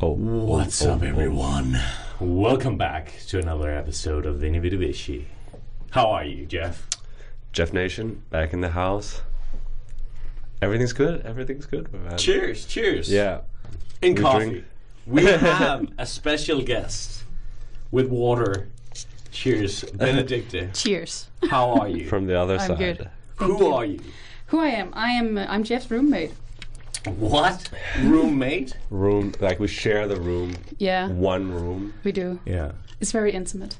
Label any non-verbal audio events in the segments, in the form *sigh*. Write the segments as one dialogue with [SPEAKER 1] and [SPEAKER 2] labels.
[SPEAKER 1] Oh,
[SPEAKER 2] What's
[SPEAKER 1] oh,
[SPEAKER 2] up,
[SPEAKER 1] oh, oh.
[SPEAKER 2] everyone? Welcome back to another episode of the Inevitabishi. How are you, Jeff?
[SPEAKER 1] Jeff Nation back in the house. Everything's good. Everything's good. We've had-
[SPEAKER 2] Cheers, cheers.
[SPEAKER 1] Yeah,
[SPEAKER 2] In
[SPEAKER 1] we
[SPEAKER 2] coffee.
[SPEAKER 1] drink-
[SPEAKER 2] We have a special guest with water. Cheers, Benedicta.
[SPEAKER 3] Cheers.
[SPEAKER 2] How are you?
[SPEAKER 1] from the other
[SPEAKER 3] I'm
[SPEAKER 1] side.
[SPEAKER 3] good.
[SPEAKER 2] Who are you?
[SPEAKER 3] Who I am? I am. Uh, I'm Jeff's roommate.
[SPEAKER 2] What? Roommate?
[SPEAKER 1] Room, like we share the room,
[SPEAKER 3] Yeah,
[SPEAKER 1] one room.
[SPEAKER 3] we do.
[SPEAKER 2] Yeah.
[SPEAKER 3] It's very intimate.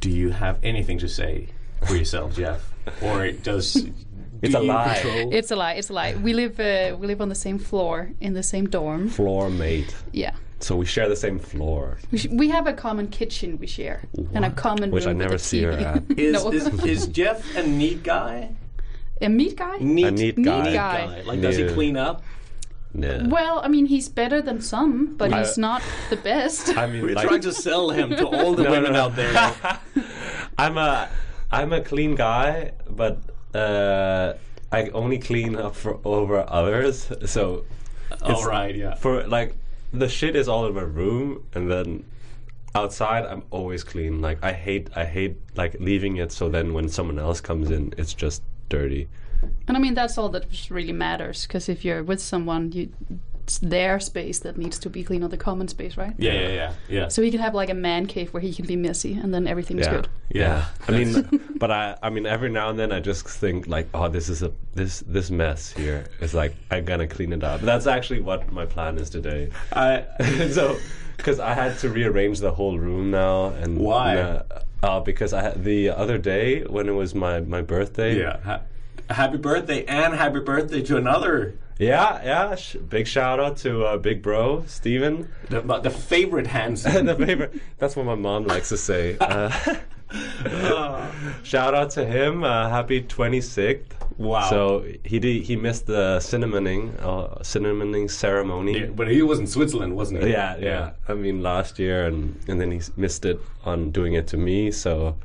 [SPEAKER 2] Do you have anything to say for yourself, Jeff? Or it does. do
[SPEAKER 1] *laughs* It's a
[SPEAKER 2] you
[SPEAKER 1] lie.
[SPEAKER 2] control-
[SPEAKER 3] It's a lie. It's a lie. We live. Uh, we live on the same floor in the same dorm.
[SPEAKER 1] Floor mate.
[SPEAKER 3] Yeah.
[SPEAKER 1] So we share the same floor,
[SPEAKER 3] We, sh- we have a common kitchen we share and a common
[SPEAKER 1] which I
[SPEAKER 3] room with
[SPEAKER 1] never
[SPEAKER 3] a
[SPEAKER 1] see her
[SPEAKER 3] TV.
[SPEAKER 1] at.
[SPEAKER 3] *laughs*
[SPEAKER 2] Is,
[SPEAKER 3] No.
[SPEAKER 2] is, is Jeff a neat guy?
[SPEAKER 3] A meat guy?
[SPEAKER 2] Neat,
[SPEAKER 1] A neat
[SPEAKER 3] Neat
[SPEAKER 1] guy.
[SPEAKER 3] guy.
[SPEAKER 2] Like, does he
[SPEAKER 1] No.
[SPEAKER 2] clean up?
[SPEAKER 1] No.
[SPEAKER 3] Well, I mean, he's better than some, but
[SPEAKER 1] I-
[SPEAKER 3] he's not the best.
[SPEAKER 1] I mean,
[SPEAKER 2] We're
[SPEAKER 1] like,
[SPEAKER 2] trying to sell him to all the
[SPEAKER 1] No,
[SPEAKER 2] women
[SPEAKER 1] no, no. *laughs*
[SPEAKER 2] out there.
[SPEAKER 1] I'm a, I'm a clean guy, but uh, I only clean up for over others. So
[SPEAKER 2] all right, yeah.
[SPEAKER 1] for like the shit is all in my room and then outside i'm always clean like i hate i hate like leaving it so then when someone else comes in it's just dirty
[SPEAKER 3] and I mean, that's all that just really matters, because if you're with someone, you, it's their space that needs to be clean or the common space, right?
[SPEAKER 2] Yeah, yeah, yeah, yeah.
[SPEAKER 3] So he can have like a man cave where he can be messy, and then everything's
[SPEAKER 1] yeah
[SPEAKER 3] good.
[SPEAKER 2] Yeah.
[SPEAKER 1] i
[SPEAKER 2] *laughs*
[SPEAKER 1] mean but i i mean every now and then i just think like oh this is a this this mess here it's like i'm gonna clean it up that's actually what my plan is today *laughs*
[SPEAKER 2] I,
[SPEAKER 1] so because I had to rearrange the whole room now, and
[SPEAKER 2] Why?
[SPEAKER 1] Uh, uh, because I had the other day when it was my my birthday.
[SPEAKER 2] yeah. Ha- happy birthday and happy birthday to another,
[SPEAKER 1] yeah, yeah. Sh- big shout out to uh, Big Bro Steven.
[SPEAKER 2] the, the favorite Hanson.
[SPEAKER 1] *laughs*
[SPEAKER 2] *laughs*
[SPEAKER 1] the favorite. That's what my mom likes to say. Uh, *laughs* oh. shout out to him. Uh, happy 26th.
[SPEAKER 2] Wow.
[SPEAKER 1] So he did, he missed the cinnamoning uh, cinnamoning ceremony.
[SPEAKER 2] Yeah, but he was in Switzerland, wasn't he?
[SPEAKER 1] Yeah, yeah. I mean, last year, and and then he s- missed it on doing it to me. So,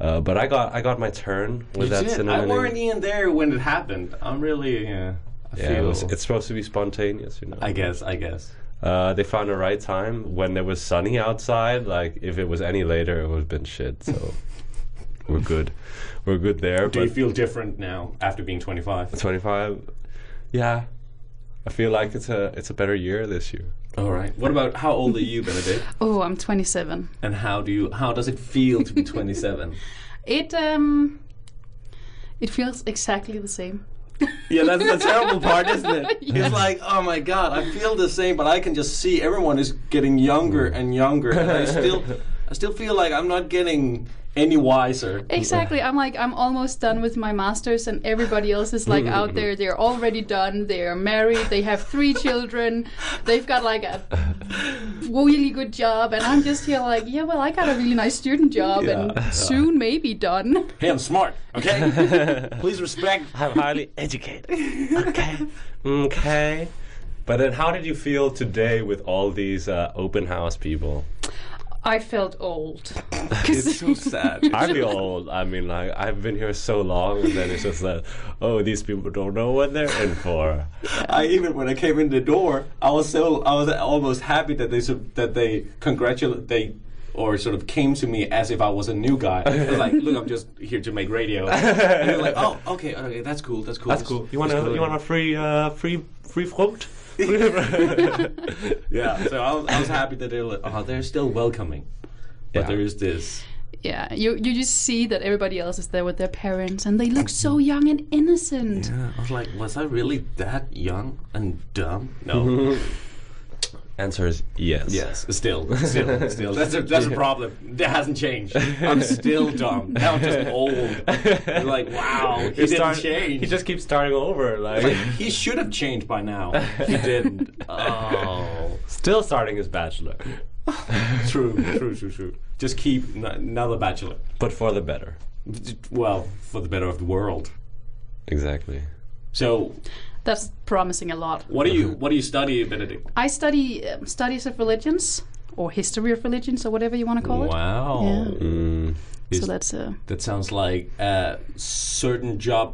[SPEAKER 1] uh, but I got I got my turn with that
[SPEAKER 2] Shit,
[SPEAKER 1] cinnamon.
[SPEAKER 2] I weren't even there when it happened. I'm really, yeah. I
[SPEAKER 1] yeah, it
[SPEAKER 2] feel.
[SPEAKER 1] was- it's supposed to be spontaneous, you know.
[SPEAKER 2] I guess, I guess.
[SPEAKER 1] uh, they found the right time when there was sunny outside. Like if it was any later, it would have been shit. *laughs* So we're good, we're good there.
[SPEAKER 2] Do
[SPEAKER 1] but
[SPEAKER 2] you feel different now after being 25?
[SPEAKER 1] 25, yeah, I feel like it's a it's a better year this year.
[SPEAKER 2] All right. What about how old are you, Benedict?
[SPEAKER 3] Oh, I'm 27.
[SPEAKER 2] And how do you? How does it feel to be 27?
[SPEAKER 3] It um, it feels exactly the same.
[SPEAKER 2] Yeah, that's the terrible part, isn't *laughs* it? It's like, oh my god, I feel the same, but I can just see everyone is getting younger and younger, and I *laughs* still, I still feel like I'm not getting any wiser.
[SPEAKER 3] Exactly. I'm like I'm almost done with my masters, and everybody else is like
[SPEAKER 2] *laughs*
[SPEAKER 3] out there. They're already done. They are married. They have three children. They've got like a really good job, and I'm just here like, yeah, well, I got a really nice student job,
[SPEAKER 2] Yeah. *laughs*
[SPEAKER 3] and soon maybe done.
[SPEAKER 2] Hey, I'm smart, *laughs* okay? Please respect.
[SPEAKER 1] *laughs* I'm highly educated. Okay. Okay. But then, how did you feel today with all these uh, open house people?
[SPEAKER 3] I felt old.
[SPEAKER 2] *laughs* It's
[SPEAKER 3] *laughs*
[SPEAKER 2] so sad.
[SPEAKER 1] I feel old. I mean, like I've been here so long, and then it's just that, oh, these people don't know what they're in for.
[SPEAKER 2] *laughs* I even when I came in the door, I was so I was almost happy that they su- that they congratulate they or sort of came to me as if I was a new guy. I was like, look, I'm just here to make radio. And they're like, oh, okay, okay, that's cool, that's cool,
[SPEAKER 1] That's cool. You want to? You want a free, uh, free, free fruit?
[SPEAKER 2] *laughs*
[SPEAKER 1] *laughs*
[SPEAKER 2] Yeah, so I was, I was happy that they were like, oh, they're still welcoming. But
[SPEAKER 1] Yeah.
[SPEAKER 2] there is this.
[SPEAKER 3] Yeah, you you just see that everybody else is there with their parents, and they look so young and innocent.
[SPEAKER 2] I was like, was I really that young and dumb?
[SPEAKER 1] *laughs*
[SPEAKER 2] No.
[SPEAKER 1] Answer is yes.
[SPEAKER 2] yes, still, still, still. That's a, that's a problem. That hasn't changed. I'm still dumb. Now I'm just old. And
[SPEAKER 1] *laughs*
[SPEAKER 2] like, wow, he didn't
[SPEAKER 1] start-
[SPEAKER 2] change.
[SPEAKER 1] He just keeps starting over, like *laughs*
[SPEAKER 2] Like, he should have changed by now. He didn't. Oh,
[SPEAKER 1] still starting his bachelor,
[SPEAKER 2] true, true, true, true. Just keep n- another bachelor.
[SPEAKER 1] but for the better.
[SPEAKER 2] Well, for the better of the world.
[SPEAKER 1] Exactly.
[SPEAKER 2] So,
[SPEAKER 3] That's promising a lot.
[SPEAKER 2] what do you what do you study, Benedict?
[SPEAKER 3] I study um, studies of religions or history of religions or whatever you want to call
[SPEAKER 2] Wow,
[SPEAKER 3] Yeah.
[SPEAKER 1] Mm.
[SPEAKER 3] it. So that's uh,
[SPEAKER 2] that sounds like a certain job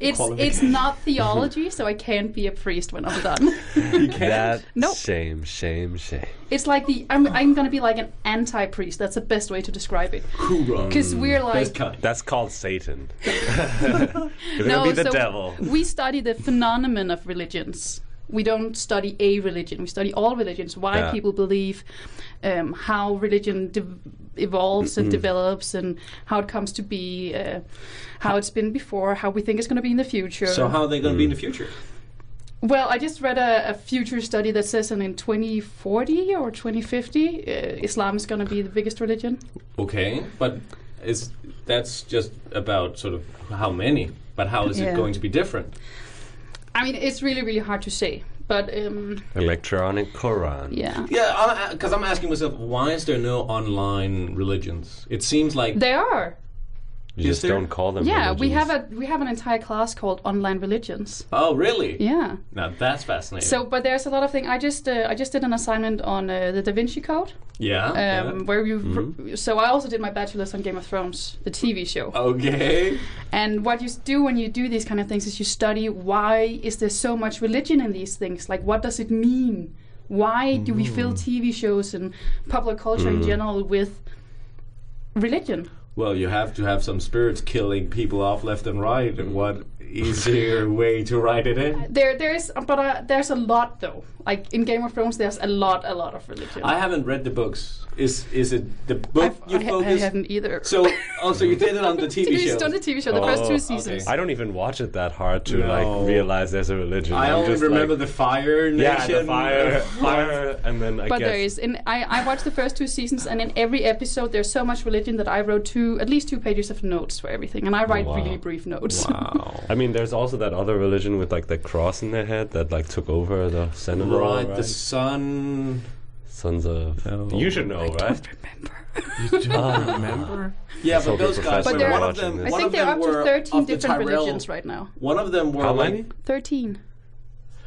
[SPEAKER 3] it's
[SPEAKER 2] Equality.
[SPEAKER 3] it's not theology, so I can't be a priest when I'm done.
[SPEAKER 2] *laughs* You can't.
[SPEAKER 1] That
[SPEAKER 3] Nope.
[SPEAKER 1] shame, shame, shame.
[SPEAKER 3] it's like the I'm I'm gonna be like an anti-priest. That's the best way to describe it.
[SPEAKER 2] Hoorah.
[SPEAKER 3] Because we're like
[SPEAKER 2] Mm, Best kind.
[SPEAKER 1] That's called *laughs* Satan. You're gonna be the
[SPEAKER 3] so
[SPEAKER 1] devil.
[SPEAKER 3] We study the phenomenon of religions. We don't study a religion. We study all religions, why
[SPEAKER 1] Yeah.
[SPEAKER 3] people believe, um, how religion de- evolves and develops, and how it comes to be, uh, how it's been before, how we think it's going to be in the future.
[SPEAKER 2] So how are they going to be in the future?
[SPEAKER 3] Mm. well, I just read a, a future study that says that in 2040 or 2050, uh, Islam is going to be the biggest religion.
[SPEAKER 2] Okay, but is that's just about sort of how many? But how is
[SPEAKER 3] Yeah.
[SPEAKER 2] it going to be different?
[SPEAKER 3] I mean, it's really, really hard to say. But um,
[SPEAKER 1] Electronic Quran.
[SPEAKER 3] yeah,
[SPEAKER 2] Yeah, because I'm asking myself, why is there no online religions? It seems like
[SPEAKER 3] they are.
[SPEAKER 1] You
[SPEAKER 2] Is
[SPEAKER 1] just
[SPEAKER 2] there-
[SPEAKER 1] don't call them.
[SPEAKER 3] Yeah, we
[SPEAKER 1] religions.
[SPEAKER 3] have a we have an entire class called online religions.
[SPEAKER 2] oh, really?
[SPEAKER 3] Yeah.
[SPEAKER 2] Now that's fascinating.
[SPEAKER 3] So, but there's a lot of things. I just uh, I just did an assignment on uh, the Da Vinci Code,
[SPEAKER 2] yeah.
[SPEAKER 3] um,
[SPEAKER 2] yeah.
[SPEAKER 3] where you. So I also did my bachelor's on Game of Thrones, the TV show.
[SPEAKER 2] Okay.
[SPEAKER 3] And what you s- do when you do these kind of things is you study why is there so much religion in these things? Like, what does it mean? Why do we fill TV shows and popular culture in general with religion?
[SPEAKER 2] Well, you have to have some spirits killing people off left and right, and what easier way to write it in?
[SPEAKER 3] There, there's, but uh, there's a lot though. Like in Game of Thrones, there's a lot, a lot of religion.
[SPEAKER 2] I haven't read the books. Is is it the book
[SPEAKER 3] I've-
[SPEAKER 2] you
[SPEAKER 3] I, ha- I
[SPEAKER 2] focus?
[SPEAKER 3] haven't either.
[SPEAKER 2] so, oh, so you did it on
[SPEAKER 3] *laughs*
[SPEAKER 2] the TV
[SPEAKER 3] It's
[SPEAKER 2] show.
[SPEAKER 3] on the TV show, the first
[SPEAKER 1] Oh,
[SPEAKER 3] two
[SPEAKER 1] okay.
[SPEAKER 3] seasons.
[SPEAKER 1] I don't even watch it that hard to
[SPEAKER 2] No.
[SPEAKER 1] like realize there's a religion.
[SPEAKER 2] I
[SPEAKER 1] I'm
[SPEAKER 2] only
[SPEAKER 1] just
[SPEAKER 2] remember
[SPEAKER 1] like,
[SPEAKER 2] the Fire Nation.
[SPEAKER 1] yeah, the
[SPEAKER 2] *laughs*
[SPEAKER 1] fire, fire, and then I
[SPEAKER 3] But
[SPEAKER 1] guess
[SPEAKER 3] there is, and I, I watched the first two seasons, and in every episode, there's so much religion that I wrote two, at least two pages of notes for everything, and I write
[SPEAKER 1] Oh, Wow.
[SPEAKER 3] really brief notes.
[SPEAKER 2] Wow.
[SPEAKER 1] I mean, there's also that other religion with like the cross in their head that like took over the cinema.
[SPEAKER 2] Right,
[SPEAKER 1] Right,
[SPEAKER 2] the sun.
[SPEAKER 1] Sons of.
[SPEAKER 2] Oh.
[SPEAKER 1] You should know, right? *laughs*
[SPEAKER 3] Remember,
[SPEAKER 1] Ah.
[SPEAKER 2] remember? Yeah,
[SPEAKER 1] So
[SPEAKER 2] but
[SPEAKER 1] the
[SPEAKER 2] those guys.
[SPEAKER 1] professor
[SPEAKER 2] But
[SPEAKER 3] was
[SPEAKER 2] one of
[SPEAKER 1] watching
[SPEAKER 2] them.
[SPEAKER 1] this.
[SPEAKER 3] *laughs* I
[SPEAKER 2] one
[SPEAKER 3] think
[SPEAKER 2] of
[SPEAKER 3] there are
[SPEAKER 2] them
[SPEAKER 3] up to
[SPEAKER 2] were
[SPEAKER 3] thirteen
[SPEAKER 2] of the
[SPEAKER 3] different
[SPEAKER 2] Tyrell-
[SPEAKER 3] religions right now.
[SPEAKER 2] One of them were
[SPEAKER 1] How
[SPEAKER 2] like.
[SPEAKER 1] many?
[SPEAKER 3] Thirteen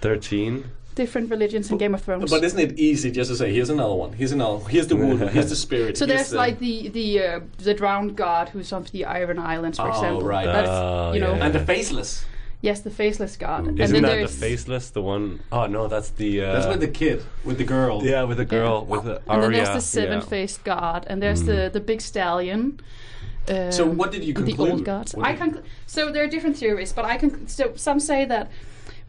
[SPEAKER 1] Thirteen.
[SPEAKER 3] different religions in Game of Thrones.
[SPEAKER 2] But isn't it easy just to say, here's another one, here's another, here's
[SPEAKER 1] *laughs*
[SPEAKER 2] the wood, here's the spirit.
[SPEAKER 3] so
[SPEAKER 2] here's
[SPEAKER 3] there's
[SPEAKER 2] the,
[SPEAKER 3] like the the uh, the drowned god who's on the Iron Islands, for
[SPEAKER 2] Oh,
[SPEAKER 3] example.
[SPEAKER 2] right.
[SPEAKER 3] That's,
[SPEAKER 1] Oh,
[SPEAKER 3] you know,
[SPEAKER 1] yeah.
[SPEAKER 2] and the faceless.
[SPEAKER 3] yes, the faceless god. And
[SPEAKER 1] Isn't
[SPEAKER 3] then
[SPEAKER 1] that the
[SPEAKER 3] there's-
[SPEAKER 1] faceless? The one oh no, that's the. Uh,
[SPEAKER 2] That's with the kid, with the girl.
[SPEAKER 1] Yeah, with the girl with the
[SPEAKER 3] And
[SPEAKER 1] Arya.
[SPEAKER 3] then there's the seven
[SPEAKER 1] Oh, yeah. Mm.
[SPEAKER 3] faced god, and there's the, the big stallion. Um,
[SPEAKER 2] So what did you
[SPEAKER 3] and The
[SPEAKER 2] conclude?
[SPEAKER 3] old gods.
[SPEAKER 2] What
[SPEAKER 3] I
[SPEAKER 2] did-
[SPEAKER 3] conclu- so there are different theories, but I can. So some say that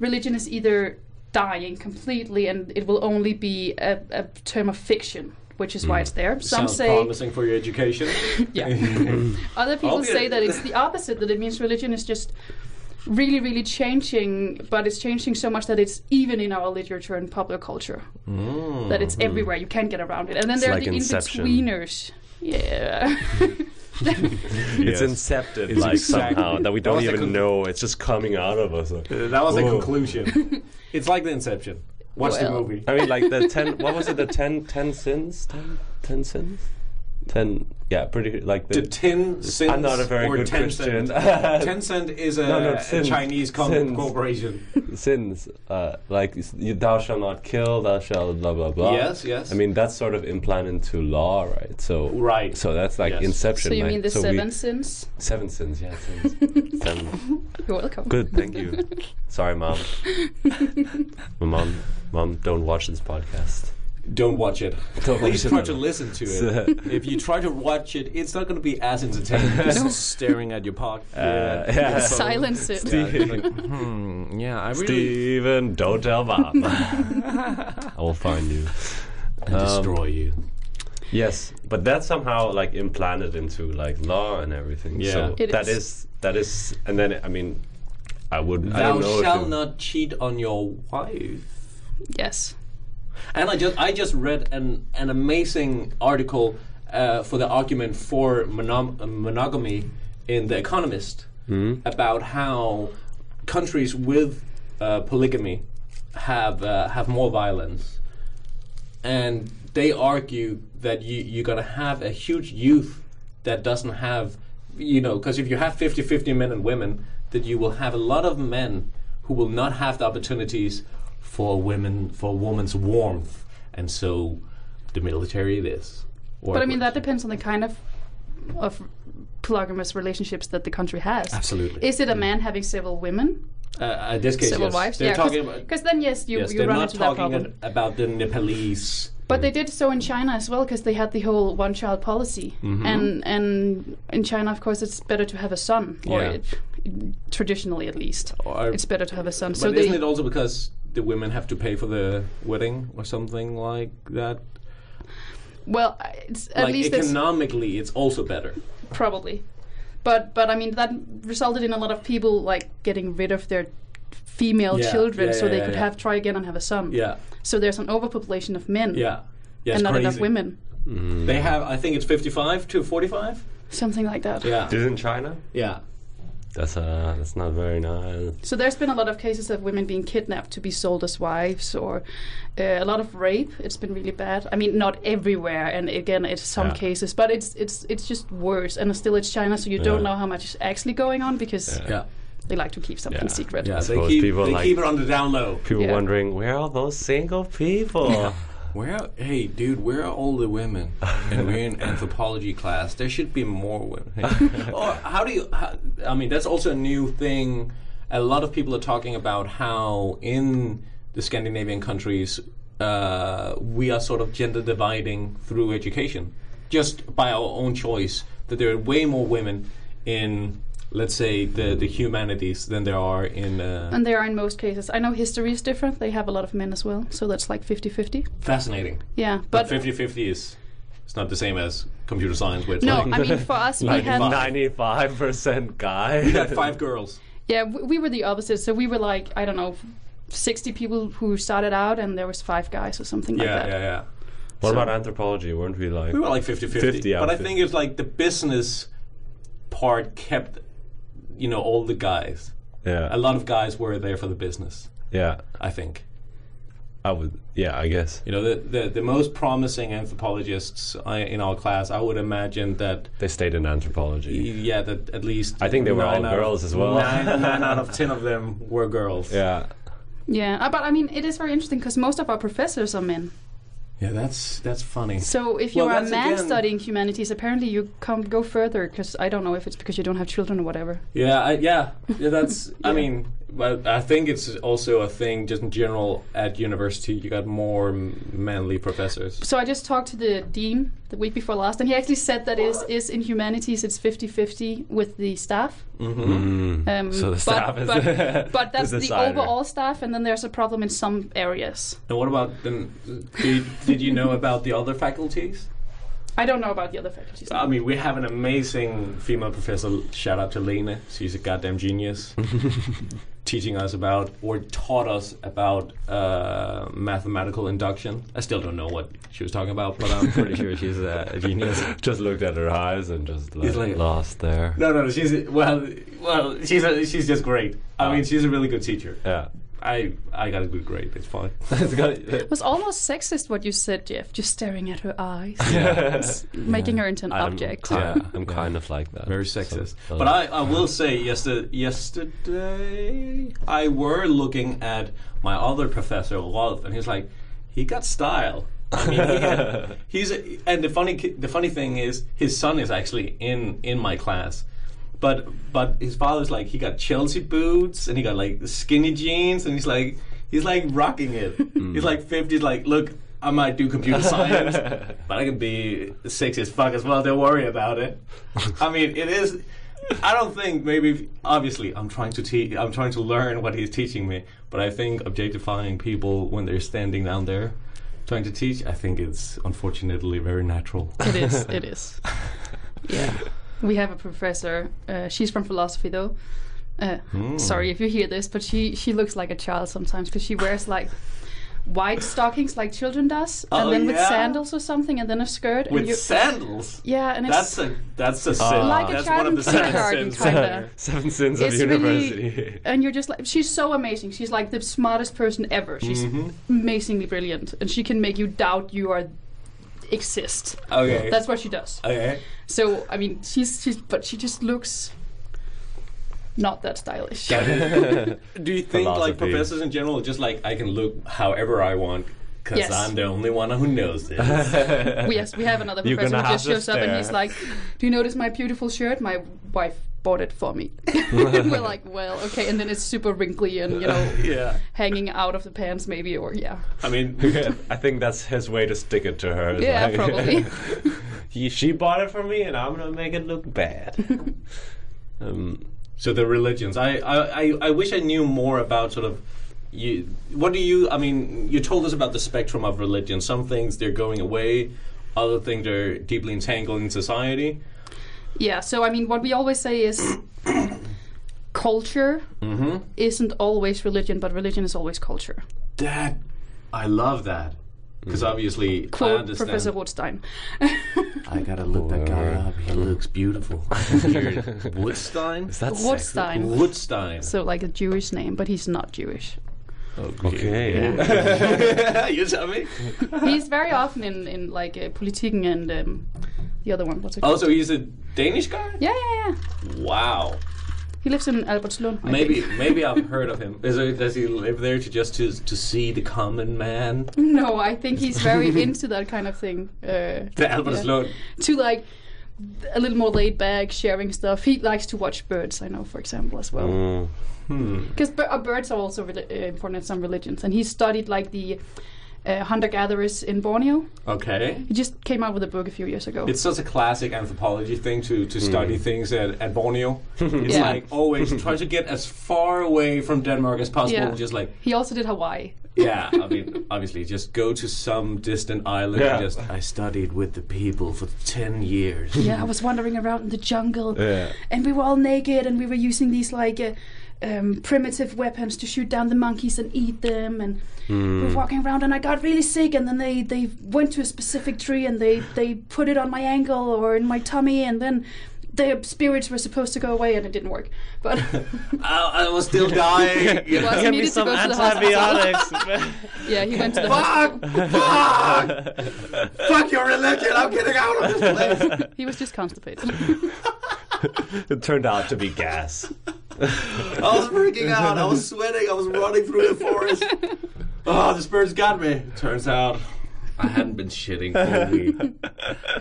[SPEAKER 3] religion is either dying completely, and it will only be a, a term of fiction, which is why
[SPEAKER 1] Mm.
[SPEAKER 3] it's there. Some
[SPEAKER 2] Sounds
[SPEAKER 3] say,
[SPEAKER 2] promising for your
[SPEAKER 1] *laughs*
[SPEAKER 2] education.
[SPEAKER 3] *laughs* yeah. Other people
[SPEAKER 2] Obvious.
[SPEAKER 3] say that it's
[SPEAKER 2] *laughs*
[SPEAKER 3] the opposite. That it means religion is just really, really changing, but it's changing so much that it's even in our literature and popular culture
[SPEAKER 2] Mm.
[SPEAKER 3] that it's everywhere. You can't get around it. And then
[SPEAKER 1] Mm-hmm. It's
[SPEAKER 3] there
[SPEAKER 1] like
[SPEAKER 3] are the
[SPEAKER 1] Inception.
[SPEAKER 3] in-betweeners. Yeah.
[SPEAKER 1] It's
[SPEAKER 2] Yes.
[SPEAKER 1] incepted,
[SPEAKER 2] It's
[SPEAKER 1] like
[SPEAKER 2] exactly-
[SPEAKER 1] somehow that we
[SPEAKER 2] That
[SPEAKER 1] don't
[SPEAKER 2] was the
[SPEAKER 1] even
[SPEAKER 2] con-
[SPEAKER 1] know. It's just coming out of us. like-
[SPEAKER 2] Uh, that was the
[SPEAKER 1] Whoa. *laughs*
[SPEAKER 2] conclusion. it's like the Inception. Watch the
[SPEAKER 3] Well.
[SPEAKER 2] movie.
[SPEAKER 1] I mean, like *laughs* the ten. What was it? The ten, ten sins. Ten, ten sins. Ten. Yeah, pretty like
[SPEAKER 2] The
[SPEAKER 1] the.
[SPEAKER 2] Tin Cent
[SPEAKER 1] I'm not a very
[SPEAKER 2] or
[SPEAKER 1] good Christian. *laughs*
[SPEAKER 2] Tencent. *laughs* Tencent is a,
[SPEAKER 1] No, no,
[SPEAKER 2] a
[SPEAKER 1] Sin.
[SPEAKER 2] Chinese com-
[SPEAKER 1] Sin.
[SPEAKER 2] corporation.
[SPEAKER 1] sins, uh, like s- you, thou shalt not kill, thou shalt blah blah blah.
[SPEAKER 2] Yes, yes.
[SPEAKER 1] I mean that's sort of implanted into law, right? So
[SPEAKER 2] Right.
[SPEAKER 1] So that's like
[SPEAKER 2] Yes.
[SPEAKER 1] inception.
[SPEAKER 3] *laughs* so you
[SPEAKER 1] like,
[SPEAKER 3] mean the
[SPEAKER 1] so we-
[SPEAKER 3] seven sins?
[SPEAKER 1] seven sins, yeah. Sins. seven.
[SPEAKER 3] You're welcome. *laughs*
[SPEAKER 1] Good, thank you. Sorry, mom. My mom, mom, don't watch this podcast.
[SPEAKER 2] Don't watch it.
[SPEAKER 1] *laughs* Don't watch
[SPEAKER 2] Please
[SPEAKER 1] it,
[SPEAKER 2] try
[SPEAKER 1] no. *laughs*
[SPEAKER 2] to listen to it. if you try to watch it, it's not going to be
[SPEAKER 1] *laughs*
[SPEAKER 2] as entertaining. Just staring at your pod.
[SPEAKER 1] Uh, yeah.
[SPEAKER 3] Silence it.
[SPEAKER 1] Yeah, it's like,
[SPEAKER 2] Hmm, yeah, I really
[SPEAKER 1] Steven, don't tell *laughs* mom. I will find you. um,
[SPEAKER 2] destroy you.
[SPEAKER 1] Yes, but that's somehow like implanted into like law and everything.
[SPEAKER 2] Yeah.
[SPEAKER 1] so
[SPEAKER 3] It
[SPEAKER 1] that
[SPEAKER 3] is.
[SPEAKER 1] is that is, and then I mean, I would. I
[SPEAKER 2] Thou
[SPEAKER 1] don't know if
[SPEAKER 2] shall
[SPEAKER 1] you-
[SPEAKER 2] not cheat on your wife.
[SPEAKER 3] Yes.
[SPEAKER 2] And I just I just read an an amazing article uh, for the argument for monom- uh, monogamy in the Economist about how countries with uh, polygamy have uh, have more violence, and they argue that you you're gonna have a huge youth that doesn't have you know because if you have 50-50 men and women that you will have a lot of men who will not have the opportunities for women for a woman's warmth and so the military it is Or-
[SPEAKER 3] But I mean, that depends on the kind of of polygamous relationships that the country has.
[SPEAKER 2] Absolutely.
[SPEAKER 3] Is it a man having several women,
[SPEAKER 2] Uh, in this case,
[SPEAKER 3] several
[SPEAKER 2] yes.
[SPEAKER 3] wives?
[SPEAKER 2] They're talking
[SPEAKER 3] yeah,
[SPEAKER 2] about.
[SPEAKER 3] because then yes, you,
[SPEAKER 2] Yes,
[SPEAKER 3] you
[SPEAKER 2] they're
[SPEAKER 3] run
[SPEAKER 2] not
[SPEAKER 3] into that
[SPEAKER 2] talking
[SPEAKER 3] problem.
[SPEAKER 2] an- about the Nepalese.
[SPEAKER 3] But they did so in China as well because they had the whole one child policy.
[SPEAKER 1] Mm-hmm.
[SPEAKER 3] And and in China, of course, it's better to have a son, or
[SPEAKER 2] Yeah.
[SPEAKER 3] it, traditionally at least,
[SPEAKER 2] Or-
[SPEAKER 3] it's better to have a son.
[SPEAKER 2] but
[SPEAKER 3] so
[SPEAKER 2] isn't
[SPEAKER 3] they,
[SPEAKER 2] it also because the women have to pay for the wedding or something like that?
[SPEAKER 3] well, I- it's, at
[SPEAKER 2] like
[SPEAKER 3] least it's
[SPEAKER 2] economically, it's also better.
[SPEAKER 3] probably. But but I mean that resulted in a lot of people like getting rid of their female
[SPEAKER 2] Yeah,
[SPEAKER 3] children
[SPEAKER 2] yeah,
[SPEAKER 3] so they
[SPEAKER 2] yeah,
[SPEAKER 3] could
[SPEAKER 2] yeah.
[SPEAKER 3] have try again and have a son.
[SPEAKER 2] Yeah,
[SPEAKER 3] So there's an overpopulation of men
[SPEAKER 2] yeah, yeah.
[SPEAKER 3] and
[SPEAKER 2] it's
[SPEAKER 3] not enough
[SPEAKER 2] crazy.
[SPEAKER 3] women,
[SPEAKER 1] Mm.
[SPEAKER 2] They have, I think it's fifty-five to forty-five.
[SPEAKER 3] something like that.
[SPEAKER 2] Yeah,
[SPEAKER 1] This is in China.
[SPEAKER 2] yeah.
[SPEAKER 1] That's uh, that's not very nice.
[SPEAKER 3] So there's been a lot of cases of women being kidnapped to be sold as wives, or uh, a lot of rape. It's been really bad. I mean, not everywhere, and again, it's some
[SPEAKER 1] Yeah.
[SPEAKER 3] cases, but it's it's it's just worse. And still, it's China, so you don't
[SPEAKER 1] Yeah.
[SPEAKER 3] know how much is actually going on because
[SPEAKER 2] Yeah,
[SPEAKER 3] they like to keep something
[SPEAKER 1] Yeah.
[SPEAKER 3] secret.
[SPEAKER 2] yeah. They
[SPEAKER 1] suppose
[SPEAKER 2] keep,
[SPEAKER 1] people
[SPEAKER 2] they
[SPEAKER 1] like-
[SPEAKER 2] keep it on the down low.
[SPEAKER 1] People
[SPEAKER 3] Yeah.
[SPEAKER 1] wondering where are those single people?
[SPEAKER 2] Where, hey, dude, where are all the women? and we're in anthropology class. There should be more women. or how do you? How, I mean, that's also a new thing. A lot of people are talking about how in the Scandinavian countries uh, we are sort of gender dividing through education, just by our own choice. That there are way more women in, let's say, the the humanities than there are in. Uh,
[SPEAKER 3] And they are in most cases. I know history is different. They have a lot of men as well, so that's like 50-50.
[SPEAKER 2] fascinating.
[SPEAKER 3] Yeah,
[SPEAKER 2] But
[SPEAKER 3] but
[SPEAKER 2] 50-50 is it's not the same as computer science where it's
[SPEAKER 3] no,
[SPEAKER 2] like *laughs*
[SPEAKER 3] I mean for us we
[SPEAKER 2] Like
[SPEAKER 3] had
[SPEAKER 2] five.
[SPEAKER 1] Ninety-five percent
[SPEAKER 2] *laughs*
[SPEAKER 1] guy.
[SPEAKER 2] We got five girls.
[SPEAKER 3] Yeah, we, we were the opposite. So we were like, I don't know, 60 people who started out, and there was five guys or something like
[SPEAKER 2] Yeah,
[SPEAKER 3] that.
[SPEAKER 2] yeah, yeah.
[SPEAKER 1] What about anthropology? Weren't we like?
[SPEAKER 2] We were like 50 50.
[SPEAKER 1] 50
[SPEAKER 2] But I
[SPEAKER 1] out of
[SPEAKER 2] think it's like the business part kept, you know, all the guys.
[SPEAKER 1] yeah,
[SPEAKER 2] A lot of guys were there for the business,
[SPEAKER 1] yeah.
[SPEAKER 2] I think.
[SPEAKER 1] I would. Yeah, I guess
[SPEAKER 2] You know, the, the, the most promising anthropologists I, in our class, I would imagine that,
[SPEAKER 1] they stayed in anthropology.
[SPEAKER 2] yeah, that at least.
[SPEAKER 1] I think they were all
[SPEAKER 2] nine out of-
[SPEAKER 1] girls as well.
[SPEAKER 2] Nine,
[SPEAKER 1] *laughs*
[SPEAKER 2] nine out of 10 of them were girls.
[SPEAKER 1] Yeah,
[SPEAKER 3] Yeah, uh, but I mean, it is very interesting because most of our professors are men.
[SPEAKER 2] Yeah, that's, that's funny.
[SPEAKER 3] So if you
[SPEAKER 2] Well,
[SPEAKER 3] are a
[SPEAKER 2] that's
[SPEAKER 3] man
[SPEAKER 2] again-
[SPEAKER 3] studying humanities, apparently you can't go further because I don't know if it's because you don't have children or whatever.
[SPEAKER 2] Yeah, I, yeah, yeah. That's. I mean, but I think it's also a thing just in general at university. You got more m- manly professors.
[SPEAKER 3] So I just talked to the dean the week before last, and he actually said that is is in humanities it's 50-50 with the staff. Mm-hmm. Um,
[SPEAKER 1] So the
[SPEAKER 3] but,
[SPEAKER 1] staff is
[SPEAKER 3] but,
[SPEAKER 1] the *laughs*
[SPEAKER 3] but that's the
[SPEAKER 1] decider.
[SPEAKER 3] overall staff, and then there's a problem in some areas.
[SPEAKER 2] And what about them? Did, did you know about the other faculties?
[SPEAKER 3] I don't know about the other faculties.
[SPEAKER 1] Um,
[SPEAKER 2] I mean, we have an amazing female professor. Shout out to Lena. She's a goddamn *laughs* genius. teaching us about or taught us about uh, mathematical induction. I still don't know what she was talking about, but I'm pretty sure she's a, a *laughs* genius.
[SPEAKER 1] Mm. just looked at her eyes and just like,
[SPEAKER 2] like-
[SPEAKER 1] lost there.
[SPEAKER 2] No, no, she's well, well, she's a, she's just great. I mean, she's a really good teacher.
[SPEAKER 1] Yeah,
[SPEAKER 2] I I got a good grade. It's uh, fine. *laughs*
[SPEAKER 3] It was almost sexist what you said, Jeff. Just staring at her
[SPEAKER 1] *laughs*
[SPEAKER 3] eyes, It's making her into an
[SPEAKER 1] I'm
[SPEAKER 3] object.
[SPEAKER 1] ki-
[SPEAKER 2] Yeah.
[SPEAKER 1] I'm kind of like that.
[SPEAKER 2] Very
[SPEAKER 1] So-
[SPEAKER 2] sexist.
[SPEAKER 1] so-
[SPEAKER 2] But I, I will say yesterday, yesterday I were looking at my other professor Rolf, and he's like, he got style. I mean, he had, he's a, and the funny ki- the funny thing is his son is actually in in my class. But but his father's like he got Chelsea boots and he got like skinny jeans and he's like he's like rocking it. He's like fifties like look I might do computer science but I can be sexy as fuck as well. Don't worry about it. I mean it is. I don't think maybe if- obviously I'm trying to teach I'm trying to learn what he's teaching me, but I think objectifying people when they're standing down there trying to teach I think it's unfortunately very natural.
[SPEAKER 3] *laughs* it is. It is.
[SPEAKER 1] *laughs*
[SPEAKER 3] Yeah. We have a professor. Uh, she's from philosophy, though. Uh, Sorry if you hear this, but she she looks like a child sometimes because she wears like white stockings like children does, and
[SPEAKER 2] Oh,
[SPEAKER 3] then with
[SPEAKER 2] yeah.
[SPEAKER 3] sandals or something, and then a skirt. and
[SPEAKER 2] With
[SPEAKER 3] you,
[SPEAKER 2] sandals.
[SPEAKER 3] yeah, and it's
[SPEAKER 2] That's a that's a sin.
[SPEAKER 3] like a
[SPEAKER 2] that's
[SPEAKER 3] child in kindergarten,
[SPEAKER 2] *laughs*
[SPEAKER 3] kind of.
[SPEAKER 1] Seven sins of
[SPEAKER 3] It's
[SPEAKER 1] university.
[SPEAKER 3] really, and you're just like, she's so amazing. She's like the smartest person ever. She's
[SPEAKER 2] Mm-hmm.
[SPEAKER 3] amazingly brilliant, and she can make you doubt you are exist.
[SPEAKER 2] Okay.
[SPEAKER 3] That's what she does.
[SPEAKER 2] okay.
[SPEAKER 3] So I mean, she's she's, but she just looks not that stylish.
[SPEAKER 2] Do you think like
[SPEAKER 1] Philosophy.
[SPEAKER 2] professors in general just like I can look however I want? Because
[SPEAKER 3] Yes.
[SPEAKER 2] I'm the only one who
[SPEAKER 1] *laughs*
[SPEAKER 2] knows this.
[SPEAKER 3] *laughs* *laughs* We- yes, we have another
[SPEAKER 1] You're
[SPEAKER 3] professor
[SPEAKER 1] gonna
[SPEAKER 3] who just
[SPEAKER 1] have to
[SPEAKER 3] shows up and he's
[SPEAKER 1] stare.
[SPEAKER 3] like, "Do you notice my beautiful shirt? My wife bought it for me." *laughs* and we're like, "Well, okay." And then it's super wrinkly and you
[SPEAKER 1] *laughs*
[SPEAKER 3] know
[SPEAKER 2] yeah.
[SPEAKER 3] hanging out of the pants maybe or yeah,
[SPEAKER 2] I mean,
[SPEAKER 1] I think that's his way to stick it to her. It's
[SPEAKER 3] yeah,
[SPEAKER 1] like-
[SPEAKER 3] probably.
[SPEAKER 1] *laughs* he, she bought it for me, and I'm gonna make it look
[SPEAKER 3] *laughs*
[SPEAKER 1] bad. um,
[SPEAKER 2] so the religions. I, I, I, I wish I knew more about sort of. You, what do you? I mean, you told us about the spectrum of religion. Some things they're going away, other things they're deeply entangled in society.
[SPEAKER 3] yeah. So I mean, what we always say
[SPEAKER 1] *coughs*
[SPEAKER 3] is culture
[SPEAKER 1] Mm-hmm.
[SPEAKER 3] isn't always religion, but religion is always culture.
[SPEAKER 2] That I love that because obviously I
[SPEAKER 3] Quote
[SPEAKER 2] understand.
[SPEAKER 3] Professor Woodstein.
[SPEAKER 2] I gotta look that guy up. He looks *laughs* beautiful. Woodstein.
[SPEAKER 1] is
[SPEAKER 3] *laughs*
[SPEAKER 1] that sexy?
[SPEAKER 3] Woodstein.
[SPEAKER 2] Woodstein.
[SPEAKER 3] So like a Jewish name, but he's
[SPEAKER 1] *laughs*
[SPEAKER 3] not Jewish.
[SPEAKER 1] Okay.
[SPEAKER 2] *laughs*
[SPEAKER 1] *laughs*
[SPEAKER 2] you tell me.
[SPEAKER 3] He's very often in, in like uh, Politiken and um, the other one. What's it
[SPEAKER 1] Oh.
[SPEAKER 3] called?
[SPEAKER 2] Also, he's a Danish guy.
[SPEAKER 3] yeah, yeah, yeah.
[SPEAKER 2] Wow.
[SPEAKER 3] He lives in Albertslund. I
[SPEAKER 2] Maybe
[SPEAKER 3] think.
[SPEAKER 2] maybe I've heard of him. Is there, does he live there to just to to see the common man?
[SPEAKER 3] *laughs* No, I think he's very into that kind of thing. Uh,
[SPEAKER 2] The Albertslund.
[SPEAKER 3] to like a little more laid back, sharing stuff. He likes to watch birds. I know, for example, as well,
[SPEAKER 1] Mm,
[SPEAKER 3] because birds are also reli- uh, important in some religions. And he studied like the uh, hunter gatherers in Borneo.
[SPEAKER 2] Okay.
[SPEAKER 3] He just came out with a book a few years ago.
[SPEAKER 2] It's such a classic anthropology thing to, to study things at, at Borneo. It's
[SPEAKER 3] Yeah.
[SPEAKER 2] like always try to get as far away from Denmark as possible.
[SPEAKER 3] Yeah.
[SPEAKER 2] Just like
[SPEAKER 3] he also did Hawaii.
[SPEAKER 2] Yeah, I mean, obviously, just go to some distant island.
[SPEAKER 1] Yeah.
[SPEAKER 2] And just I studied with the people for ten years.
[SPEAKER 3] yeah, I was wandering around in the jungle,
[SPEAKER 1] Yeah.
[SPEAKER 3] and we were all naked, and we were using these like uh, um, primitive weapons to shoot down the monkeys and eat them, and we
[SPEAKER 1] Hmm.
[SPEAKER 3] were walking around, and I got really sick, and then they they went to a specific tree, and they they put it on my ankle or in my tummy, and then. The spirits were supposed to go away, and it didn't work. But
[SPEAKER 2] *laughs* I, I was still dying.
[SPEAKER 3] It was- he
[SPEAKER 1] Give me
[SPEAKER 3] needed to
[SPEAKER 1] some
[SPEAKER 3] go to the hospital. *laughs*
[SPEAKER 1] antibiotics.
[SPEAKER 3] *laughs*
[SPEAKER 1] *laughs*
[SPEAKER 3] yeah, he went to the
[SPEAKER 2] Fuck!
[SPEAKER 3] hospital.
[SPEAKER 2] Fuck! Fuck your religion! I'm getting out of this place.
[SPEAKER 3] He was just *laughs* constipated.
[SPEAKER 1] it turned out to be
[SPEAKER 3] *laughs*
[SPEAKER 1] gas. *laughs*
[SPEAKER 2] I was freaking out. I was sweating. I was running through the *laughs* forest. Oh, the spirits got me. Turns out I hadn't been shitting for a *laughs* week.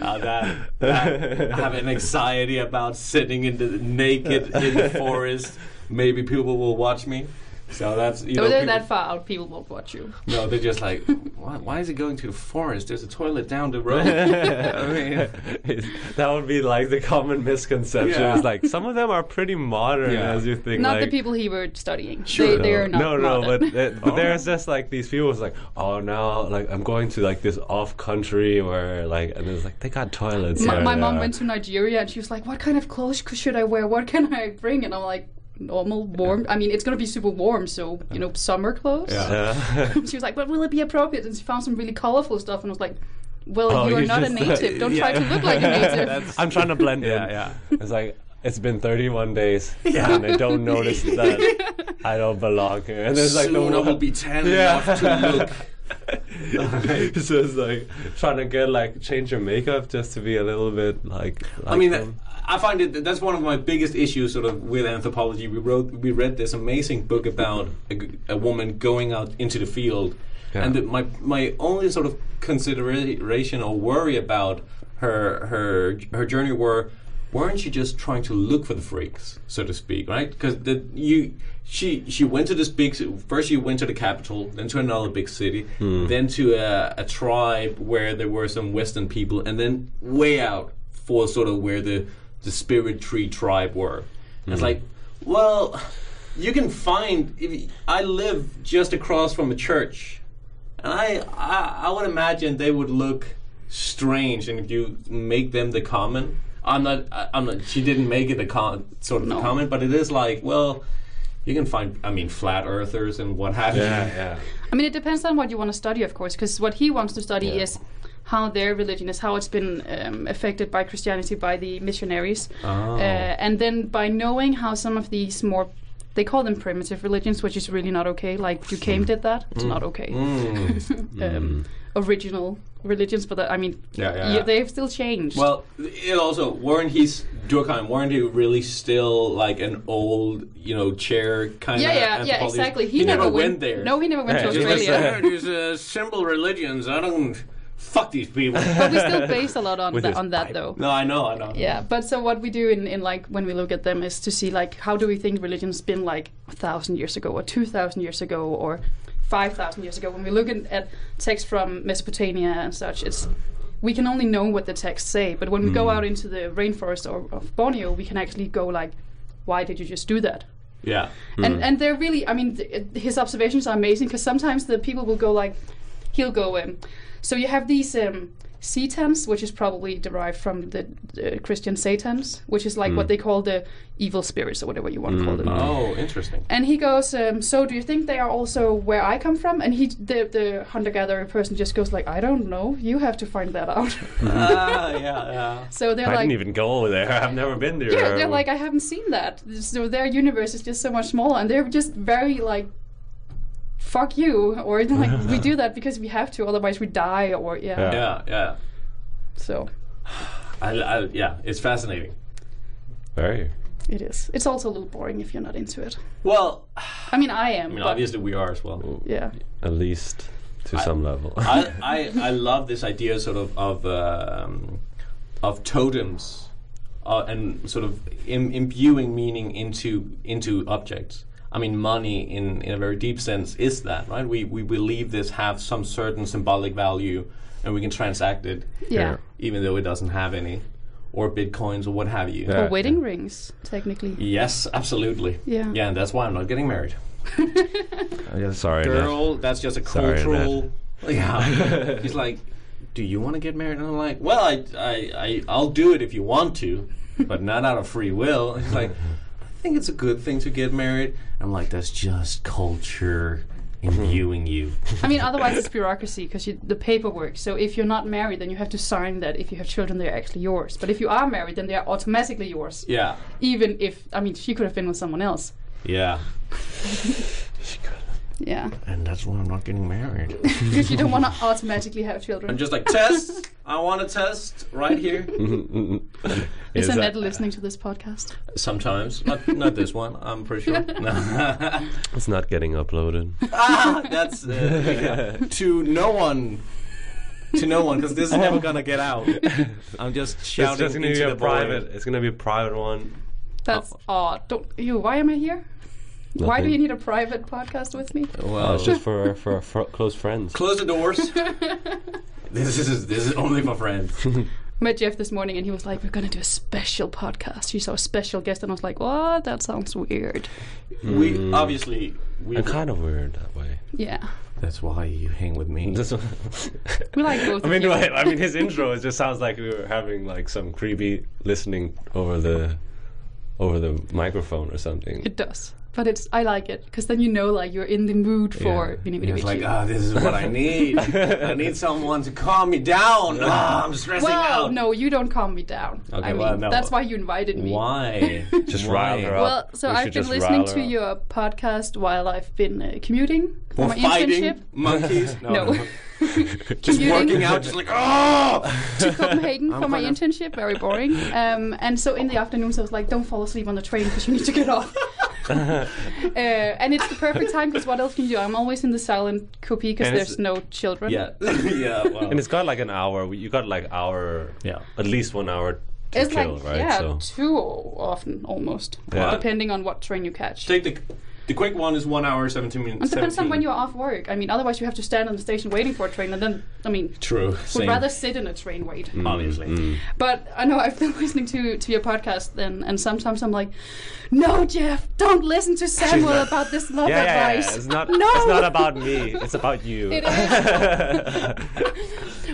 [SPEAKER 2] Uh, that, that- I have an anxiety about sitting in the naked in the forest. Maybe people will watch me. So that's you know.
[SPEAKER 3] Though they're
[SPEAKER 2] people-
[SPEAKER 3] that far out, people won't watch you.
[SPEAKER 2] no, they're just like, why, why is he going to the forest? There's a toilet down the
[SPEAKER 1] *laughs*
[SPEAKER 2] road. *laughs* I mean,
[SPEAKER 1] that would be like the common misconception.
[SPEAKER 2] Yeah.
[SPEAKER 1] It's like some of them are pretty modern
[SPEAKER 2] Yeah.
[SPEAKER 1] as you think.
[SPEAKER 3] Not
[SPEAKER 1] like,
[SPEAKER 3] the people he were studying.
[SPEAKER 2] Sure.
[SPEAKER 3] they, they are not.
[SPEAKER 1] no, no,
[SPEAKER 3] modern.
[SPEAKER 1] but uh, *laughs* but there's just like these people. It's like, oh no, like I'm going to like this off country where like, and it's like they got toilets.
[SPEAKER 3] My,
[SPEAKER 1] here
[SPEAKER 3] my mom
[SPEAKER 1] now.
[SPEAKER 3] went to Nigeria and she was like, "What kind of clothes c- should I wear? What can I bring?" And I'm like, "Normal, warm. I mean, it's gonna be super warm, so you know, summer clothes."
[SPEAKER 2] Yeah.
[SPEAKER 1] Yeah.
[SPEAKER 3] *laughs* She was like, "But will it be appropriate?" And she found some really colorful stuff, and I was like, "Well,
[SPEAKER 1] Oh,
[SPEAKER 3] you are
[SPEAKER 1] you
[SPEAKER 3] not a
[SPEAKER 1] just-
[SPEAKER 3] native. Don't try to
[SPEAKER 1] yeah. *laughs*
[SPEAKER 3] look like a native."
[SPEAKER 2] That's-
[SPEAKER 1] I'm trying to blend in.
[SPEAKER 2] Yeah,
[SPEAKER 1] It's like it's been 31 *laughs* days,
[SPEAKER 2] Yeah.
[SPEAKER 1] and I don't
[SPEAKER 3] *laughs*
[SPEAKER 1] notice that I don't belong here. And there's like
[SPEAKER 2] soon
[SPEAKER 1] the
[SPEAKER 2] I will
[SPEAKER 1] one-
[SPEAKER 2] be tan
[SPEAKER 1] Yeah.
[SPEAKER 2] enough to look.
[SPEAKER 1] *laughs* so it's like trying to get like change your makeup just to be a little bit like.
[SPEAKER 2] I
[SPEAKER 1] like
[SPEAKER 2] mean,
[SPEAKER 1] them.
[SPEAKER 2] I find it that's one of my biggest issues sort of with anthropology. We wrote, we read this amazing book about a, g- a woman going out into the field,
[SPEAKER 1] Yeah.
[SPEAKER 2] and the, my my only sort of consideration or worry about her her her journey were weren't she just trying to look for the freaks, so to speak, right? Because the you. She she went to this big ci- first. She went to the capital, then to another big city, then to a, a tribe where there were some Western people, and then way out for sort of where the the spirit tree tribe were. And It's like, well, you can find. If y- I live just across from a church, and I I, I would imagine they would look strange, and if you make them the common. I'm not. I- I'm not. She didn't make it a con, sort of the
[SPEAKER 3] No.
[SPEAKER 2] common, but it is like, well, you can find. I mean, flat earthers and what have
[SPEAKER 1] yeah,
[SPEAKER 2] you.
[SPEAKER 1] yeah.
[SPEAKER 3] I mean, it depends on what you want to study, of course, because what he wants to study
[SPEAKER 1] Yeah.
[SPEAKER 3] is how their religion is, how it's been um, affected by Christianity, by the missionaries.
[SPEAKER 2] Oh.
[SPEAKER 3] Uh, and then by knowing how some of these more, they call them primitive religions, which is really not okay. Like
[SPEAKER 2] Hmm.
[SPEAKER 3] Duquesne did that, it's not okay. um, original religions, but that, I mean,
[SPEAKER 2] Yeah, yeah,
[SPEAKER 3] y-
[SPEAKER 2] yeah.
[SPEAKER 3] they've still changed.
[SPEAKER 2] Well, it also Warren. He's Durkheim, weren't you really still like an old, you know, chair kind
[SPEAKER 3] Yeah,
[SPEAKER 2] of
[SPEAKER 3] yeah, yeah,
[SPEAKER 2] anthropologist?
[SPEAKER 3] exactly. He,
[SPEAKER 2] He never
[SPEAKER 3] went,
[SPEAKER 2] went there.
[SPEAKER 3] *laughs* No, he never went
[SPEAKER 1] Yeah,
[SPEAKER 3] to
[SPEAKER 1] just
[SPEAKER 2] Just
[SPEAKER 1] Australia.
[SPEAKER 3] Australia.
[SPEAKER 2] like, these uh, simple religions. I don't fuck these people.
[SPEAKER 3] but we still base a lot on,
[SPEAKER 1] With
[SPEAKER 3] tha-
[SPEAKER 1] his
[SPEAKER 3] on that,
[SPEAKER 1] pipe.
[SPEAKER 3] though.
[SPEAKER 2] *laughs* no, I know, I know.
[SPEAKER 3] Yeah, but so what we do in, in like when we look at them is to see like how do we think religion's been like a thousand years ago or two thousand years ago or five thousand years ago. When we look in, at texts from Mesopotamia and such, it's we can only know what the texts say. But when we go out into the rainforest or, of Borneo, we can actually go like, why did you just do that?
[SPEAKER 2] Yeah.
[SPEAKER 1] Hmm.
[SPEAKER 3] and and they're really i mean th- his observations are amazing because sometimes the people will go like he'll go um so you have these um satans which is probably derived from the uh, christian satans which is
[SPEAKER 1] Hmm.
[SPEAKER 3] like what they call the evil spirits or whatever you want to call them
[SPEAKER 2] Oh, interesting.
[SPEAKER 3] and he goes um, so do you think they are also where i come from and he the, the hunter-gatherer person just goes like i don't know you have to find that
[SPEAKER 1] *laughs*
[SPEAKER 3] out
[SPEAKER 2] *laughs*
[SPEAKER 3] *laughs*
[SPEAKER 2] Ah, yeah, yeah.
[SPEAKER 3] so they're
[SPEAKER 1] I
[SPEAKER 3] like
[SPEAKER 1] didn't even go there. I've never been there.
[SPEAKER 3] yeah, they're like, I haven't seen that. So their universe is just so much smaller, and they're just very like, fuck you, or *laughs* like we do that because we have to, otherwise we die, or yeah.
[SPEAKER 1] Yeah.
[SPEAKER 2] Yeah, yeah.
[SPEAKER 3] So
[SPEAKER 2] I, I, yeah, it's fascinating.
[SPEAKER 1] Very.
[SPEAKER 3] it is. It's also a little boring if you're not into it.
[SPEAKER 2] Well,
[SPEAKER 3] I mean, I am.
[SPEAKER 2] I mean,
[SPEAKER 3] but
[SPEAKER 2] obviously we are as well.
[SPEAKER 3] Yeah.
[SPEAKER 1] At least to some level. *laughs*
[SPEAKER 2] I, I, I love this idea sort of of um, of totems uh, and sort of Im- imbuing meaning into into objects. I mean, money in, in a very deep sense is that right? We we believe this have some certain symbolic value, and we can transact it,
[SPEAKER 3] Yeah.
[SPEAKER 2] even though it doesn't have any, or bitcoins or what have you.
[SPEAKER 1] Yeah.
[SPEAKER 3] Or wedding rings, technically.
[SPEAKER 2] Yes, absolutely.
[SPEAKER 3] Yeah.
[SPEAKER 2] yeah, and that's why I'm not getting married.
[SPEAKER 1] Uh, yeah, sorry. Nat.
[SPEAKER 2] girl. That's just a
[SPEAKER 1] Sorry,
[SPEAKER 2] cultural. yeah. *laughs* He's like, do you want to get married? And I'm like, well, I, I, I, I'll do it if you want to, but not out of free will. And he's like, I think it's a good thing to get married. I'm like, that's just culture imbuing you.
[SPEAKER 3] I mean, otherwise it's bureaucracy because the paperwork. So if you're not married, then you have to sign that if you have children, they're actually yours. But if you are married, then they are automatically yours.
[SPEAKER 2] *laughs* Yeah.
[SPEAKER 3] Even if, I mean, she could have been with someone else.
[SPEAKER 2] Yeah. *laughs*
[SPEAKER 3] Yeah.
[SPEAKER 2] And that's why I'm not getting married.
[SPEAKER 3] because you don't want to automatically have
[SPEAKER 2] *laughs*
[SPEAKER 3] children.
[SPEAKER 2] I'm just like, test. I want to test right here.
[SPEAKER 1] *laughs*
[SPEAKER 3] Is
[SPEAKER 1] Is that-
[SPEAKER 3] Annette listening to this podcast?
[SPEAKER 2] Sometimes. Not, not this one, I'm pretty *laughs* sure. No.
[SPEAKER 1] It's not getting *laughs* uploaded.
[SPEAKER 3] *laughs*
[SPEAKER 2] ah, that's uh, yeah. to no one. To no one, because this is never gonna get out. I'm just
[SPEAKER 1] it's
[SPEAKER 2] shouting
[SPEAKER 1] just gonna
[SPEAKER 2] into
[SPEAKER 1] be
[SPEAKER 2] the
[SPEAKER 1] a private.
[SPEAKER 2] private.
[SPEAKER 1] It's gonna be a private one.
[SPEAKER 3] That's odd. Don't you? Why am I here? Why do
[SPEAKER 1] Nothing.
[SPEAKER 3] you need a private podcast with me?
[SPEAKER 1] Oh,
[SPEAKER 2] Well,
[SPEAKER 1] it's just for, for for close friends.
[SPEAKER 2] close the doors. *laughs* this is this is only for friends.
[SPEAKER 3] Met Jeff this morning and he was like, "We're gonna do a special podcast." You saw a special guest, and I was like, "What? That sounds weird."
[SPEAKER 2] We obviously we.
[SPEAKER 1] I'm kind of weird that way.
[SPEAKER 3] Yeah,
[SPEAKER 2] That's why you hang with me.
[SPEAKER 1] Just-
[SPEAKER 3] we like
[SPEAKER 1] *laughs*
[SPEAKER 3] both.
[SPEAKER 1] I mean,
[SPEAKER 3] of you.
[SPEAKER 1] I, I mean, his intro it just sounds like we were having like some creepy listening over the over the microphone or something.
[SPEAKER 3] it does, but it's I like it because then you know, like you're in the mood for.
[SPEAKER 1] Yeah.
[SPEAKER 3] Winnie, Winnie,
[SPEAKER 2] It's like,
[SPEAKER 3] Winnie.
[SPEAKER 2] ah, this is what *laughs* I need. I need someone to calm me *laughs* down. Ah, I'm stressing
[SPEAKER 3] well,
[SPEAKER 2] out.
[SPEAKER 3] no, you don't calm me down.
[SPEAKER 2] Okay,
[SPEAKER 3] I mean,
[SPEAKER 2] well, no.
[SPEAKER 3] that's why you invited me.
[SPEAKER 2] Why?
[SPEAKER 1] Just
[SPEAKER 2] Why?
[SPEAKER 1] rile her up.
[SPEAKER 3] Well, so
[SPEAKER 1] We
[SPEAKER 3] I've
[SPEAKER 1] should
[SPEAKER 3] been
[SPEAKER 1] just
[SPEAKER 3] listening
[SPEAKER 1] rile her
[SPEAKER 3] to
[SPEAKER 1] up.
[SPEAKER 3] your podcast while I've been uh, commuting for
[SPEAKER 2] Or
[SPEAKER 3] my internship.
[SPEAKER 2] fighting monkeys?
[SPEAKER 3] *laughs*
[SPEAKER 1] Oh,
[SPEAKER 3] No.
[SPEAKER 2] Just
[SPEAKER 3] Commuting.
[SPEAKER 2] working out. Just like, oh.
[SPEAKER 3] *laughs* to Copenhagen for my
[SPEAKER 2] gonna-
[SPEAKER 3] internship. Very boring. Um, and so in the afternoons, I was like, don't fall asleep on the train because you need to get
[SPEAKER 1] *laughs*
[SPEAKER 3] off. uh, and it's the perfect time because what else can you do? I'm always in the silent coupé because
[SPEAKER 1] And it's-
[SPEAKER 3] there's no children.
[SPEAKER 2] *laughs* Yeah. *laughs* yeah. Well.
[SPEAKER 1] And it's got like an hour. You got like hour.
[SPEAKER 2] Yeah.
[SPEAKER 1] At least one hour to
[SPEAKER 3] It's
[SPEAKER 1] kill,
[SPEAKER 3] like
[SPEAKER 1] right?
[SPEAKER 3] yeah,
[SPEAKER 1] So
[SPEAKER 3] two often almost,
[SPEAKER 1] Yeah.
[SPEAKER 3] depending on what train you catch.
[SPEAKER 2] Take the the quick one is one hour seventeen minutes.
[SPEAKER 3] Depends
[SPEAKER 2] 17.
[SPEAKER 3] on when you're off work. I mean, otherwise you have to stand on the station waiting for a train, and then I mean,
[SPEAKER 2] True.
[SPEAKER 3] would
[SPEAKER 2] Same.
[SPEAKER 3] rather sit in a train wait.
[SPEAKER 2] Obviously.
[SPEAKER 1] Mm.
[SPEAKER 3] But I know I've been *laughs* listening to, to your podcast then, and sometimes I'm like, no, Jeff, don't listen to Samuel about this love
[SPEAKER 1] yeah, yeah, yeah,
[SPEAKER 3] advice.
[SPEAKER 1] It's not.
[SPEAKER 3] no.
[SPEAKER 1] It's not about me. It's about you.
[SPEAKER 3] It
[SPEAKER 1] *laughs*
[SPEAKER 3] is.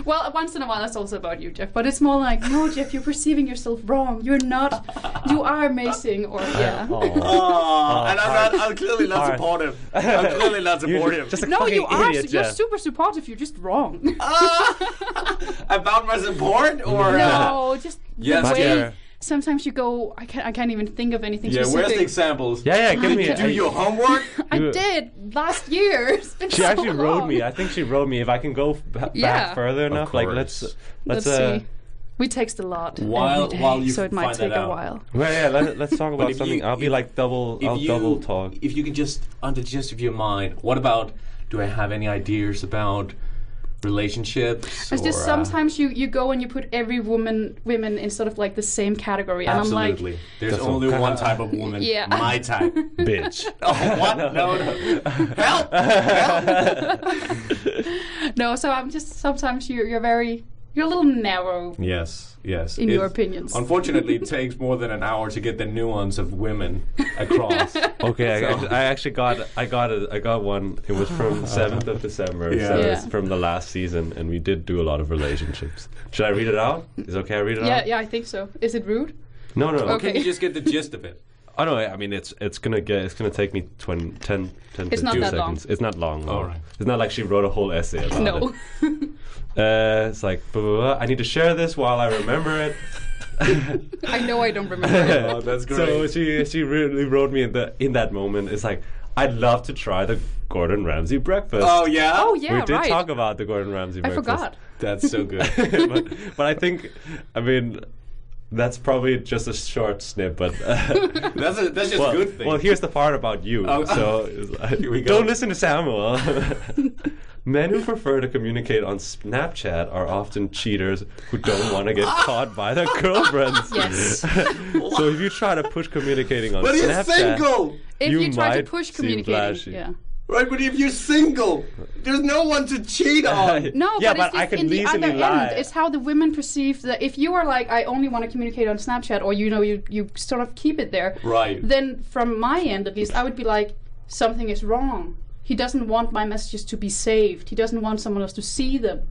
[SPEAKER 3] *laughs* well, once in a while, that's also about you, Jeff. But it's more like, no, Jeff, you're perceiving yourself wrong. You're not. You are amazing.
[SPEAKER 1] *laughs*
[SPEAKER 3] Or yeah. *laughs*
[SPEAKER 1] Aw.
[SPEAKER 2] Oh, and I'm
[SPEAKER 1] hard.
[SPEAKER 2] not. I'm clearly not
[SPEAKER 1] Hard. *laughs*
[SPEAKER 2] supportive. I'm clearly not
[SPEAKER 1] You're
[SPEAKER 2] supportive.
[SPEAKER 1] just a
[SPEAKER 3] No,
[SPEAKER 1] fucking
[SPEAKER 3] you are.
[SPEAKER 1] idiot,
[SPEAKER 3] su- you're
[SPEAKER 1] Jeff.
[SPEAKER 3] super supportive. You're just wrong.
[SPEAKER 2] Ah. *laughs* about my support or uh,
[SPEAKER 3] *laughs* no, just
[SPEAKER 2] Yes,
[SPEAKER 3] the way.
[SPEAKER 1] yeah.
[SPEAKER 3] Sometimes you go. I can't. I can't even think of anything
[SPEAKER 2] yeah.
[SPEAKER 3] specific.
[SPEAKER 2] Where's the examples?
[SPEAKER 1] yeah, yeah. Give me.
[SPEAKER 2] Do your homework.
[SPEAKER 3] I
[SPEAKER 1] You-
[SPEAKER 3] did last year. *laughs* It's been
[SPEAKER 1] *laughs* She
[SPEAKER 3] so
[SPEAKER 1] actually wrote
[SPEAKER 3] long.
[SPEAKER 1] me. I think she wrote me. If I can go f- b-
[SPEAKER 3] Yeah.
[SPEAKER 1] back further enough, like let's
[SPEAKER 2] course.
[SPEAKER 1] let's
[SPEAKER 3] Let's
[SPEAKER 1] uh,
[SPEAKER 3] see. We text a lot.
[SPEAKER 2] While-
[SPEAKER 3] *laughs* every day,
[SPEAKER 2] while you
[SPEAKER 3] so it might
[SPEAKER 2] find that
[SPEAKER 3] take a
[SPEAKER 2] out.
[SPEAKER 3] while.
[SPEAKER 1] Well, yeah, let, let's
[SPEAKER 2] *laughs*
[SPEAKER 1] talk about
[SPEAKER 2] if
[SPEAKER 1] something.
[SPEAKER 2] you-
[SPEAKER 1] I'll be
[SPEAKER 2] if-
[SPEAKER 1] like double. I'll double
[SPEAKER 2] *laughs*
[SPEAKER 1] talk.
[SPEAKER 2] If you can just, under the gist of your mind, what about? Do I have any ideas about relationships?
[SPEAKER 3] It's just
[SPEAKER 2] or, uh,
[SPEAKER 3] sometimes you, you go and you put every woman women in sort of like the same category, and
[SPEAKER 2] Absolutely.
[SPEAKER 3] I'm like,
[SPEAKER 2] There's
[SPEAKER 1] That's
[SPEAKER 2] only
[SPEAKER 1] all.
[SPEAKER 2] one type of woman.
[SPEAKER 3] *laughs* Yeah.
[SPEAKER 2] My type.
[SPEAKER 1] Bitch.
[SPEAKER 2] oh, what? *laughs* No, no. Help!
[SPEAKER 1] *laughs*
[SPEAKER 2] Help!
[SPEAKER 3] *laughs* no. So I'm just sometimes you you're very you're a little narrow
[SPEAKER 2] yes, yes.
[SPEAKER 3] in
[SPEAKER 2] It-
[SPEAKER 3] your opinions.
[SPEAKER 2] Unfortunately, it takes more than an hour to get the nuance of women
[SPEAKER 3] *laughs*
[SPEAKER 2] across.
[SPEAKER 1] Okay, I,
[SPEAKER 2] So-
[SPEAKER 1] I actually got I got a, I got one. It was
[SPEAKER 2] *sighs*
[SPEAKER 1] from seventh of December, so
[SPEAKER 2] Yeah.
[SPEAKER 1] it's
[SPEAKER 3] Yeah.
[SPEAKER 1] from the last season, and we did do a lot of relationships. Should I read it out? Is it okay? I read it
[SPEAKER 3] yeah,
[SPEAKER 1] out.
[SPEAKER 3] yeah, I think so. Is it rude?
[SPEAKER 1] No, no.
[SPEAKER 3] Okay.
[SPEAKER 2] Can you just get the gist of it?
[SPEAKER 1] Oh no. I mean, it's it's gonna get it's gonna take me 20, 10, 10
[SPEAKER 3] It's not
[SPEAKER 1] 15
[SPEAKER 3] that long.
[SPEAKER 1] seconds. It's not long. no.
[SPEAKER 2] All right.
[SPEAKER 1] It's not like she wrote a whole essay about it.
[SPEAKER 3] No.
[SPEAKER 1] Uh, it's like blah, blah, blah. I need to share this while I remember it.
[SPEAKER 3] *laughs* I know I don't remember.
[SPEAKER 1] *laughs*
[SPEAKER 3] it.
[SPEAKER 2] *laughs* Oh, that's
[SPEAKER 1] So
[SPEAKER 2] great.
[SPEAKER 1] she she really wrote me in the in that moment. It's like I'd love to try the Gordon Ramsay breakfast.
[SPEAKER 2] Oh yeah.
[SPEAKER 3] Oh yeah,
[SPEAKER 1] we did
[SPEAKER 3] right.
[SPEAKER 1] talk about the Gordon Ramsay
[SPEAKER 3] I
[SPEAKER 1] breakfast.
[SPEAKER 3] forgot.
[SPEAKER 2] That's so good.
[SPEAKER 1] but, *laughs* but I think, I mean, that's probably just a short snippet.
[SPEAKER 2] *laughs*
[SPEAKER 3] *laughs*
[SPEAKER 1] *laughs*
[SPEAKER 2] That's a, that's just
[SPEAKER 1] well,
[SPEAKER 2] good thing.
[SPEAKER 1] well, here's the part about you.
[SPEAKER 2] Oh.
[SPEAKER 1] So uh, it's like,
[SPEAKER 2] Here we go.
[SPEAKER 1] don't listen to
[SPEAKER 2] *laughs*
[SPEAKER 1] Samuel. *laughs* Men who prefer to communicate on Snapchat are often cheaters who don't want to
[SPEAKER 2] *laughs*
[SPEAKER 1] get caught by their girlfriends.
[SPEAKER 3] Yes.
[SPEAKER 1] *laughs* so if you try to push communicating on
[SPEAKER 2] but he's
[SPEAKER 1] Snapchat,
[SPEAKER 2] single,
[SPEAKER 3] If
[SPEAKER 1] You
[SPEAKER 3] you, try to
[SPEAKER 1] might
[SPEAKER 3] push
[SPEAKER 1] seem
[SPEAKER 3] communicating,
[SPEAKER 1] flashy.
[SPEAKER 3] yeah.
[SPEAKER 2] right? But if you're single, there's no one to cheat *laughs* on.
[SPEAKER 3] No,
[SPEAKER 1] yeah,
[SPEAKER 3] but,
[SPEAKER 1] but
[SPEAKER 3] it's
[SPEAKER 1] I
[SPEAKER 3] if
[SPEAKER 1] can
[SPEAKER 3] in the
[SPEAKER 1] easily
[SPEAKER 3] other
[SPEAKER 1] lie.
[SPEAKER 3] end. It's how the women perceive that. If you are like, I only want to communicate on Snapchat, or you know, you you sort of keep it there.
[SPEAKER 2] Right.
[SPEAKER 3] Then from my end, at least, I would be like, something is wrong. He doesn't want my messages to be saved. He doesn't want someone else to see them.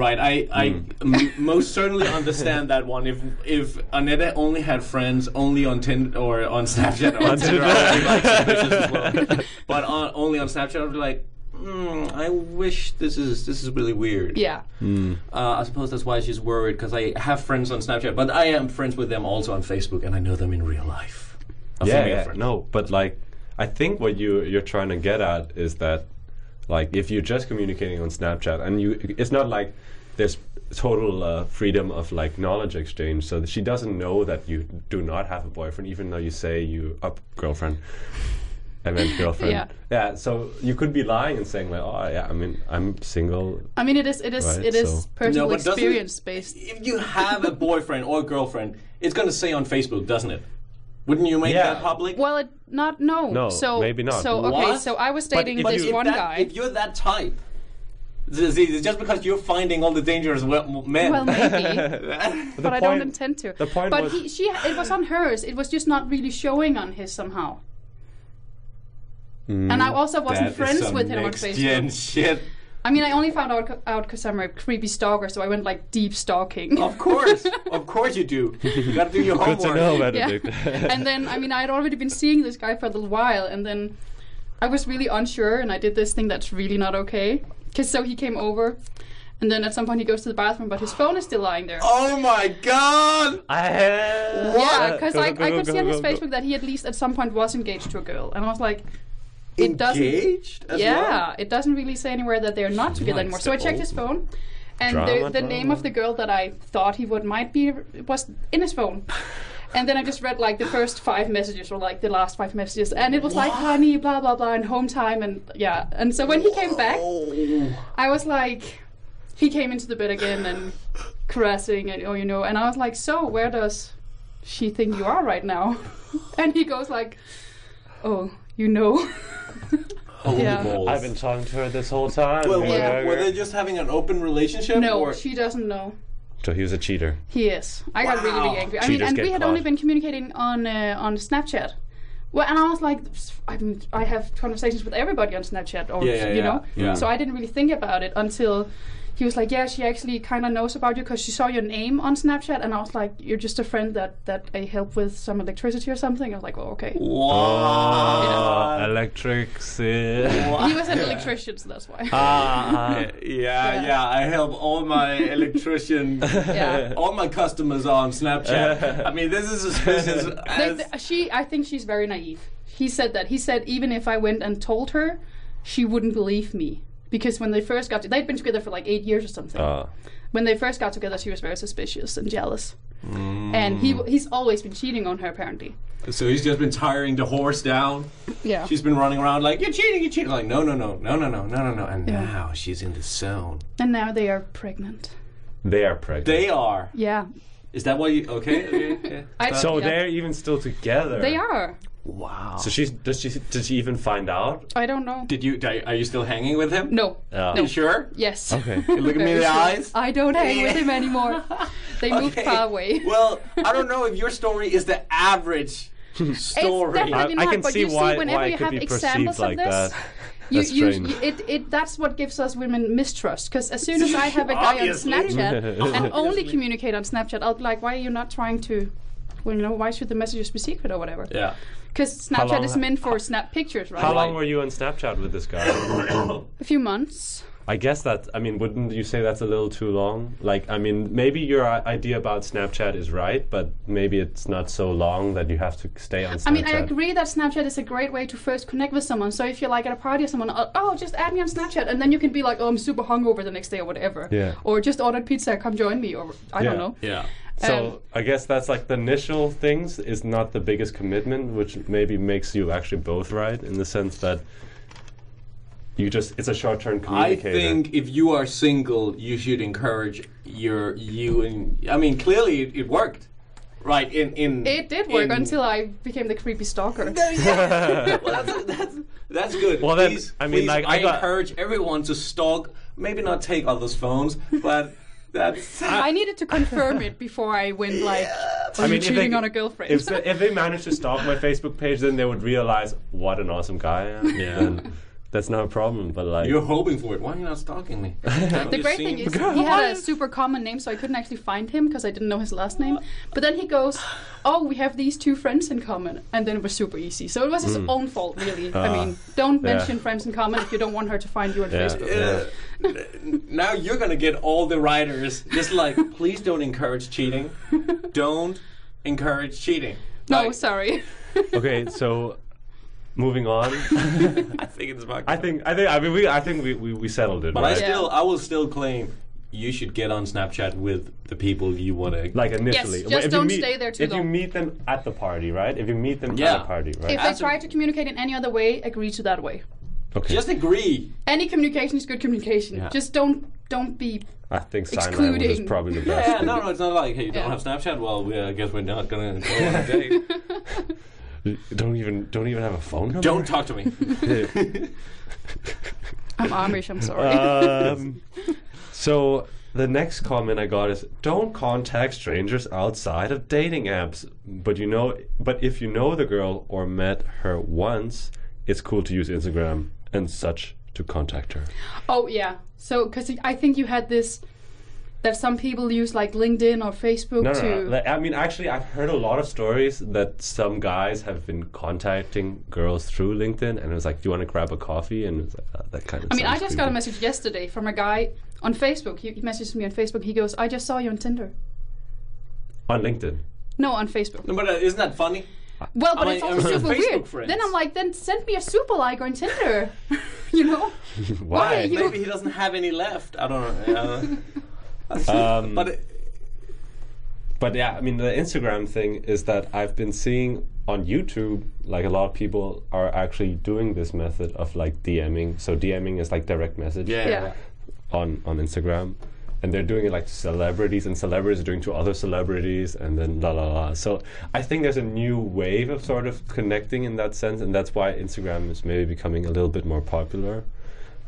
[SPEAKER 2] Right. I I
[SPEAKER 1] Hmm.
[SPEAKER 2] m- most certainly understand that one. If if Aneta only had friends only on Tinder or on Snapchat or on Tinder, I would be like suspicious as well. But on, only on Snapchat, I'd be like. Mm, I wish this is this is really weird.
[SPEAKER 3] Yeah.
[SPEAKER 1] Hmm.
[SPEAKER 2] Uh, I suppose that's why she's worried because I have friends on Snapchat, but I am friends with them also on Facebook, and I know them in real life. A
[SPEAKER 1] yeah,
[SPEAKER 2] female
[SPEAKER 1] yeah,
[SPEAKER 2] friend.
[SPEAKER 1] no but like i think what you you're trying to get at is that like if you're just communicating on snapchat and you it's not like there's total uh, freedom of like knowledge exchange so she doesn't know that you do not have a boyfriend even though you say you a girlfriend I meant girlfriend.
[SPEAKER 3] Yeah.
[SPEAKER 1] So you could be lying and saying like, "Oh, yeah, I mean, I'm single."
[SPEAKER 3] I mean, it is it is
[SPEAKER 1] Right,
[SPEAKER 3] it is
[SPEAKER 1] so-
[SPEAKER 3] personal
[SPEAKER 2] No, but doesn't-
[SPEAKER 3] experience based.
[SPEAKER 2] If you have a boyfriend or girlfriend, it's going to say on Facebook, doesn't it? Wouldn't you make
[SPEAKER 1] Yeah.
[SPEAKER 2] that public?
[SPEAKER 3] Well, it, not no.
[SPEAKER 1] No,
[SPEAKER 3] so
[SPEAKER 1] maybe not.
[SPEAKER 3] So okay,
[SPEAKER 2] What?
[SPEAKER 3] so I was dating
[SPEAKER 1] if
[SPEAKER 3] this
[SPEAKER 1] you-
[SPEAKER 2] if
[SPEAKER 3] one
[SPEAKER 2] that-
[SPEAKER 3] guy.
[SPEAKER 2] If you're that type, z- z- just because you're finding all the dangerous we- men.
[SPEAKER 3] well,
[SPEAKER 2] *laughs*
[SPEAKER 1] *laughs*
[SPEAKER 3] maybe.
[SPEAKER 1] But,
[SPEAKER 3] but I don't intend to.
[SPEAKER 1] the point
[SPEAKER 3] but
[SPEAKER 1] was-
[SPEAKER 3] he, she, it was on hers. It was just not really showing on his somehow.
[SPEAKER 1] Hmm,
[SPEAKER 3] and I also wasn't friends with him on
[SPEAKER 2] next
[SPEAKER 3] Facebook.
[SPEAKER 2] Gen shit.
[SPEAKER 3] I mean, I only found out out because I'm a creepy stalker, so I went like deep stalking.
[SPEAKER 2] Of
[SPEAKER 3] *laughs*
[SPEAKER 2] course, of course you do. You got to do your
[SPEAKER 1] Good to
[SPEAKER 2] homework.
[SPEAKER 1] know, *laughs*
[SPEAKER 3] yeah. *laughs*
[SPEAKER 1] Benedict.
[SPEAKER 3] and then, I mean, I had already been seeing this guy for a little while, and then I was really unsure, and I did this thing that's really not okay. Cause so he came over, and then at some point he goes to the bathroom, but his phone is still lying there.
[SPEAKER 2] Oh my god!
[SPEAKER 1] I have.
[SPEAKER 3] Yeah,
[SPEAKER 1] Uh,
[SPEAKER 3] because
[SPEAKER 1] go,
[SPEAKER 3] I,
[SPEAKER 1] go,
[SPEAKER 3] I
[SPEAKER 1] go,
[SPEAKER 3] could see
[SPEAKER 1] go,
[SPEAKER 3] on his
[SPEAKER 1] go, go.
[SPEAKER 3] Facebook that he at least at some point was engaged to a girl, and I was like, it doesn't.
[SPEAKER 2] Engaged? As
[SPEAKER 3] Yeah, it doesn't really say anywhere that they're not together
[SPEAKER 2] Nice,
[SPEAKER 3] anymore. So I
[SPEAKER 2] the
[SPEAKER 3] checked his phone, and
[SPEAKER 1] Drama,
[SPEAKER 3] the, the
[SPEAKER 1] drama.
[SPEAKER 3] name of the girl that I thought he would might be was in
[SPEAKER 1] *laughs*
[SPEAKER 3] his phone. And then I just read like the first five messages or like the last five messages, and it was like honey, blah blah blah, and home time, and yeah. And so when he came back,
[SPEAKER 2] Oh. Well?
[SPEAKER 3] I was like, he came into the bed again and caressing and oh, you know, and I was like, so where does she think you are right now? *laughs* And he goes like, oh, you know.
[SPEAKER 2] Holy
[SPEAKER 3] Yeah.
[SPEAKER 2] balls.
[SPEAKER 1] I've been talking to her this whole time.
[SPEAKER 2] Well,
[SPEAKER 3] Yeah.
[SPEAKER 2] were, were they just having an open relationship?
[SPEAKER 3] no,
[SPEAKER 2] or?
[SPEAKER 3] she doesn't know.
[SPEAKER 1] So he was a cheater.
[SPEAKER 3] He is. I got really, really
[SPEAKER 2] Wow.
[SPEAKER 3] angry. I
[SPEAKER 1] She
[SPEAKER 3] mean,
[SPEAKER 1] just
[SPEAKER 3] and
[SPEAKER 1] get
[SPEAKER 3] we had only
[SPEAKER 1] caught.
[SPEAKER 3] been communicating on uh, on Snapchat. Well, and I was like, I, mean, I have conversations with everybody on Snapchat, or
[SPEAKER 2] Yeah, yeah,
[SPEAKER 3] you
[SPEAKER 2] yeah,
[SPEAKER 3] know.
[SPEAKER 2] yeah.
[SPEAKER 3] So I didn't really think about it until he was like, "Yeah, she actually kind of knows about you because she saw your name on Snapchat." And I was like, "You're just a friend that that I help with some electricity or something." I was like, "Oh, okay."
[SPEAKER 1] Oh,
[SPEAKER 2] Wow.
[SPEAKER 1] electric Sid.
[SPEAKER 3] He was an electrician, so that's why.
[SPEAKER 1] Ah,
[SPEAKER 2] yeah, yeah, I help all my electrician,
[SPEAKER 3] yeah.
[SPEAKER 2] all my customers are on Snapchat. I mean, this is suspicious.
[SPEAKER 3] They-
[SPEAKER 2] as,
[SPEAKER 3] they- she, I think she's very naive. He said that. He said even if I went and told her,
[SPEAKER 2] Oh.
[SPEAKER 3] she wouldn't believe me because when they first got to, they'd been together for like eight years or something.
[SPEAKER 1] ah.
[SPEAKER 3] when they first got together, she was very suspicious and jealous,
[SPEAKER 2] Mm.
[SPEAKER 3] and he w- he's always been cheating on her apparently.
[SPEAKER 2] So he's just been tiring the horse down.
[SPEAKER 3] Yeah.
[SPEAKER 2] She's been running around like, you're cheating, you're cheating. Like, no, no, no, no, no, no, no, no, no. And now she's in the zone.
[SPEAKER 3] and now they are pregnant.
[SPEAKER 1] They are pregnant.
[SPEAKER 2] They are.
[SPEAKER 3] Yeah,
[SPEAKER 2] Is that why you. Okay. okay yeah.
[SPEAKER 3] I-
[SPEAKER 1] so
[SPEAKER 3] Yeah.
[SPEAKER 1] they're even still together.
[SPEAKER 3] they are.
[SPEAKER 2] Wow.
[SPEAKER 1] So she's does she did she even find out?
[SPEAKER 3] I don't know.
[SPEAKER 2] Did you. di- Are you still hanging with him?
[SPEAKER 3] No.
[SPEAKER 1] Uh,
[SPEAKER 2] You sure?
[SPEAKER 3] Yes. *laughs*
[SPEAKER 1] Okay.
[SPEAKER 2] Look at me in
[SPEAKER 3] Very
[SPEAKER 2] the
[SPEAKER 3] sure.
[SPEAKER 2] eyes.
[SPEAKER 3] I don't hang with him anymore.
[SPEAKER 2] *laughs*
[SPEAKER 3] They moved
[SPEAKER 2] Okay.
[SPEAKER 3] far away.
[SPEAKER 2] Well, I don't know if your story is the average story.
[SPEAKER 3] definitely-
[SPEAKER 1] I,
[SPEAKER 3] Maybe
[SPEAKER 1] I
[SPEAKER 3] not,
[SPEAKER 1] can
[SPEAKER 3] but
[SPEAKER 1] see
[SPEAKER 3] you see
[SPEAKER 1] why
[SPEAKER 3] whenever
[SPEAKER 1] why
[SPEAKER 3] you
[SPEAKER 1] it could
[SPEAKER 3] have
[SPEAKER 1] be
[SPEAKER 3] examples
[SPEAKER 1] perceived
[SPEAKER 3] of
[SPEAKER 1] like
[SPEAKER 3] this,
[SPEAKER 1] that. *laughs*
[SPEAKER 3] you,
[SPEAKER 1] That's
[SPEAKER 3] you,
[SPEAKER 1] strange.
[SPEAKER 3] you- it, it, that's what gives us women mistrust. Because as soon as I have a guy on
[SPEAKER 2] Obviously.
[SPEAKER 3] Snapchat
[SPEAKER 1] *laughs*
[SPEAKER 3] and only
[SPEAKER 2] Obviously.
[SPEAKER 3] communicate on Snapchat, I'll be like, why are you not trying to, well, you know, why should the messages be secret or whatever?
[SPEAKER 2] yeah.
[SPEAKER 3] Because Snapchat
[SPEAKER 1] long
[SPEAKER 3] is
[SPEAKER 1] ha-
[SPEAKER 3] meant for snap pictures, right?
[SPEAKER 1] How long were you on Snapchat with this guy?
[SPEAKER 3] A few months.
[SPEAKER 1] I guess that I mean, wouldn't you say that's a little too long? Like, I mean, maybe your i- idea about Snapchat is right, but maybe it's not so long that you have to stay on Snapchat.
[SPEAKER 3] I mean, I agree that Snapchat is a great way to first connect with someone. So if you're like at a party or someone, oh, oh, just add me on Snapchat, and then you can be like, oh, I'm super hungover the next day or whatever.
[SPEAKER 1] Yeah.
[SPEAKER 3] Or just ordered pizza, come join me, or I don't
[SPEAKER 1] Yeah.
[SPEAKER 3] know.
[SPEAKER 2] Yeah.
[SPEAKER 1] So
[SPEAKER 3] Um,
[SPEAKER 1] I guess that's like the initial things is not the biggest commitment, which maybe makes you actually both right in the sense that you just it's a short term
[SPEAKER 2] I
[SPEAKER 1] communicator.
[SPEAKER 2] think if you are single, you should encourage your you and I mean clearly it, it worked, right? In in
[SPEAKER 3] It did work
[SPEAKER 2] in-
[SPEAKER 3] until I became the creepy stalker.
[SPEAKER 2] *laughs* well, that's, that's, that's good.
[SPEAKER 1] Well, then,
[SPEAKER 2] Please-
[SPEAKER 1] I mean,
[SPEAKER 2] please,
[SPEAKER 1] like, I
[SPEAKER 2] I,
[SPEAKER 1] got-
[SPEAKER 2] encourage everyone to stalk. Maybe not take others' phones, but
[SPEAKER 1] *laughs*
[SPEAKER 2] that's
[SPEAKER 3] I needed to confirm it before I went like, oh, I
[SPEAKER 1] mean,
[SPEAKER 3] mean,
[SPEAKER 1] if
[SPEAKER 3] cheating
[SPEAKER 1] they-
[SPEAKER 3] on a girlfriend.
[SPEAKER 1] if they, if they manage to stalk my Facebook page, then they would realize what an awesome guy I am.
[SPEAKER 2] Yeah.
[SPEAKER 1] And that's not a problem, but like
[SPEAKER 2] you're hoping for it. Why are you not stalking
[SPEAKER 1] *laughs*
[SPEAKER 2] me? the
[SPEAKER 3] *laughs* the great thing is he had a super common name, so I couldn't actually find him because I didn't know his last name. But then he goes, "Oh, we have these two friends in common," and then it was super easy. So it was his own fault, really. I mean, don't
[SPEAKER 1] Hmm. Ah. yeah.
[SPEAKER 3] mention friends in common if you don't want her to find you on
[SPEAKER 1] Yeah.
[SPEAKER 3] Facebook.
[SPEAKER 1] Yeah.
[SPEAKER 2] *laughs* now you're gonna get all the writers just like, *laughs* please don't encourage cheating. Don't encourage cheating. *laughs*
[SPEAKER 3] No,
[SPEAKER 2] Like,
[SPEAKER 3] sorry. *laughs*
[SPEAKER 1] Okay, so moving on.
[SPEAKER 2] I think it's about.
[SPEAKER 1] *laughs* I think I think I mean we I think we, we, we settled it,
[SPEAKER 2] but I
[SPEAKER 1] right?
[SPEAKER 2] still, I will still claim you should get on Snapchat with the people you want to.
[SPEAKER 1] Like initially. Well,
[SPEAKER 3] Yes, just
[SPEAKER 1] if you
[SPEAKER 3] don't
[SPEAKER 1] meet-
[SPEAKER 3] stay there too
[SPEAKER 1] If you
[SPEAKER 3] long.
[SPEAKER 1] meet them at the party, right? If you meet them
[SPEAKER 2] Yeah.
[SPEAKER 1] at a party, right?
[SPEAKER 3] If they try to communicate in any other way, agree to that way.
[SPEAKER 1] okay.
[SPEAKER 2] just agree.
[SPEAKER 3] Any communication is good communication.
[SPEAKER 2] Yeah.
[SPEAKER 3] Just don't don't be.
[SPEAKER 1] I think sign language is
[SPEAKER 3] Excluding.
[SPEAKER 1] probably the best. *laughs*
[SPEAKER 2] Yeah, no, no, it's not like hey, you don't
[SPEAKER 3] Yeah.
[SPEAKER 2] have Snapchat. Well, we, uh, I guess we're not gonna go on a date.
[SPEAKER 1] Don't even don't even have a phone number. *laughs*
[SPEAKER 2] don't talk to
[SPEAKER 3] *laughs*
[SPEAKER 2] me.
[SPEAKER 3] I'm Amish. I'm sorry.
[SPEAKER 1] Um, so the next comment I got is don't contact strangers outside of dating apps. But you know, but if you know the girl or met her once, it's cool to use Instagram and such to contact her.
[SPEAKER 3] Oh yeah. So because I think you had this that some people use like LinkedIn or Facebook
[SPEAKER 1] No, no,
[SPEAKER 3] to.
[SPEAKER 1] no. Like, I mean, actually, I've heard a lot of stories that some guys have been contacting girls through LinkedIn, and it was like, "Do you want to grab a coffee?" And it was like, "Ah, that kind of.
[SPEAKER 3] I mean, I just got a message yesterday from a guy on Facebook. He, he messaged me on Facebook. He goes, "I just saw you on Tinder."
[SPEAKER 1] on LinkedIn.
[SPEAKER 3] No, on Facebook.
[SPEAKER 2] but uh, isn't that funny?
[SPEAKER 3] Well, but
[SPEAKER 2] I
[SPEAKER 3] it's
[SPEAKER 2] mean,
[SPEAKER 3] also
[SPEAKER 2] I mean,
[SPEAKER 3] super
[SPEAKER 2] Facebook
[SPEAKER 3] weird.
[SPEAKER 2] friends.
[SPEAKER 3] Then I'm like, then send me a super like on Tinder. *laughs* you know?
[SPEAKER 1] Why?
[SPEAKER 3] are you-
[SPEAKER 2] Maybe he doesn't have any left. I don't know.
[SPEAKER 3] *laughs*
[SPEAKER 2] Uh,
[SPEAKER 1] Um,
[SPEAKER 2] but it,
[SPEAKER 1] But yeah, I mean, the Instagram thing is that I've been seeing on YouTube, like a lot of people are actually doing this method of like DMing. So DMing is like direct message
[SPEAKER 3] Yeah.
[SPEAKER 1] on on Instagram, and they're doing it like to celebrities, and celebrities are doing to other celebrities, and then la la la. So I think there's a new wave of sort of connecting in that sense, and that's why Instagram is maybe becoming a little bit more popular.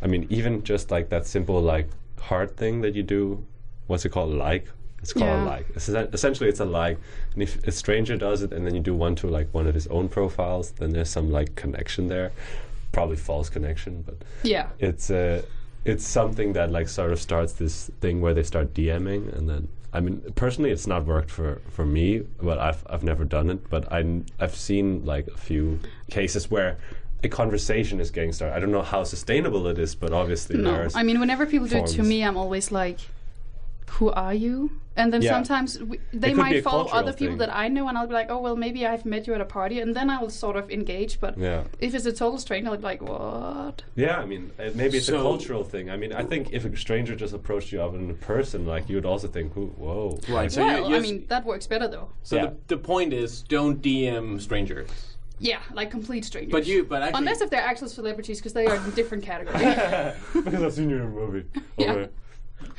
[SPEAKER 1] I mean, even just like that simple like heart thing that you do, what's it called? Like. It's called
[SPEAKER 3] Yeah.
[SPEAKER 1] like. It's essen- essentially, it's a like. And if a stranger does it, and then you do one to like one of his own profiles, then there's some like connection there, probably false connection, but
[SPEAKER 3] Yeah.
[SPEAKER 1] it's uh, it's something that like sort of starts this thing where they start DMing and then I mean personally it's not worked for for me but I've I've never done it but I kn- I've seen like a few cases where a conversation is getting started. I don't know how sustainable it is but obviously
[SPEAKER 3] No.
[SPEAKER 1] there's
[SPEAKER 3] I mean, whenever people do it to
[SPEAKER 1] forms.
[SPEAKER 3] me, I'm always like, who are you? And then
[SPEAKER 1] Yeah.
[SPEAKER 3] sometimes we, they
[SPEAKER 1] could be
[SPEAKER 3] might
[SPEAKER 1] a
[SPEAKER 3] follow
[SPEAKER 1] cultural
[SPEAKER 3] other people
[SPEAKER 1] thing.
[SPEAKER 3] that I know, and I'll be like, oh, well, maybe I've met you at a party, and then I will sort of engage. But
[SPEAKER 1] Yeah.
[SPEAKER 3] if it's a total stranger, I'll be like, what?
[SPEAKER 1] Yeah, I mean, uh, maybe it's a
[SPEAKER 2] So-
[SPEAKER 1] cultural thing. I mean, I think if a stranger just approached you up in person, like you would also think, "Who- "Whoa,
[SPEAKER 2] Right. So
[SPEAKER 3] well,
[SPEAKER 2] you, you
[SPEAKER 3] I mean, that works better though.
[SPEAKER 2] so
[SPEAKER 1] Yeah.
[SPEAKER 2] the, the point is, don't DM strangers.
[SPEAKER 3] Yeah, like complete strangers.
[SPEAKER 2] But you, but actually,
[SPEAKER 3] Unless if they're actual celebrities, because they are in different
[SPEAKER 1] *laughs*
[SPEAKER 3] categories.
[SPEAKER 1] because I've seen you in a movie."
[SPEAKER 3] Yeah.
[SPEAKER 1] Okay.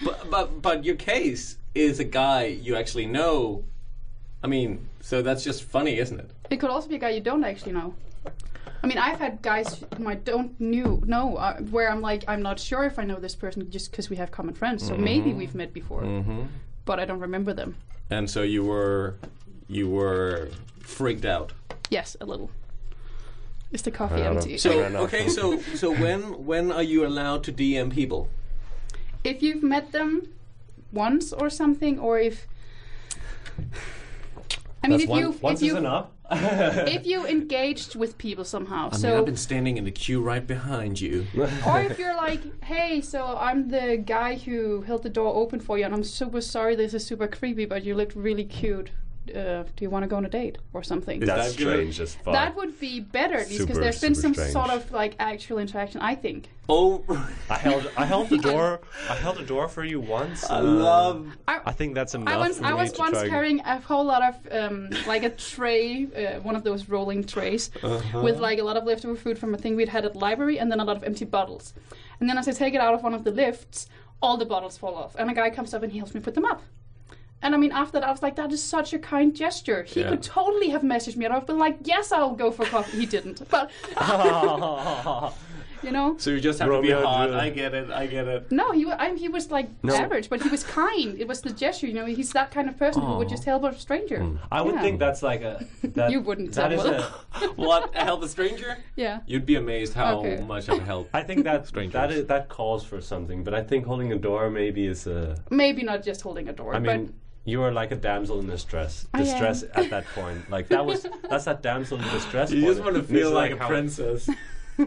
[SPEAKER 2] but, but but your case is a guy you actually know. I mean, so that's just funny, isn't it?
[SPEAKER 3] it could also be a guy you don't actually know. I mean, I've had guys whom I don't knew know uh, where I'm like, I'm not sure if I know this person just because we have common friends. So
[SPEAKER 1] Mm-hmm.
[SPEAKER 3] maybe we've met before, but I don't remember them.
[SPEAKER 2] And so you were, you were freaked out.
[SPEAKER 3] Yes, a little. Is the coffee
[SPEAKER 1] don't
[SPEAKER 3] empty?
[SPEAKER 1] know.
[SPEAKER 2] So
[SPEAKER 1] No, no, no.
[SPEAKER 2] okay, so so when when are you allowed to DM people?
[SPEAKER 3] if you've met them once or something, or if I mean,
[SPEAKER 1] That's
[SPEAKER 3] if
[SPEAKER 1] one,
[SPEAKER 3] you
[SPEAKER 1] once
[SPEAKER 3] if
[SPEAKER 1] is
[SPEAKER 3] you
[SPEAKER 1] enough.
[SPEAKER 3] if you engaged with people somehow,
[SPEAKER 2] I
[SPEAKER 3] so
[SPEAKER 2] mean, I've been standing in the queue right
[SPEAKER 1] *laughs*
[SPEAKER 2] behind you.
[SPEAKER 3] *laughs* or if you're like, hey, so I'm the guy who held the door open for you, and I'm super sorry, this is super creepy, but you looked really cute. Uh, do you want to go on a date or something?
[SPEAKER 1] That's
[SPEAKER 2] that good?
[SPEAKER 1] strange as fuck.
[SPEAKER 3] that would be better, at least, because
[SPEAKER 1] Super,
[SPEAKER 3] there's been
[SPEAKER 1] super
[SPEAKER 3] some
[SPEAKER 1] strange.
[SPEAKER 3] sort of like actual interaction. I think.
[SPEAKER 2] Oh,
[SPEAKER 1] I held, I
[SPEAKER 2] *laughs*
[SPEAKER 1] held the door, I held the door for you once.
[SPEAKER 2] I
[SPEAKER 1] uh,
[SPEAKER 2] love.
[SPEAKER 1] I think that's enough.
[SPEAKER 3] I was
[SPEAKER 1] for
[SPEAKER 3] I
[SPEAKER 1] me
[SPEAKER 3] was
[SPEAKER 1] to
[SPEAKER 3] once
[SPEAKER 1] try and- *laughs*
[SPEAKER 3] carrying a whole lot of um, like a tray, uh, one of those rolling trays,
[SPEAKER 1] Uh-huh.
[SPEAKER 3] with like a lot of leftover food from a thing we'd had at the library, and then a lot of empty bottles. And then as I take it out of one of the lifts, all the bottles fall off, and a guy comes up and he helps me put them up. And I mean, after that, I was like, that is such a kind gesture. He
[SPEAKER 2] Yeah.
[SPEAKER 3] could totally have messaged me, and I've been like, yes, I'll go for coffee. He didn't,
[SPEAKER 1] *laughs*
[SPEAKER 3] but *laughs* you know,
[SPEAKER 2] so you just have to
[SPEAKER 1] Romeo
[SPEAKER 2] be
[SPEAKER 1] and
[SPEAKER 2] hard.
[SPEAKER 1] Juliet.
[SPEAKER 2] I get it. I get
[SPEAKER 3] *laughs*
[SPEAKER 2] it.
[SPEAKER 3] No, he wa I, he was like average, but he was kind. It was the gesture, you know. He's that kind of person who would just help a stranger.
[SPEAKER 1] Mm. I would
[SPEAKER 3] Yeah.
[SPEAKER 1] think that's like
[SPEAKER 3] *laughs*
[SPEAKER 1] a. That,
[SPEAKER 3] You wouldn't,
[SPEAKER 1] That is
[SPEAKER 3] Samuel.
[SPEAKER 1] a.
[SPEAKER 2] what help a stranger?
[SPEAKER 3] Yeah.
[SPEAKER 2] You'd be amazed how
[SPEAKER 3] Okay.
[SPEAKER 2] much of help.
[SPEAKER 1] I think that that
[SPEAKER 2] *laughs* Strangers.
[SPEAKER 1] is that calls for something, but I think holding a door maybe is a.
[SPEAKER 3] Maybe not just holding a door,
[SPEAKER 1] I mean, you are like a damsel in distress.
[SPEAKER 3] am.
[SPEAKER 1] Distress at that point, like that
[SPEAKER 3] *laughs*
[SPEAKER 1] was that's that damsel in distress.
[SPEAKER 2] You just
[SPEAKER 1] point.
[SPEAKER 2] want to
[SPEAKER 1] This
[SPEAKER 2] feel
[SPEAKER 1] is
[SPEAKER 2] like, a
[SPEAKER 1] how- *laughs*
[SPEAKER 2] princess.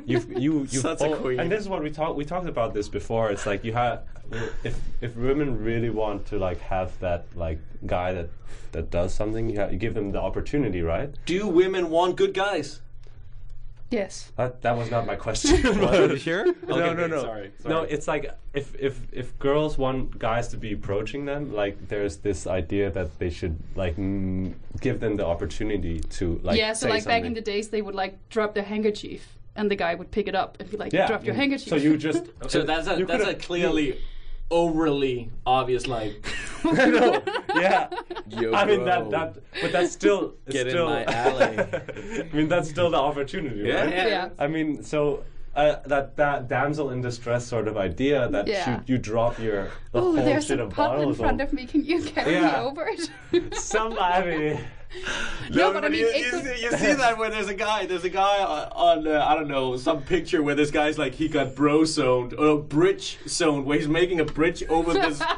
[SPEAKER 1] You've, *laughs* you you
[SPEAKER 2] Such a queen.
[SPEAKER 1] And this is what we talked we talked about this before. It's like you have if if women really want to like have that like guy that that does something, you, ha- you give them the opportunity, right?
[SPEAKER 2] Do women want good guys?
[SPEAKER 3] but yes,
[SPEAKER 1] That that was not my question.
[SPEAKER 2] sure?
[SPEAKER 1] *laughs* no, no, no.
[SPEAKER 2] Sorry, sorry.
[SPEAKER 1] No, it's like if if if girls want guys to be approaching them, like there's this idea that they should like mm, give them the opportunity to like
[SPEAKER 3] yeah. So
[SPEAKER 1] say
[SPEAKER 3] like back
[SPEAKER 1] something.
[SPEAKER 3] in the days, they would like drop their handkerchief, and the guy would pick it up and be like,
[SPEAKER 1] yeah,
[SPEAKER 3] "Drop your
[SPEAKER 1] mm.
[SPEAKER 3] handkerchief."
[SPEAKER 1] So you
[SPEAKER 3] *laughs*
[SPEAKER 1] just
[SPEAKER 2] So that's a
[SPEAKER 1] you
[SPEAKER 2] that's a
[SPEAKER 1] could've-
[SPEAKER 2] clearly overly obvious like.
[SPEAKER 1] no, yeah.
[SPEAKER 2] Yo,
[SPEAKER 1] I mean that that but that's still
[SPEAKER 2] Get in
[SPEAKER 1] still, *laughs*
[SPEAKER 2] my alley.
[SPEAKER 1] I mean that's still the opportunity,
[SPEAKER 2] *laughs* Yeah,
[SPEAKER 1] right?
[SPEAKER 3] Yeah.
[SPEAKER 1] I mean, so uh, that that damsel in distress sort of idea that
[SPEAKER 3] Yeah.
[SPEAKER 1] you, you drop your the
[SPEAKER 3] oh,
[SPEAKER 1] whole
[SPEAKER 3] there's
[SPEAKER 1] shit
[SPEAKER 3] a
[SPEAKER 1] of
[SPEAKER 3] puddle in
[SPEAKER 1] bottles
[SPEAKER 3] front
[SPEAKER 1] on
[SPEAKER 3] of me. Can you carry
[SPEAKER 1] Yeah. *laughs*
[SPEAKER 3] me over *laughs* it?
[SPEAKER 1] somebody.
[SPEAKER 3] *laughs* no, but I mean,
[SPEAKER 2] you,
[SPEAKER 3] it
[SPEAKER 2] you
[SPEAKER 3] could,
[SPEAKER 2] see, you see that where there's a guy, there's a guy on, on uh, I don't know, some picture where this guy's like he got bro zoned or bridge zoned, where he's making a bridge over *laughs* this. this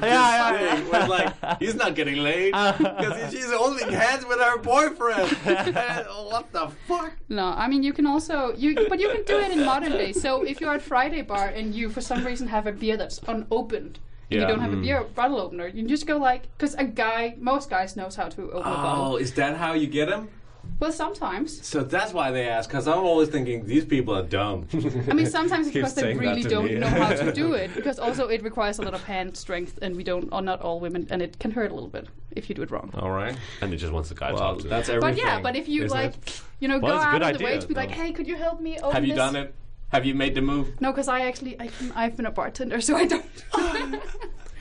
[SPEAKER 1] yeah,
[SPEAKER 2] thing, where it's like he's not getting laid because she's holding hands with her *laughs* boyfriend. And what the fuck?
[SPEAKER 3] no, I mean you can also you, but you can do it in modern day. So if you're at Friday bar and you for some reason have a beer that's unopened. and
[SPEAKER 2] Yeah.
[SPEAKER 3] You don't have
[SPEAKER 1] Mm.
[SPEAKER 3] a beer bottle opener. You just go like, because a guy, most guys knows how to open a bottle.
[SPEAKER 2] Oh, is that how you get him?
[SPEAKER 3] Well, sometimes.
[SPEAKER 2] So that's why they ask. Because I'm always thinking these people are dumb. *laughs*
[SPEAKER 3] I
[SPEAKER 1] *laughs*
[SPEAKER 3] mean, sometimes it's
[SPEAKER 1] Keep
[SPEAKER 3] because they
[SPEAKER 1] saying that
[SPEAKER 3] really
[SPEAKER 1] to
[SPEAKER 3] don't
[SPEAKER 1] me.
[SPEAKER 3] know how to
[SPEAKER 1] *laughs*
[SPEAKER 3] do it. Because also it requires a lot of hand strength, and we don't, or not all women, and it can hurt a little bit if you do it wrong.
[SPEAKER 2] All right.
[SPEAKER 1] And he just wants the guy
[SPEAKER 2] Well, that's
[SPEAKER 3] But
[SPEAKER 2] everything.
[SPEAKER 3] yeah, but if you
[SPEAKER 2] isn't
[SPEAKER 3] like,
[SPEAKER 2] it?
[SPEAKER 3] you know,
[SPEAKER 1] Well,
[SPEAKER 3] go
[SPEAKER 1] it's a
[SPEAKER 3] out
[SPEAKER 1] good
[SPEAKER 3] of the way
[SPEAKER 1] idea,
[SPEAKER 3] to be like,
[SPEAKER 1] though.
[SPEAKER 3] hey, could you help me? Open
[SPEAKER 2] have you
[SPEAKER 3] this?
[SPEAKER 2] done it? Have you made the move?
[SPEAKER 3] No, because I actually, I can, I've been a bartender, *laughs* so I don't.
[SPEAKER 1] *laughs* *laughs*
[SPEAKER 3] *laughs*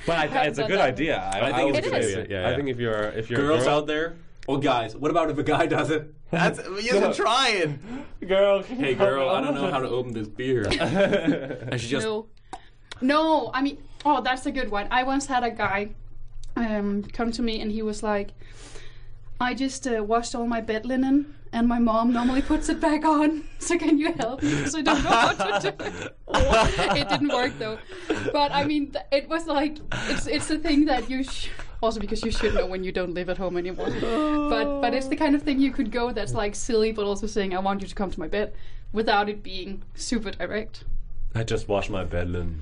[SPEAKER 1] But I,
[SPEAKER 3] I've
[SPEAKER 1] it's a
[SPEAKER 3] done
[SPEAKER 1] good
[SPEAKER 3] that.
[SPEAKER 1] idea. I,
[SPEAKER 2] I think
[SPEAKER 1] would
[SPEAKER 3] it's a
[SPEAKER 1] say
[SPEAKER 3] good
[SPEAKER 1] it.
[SPEAKER 2] idea. Yeah,
[SPEAKER 1] I
[SPEAKER 2] yeah.
[SPEAKER 1] think if you're if you're a
[SPEAKER 2] Girls
[SPEAKER 1] girl,
[SPEAKER 2] out there or guys? What about if a guy does it? *laughs* That's you should try it.
[SPEAKER 1] girl,
[SPEAKER 2] Hey girl, I don't know how to open this beer.
[SPEAKER 1] *laughs*
[SPEAKER 2] I should just *laughs*
[SPEAKER 3] No. No, I mean, oh, that's a good one. I once had a guy um, come to me and he was like, I just uh, washed all my bed linen and my mom normally puts it back on. *laughs* So can you help me? Because I don't know how to do it. it didn't work though. But I mean, th- it was like, it's, it's a thing that you sh- also because you should know when you don't live at home anymore. But but it's the kind of thing you could go that's like silly, but also saying I want you to come to my bed without it being super direct.
[SPEAKER 1] I just washed my bed and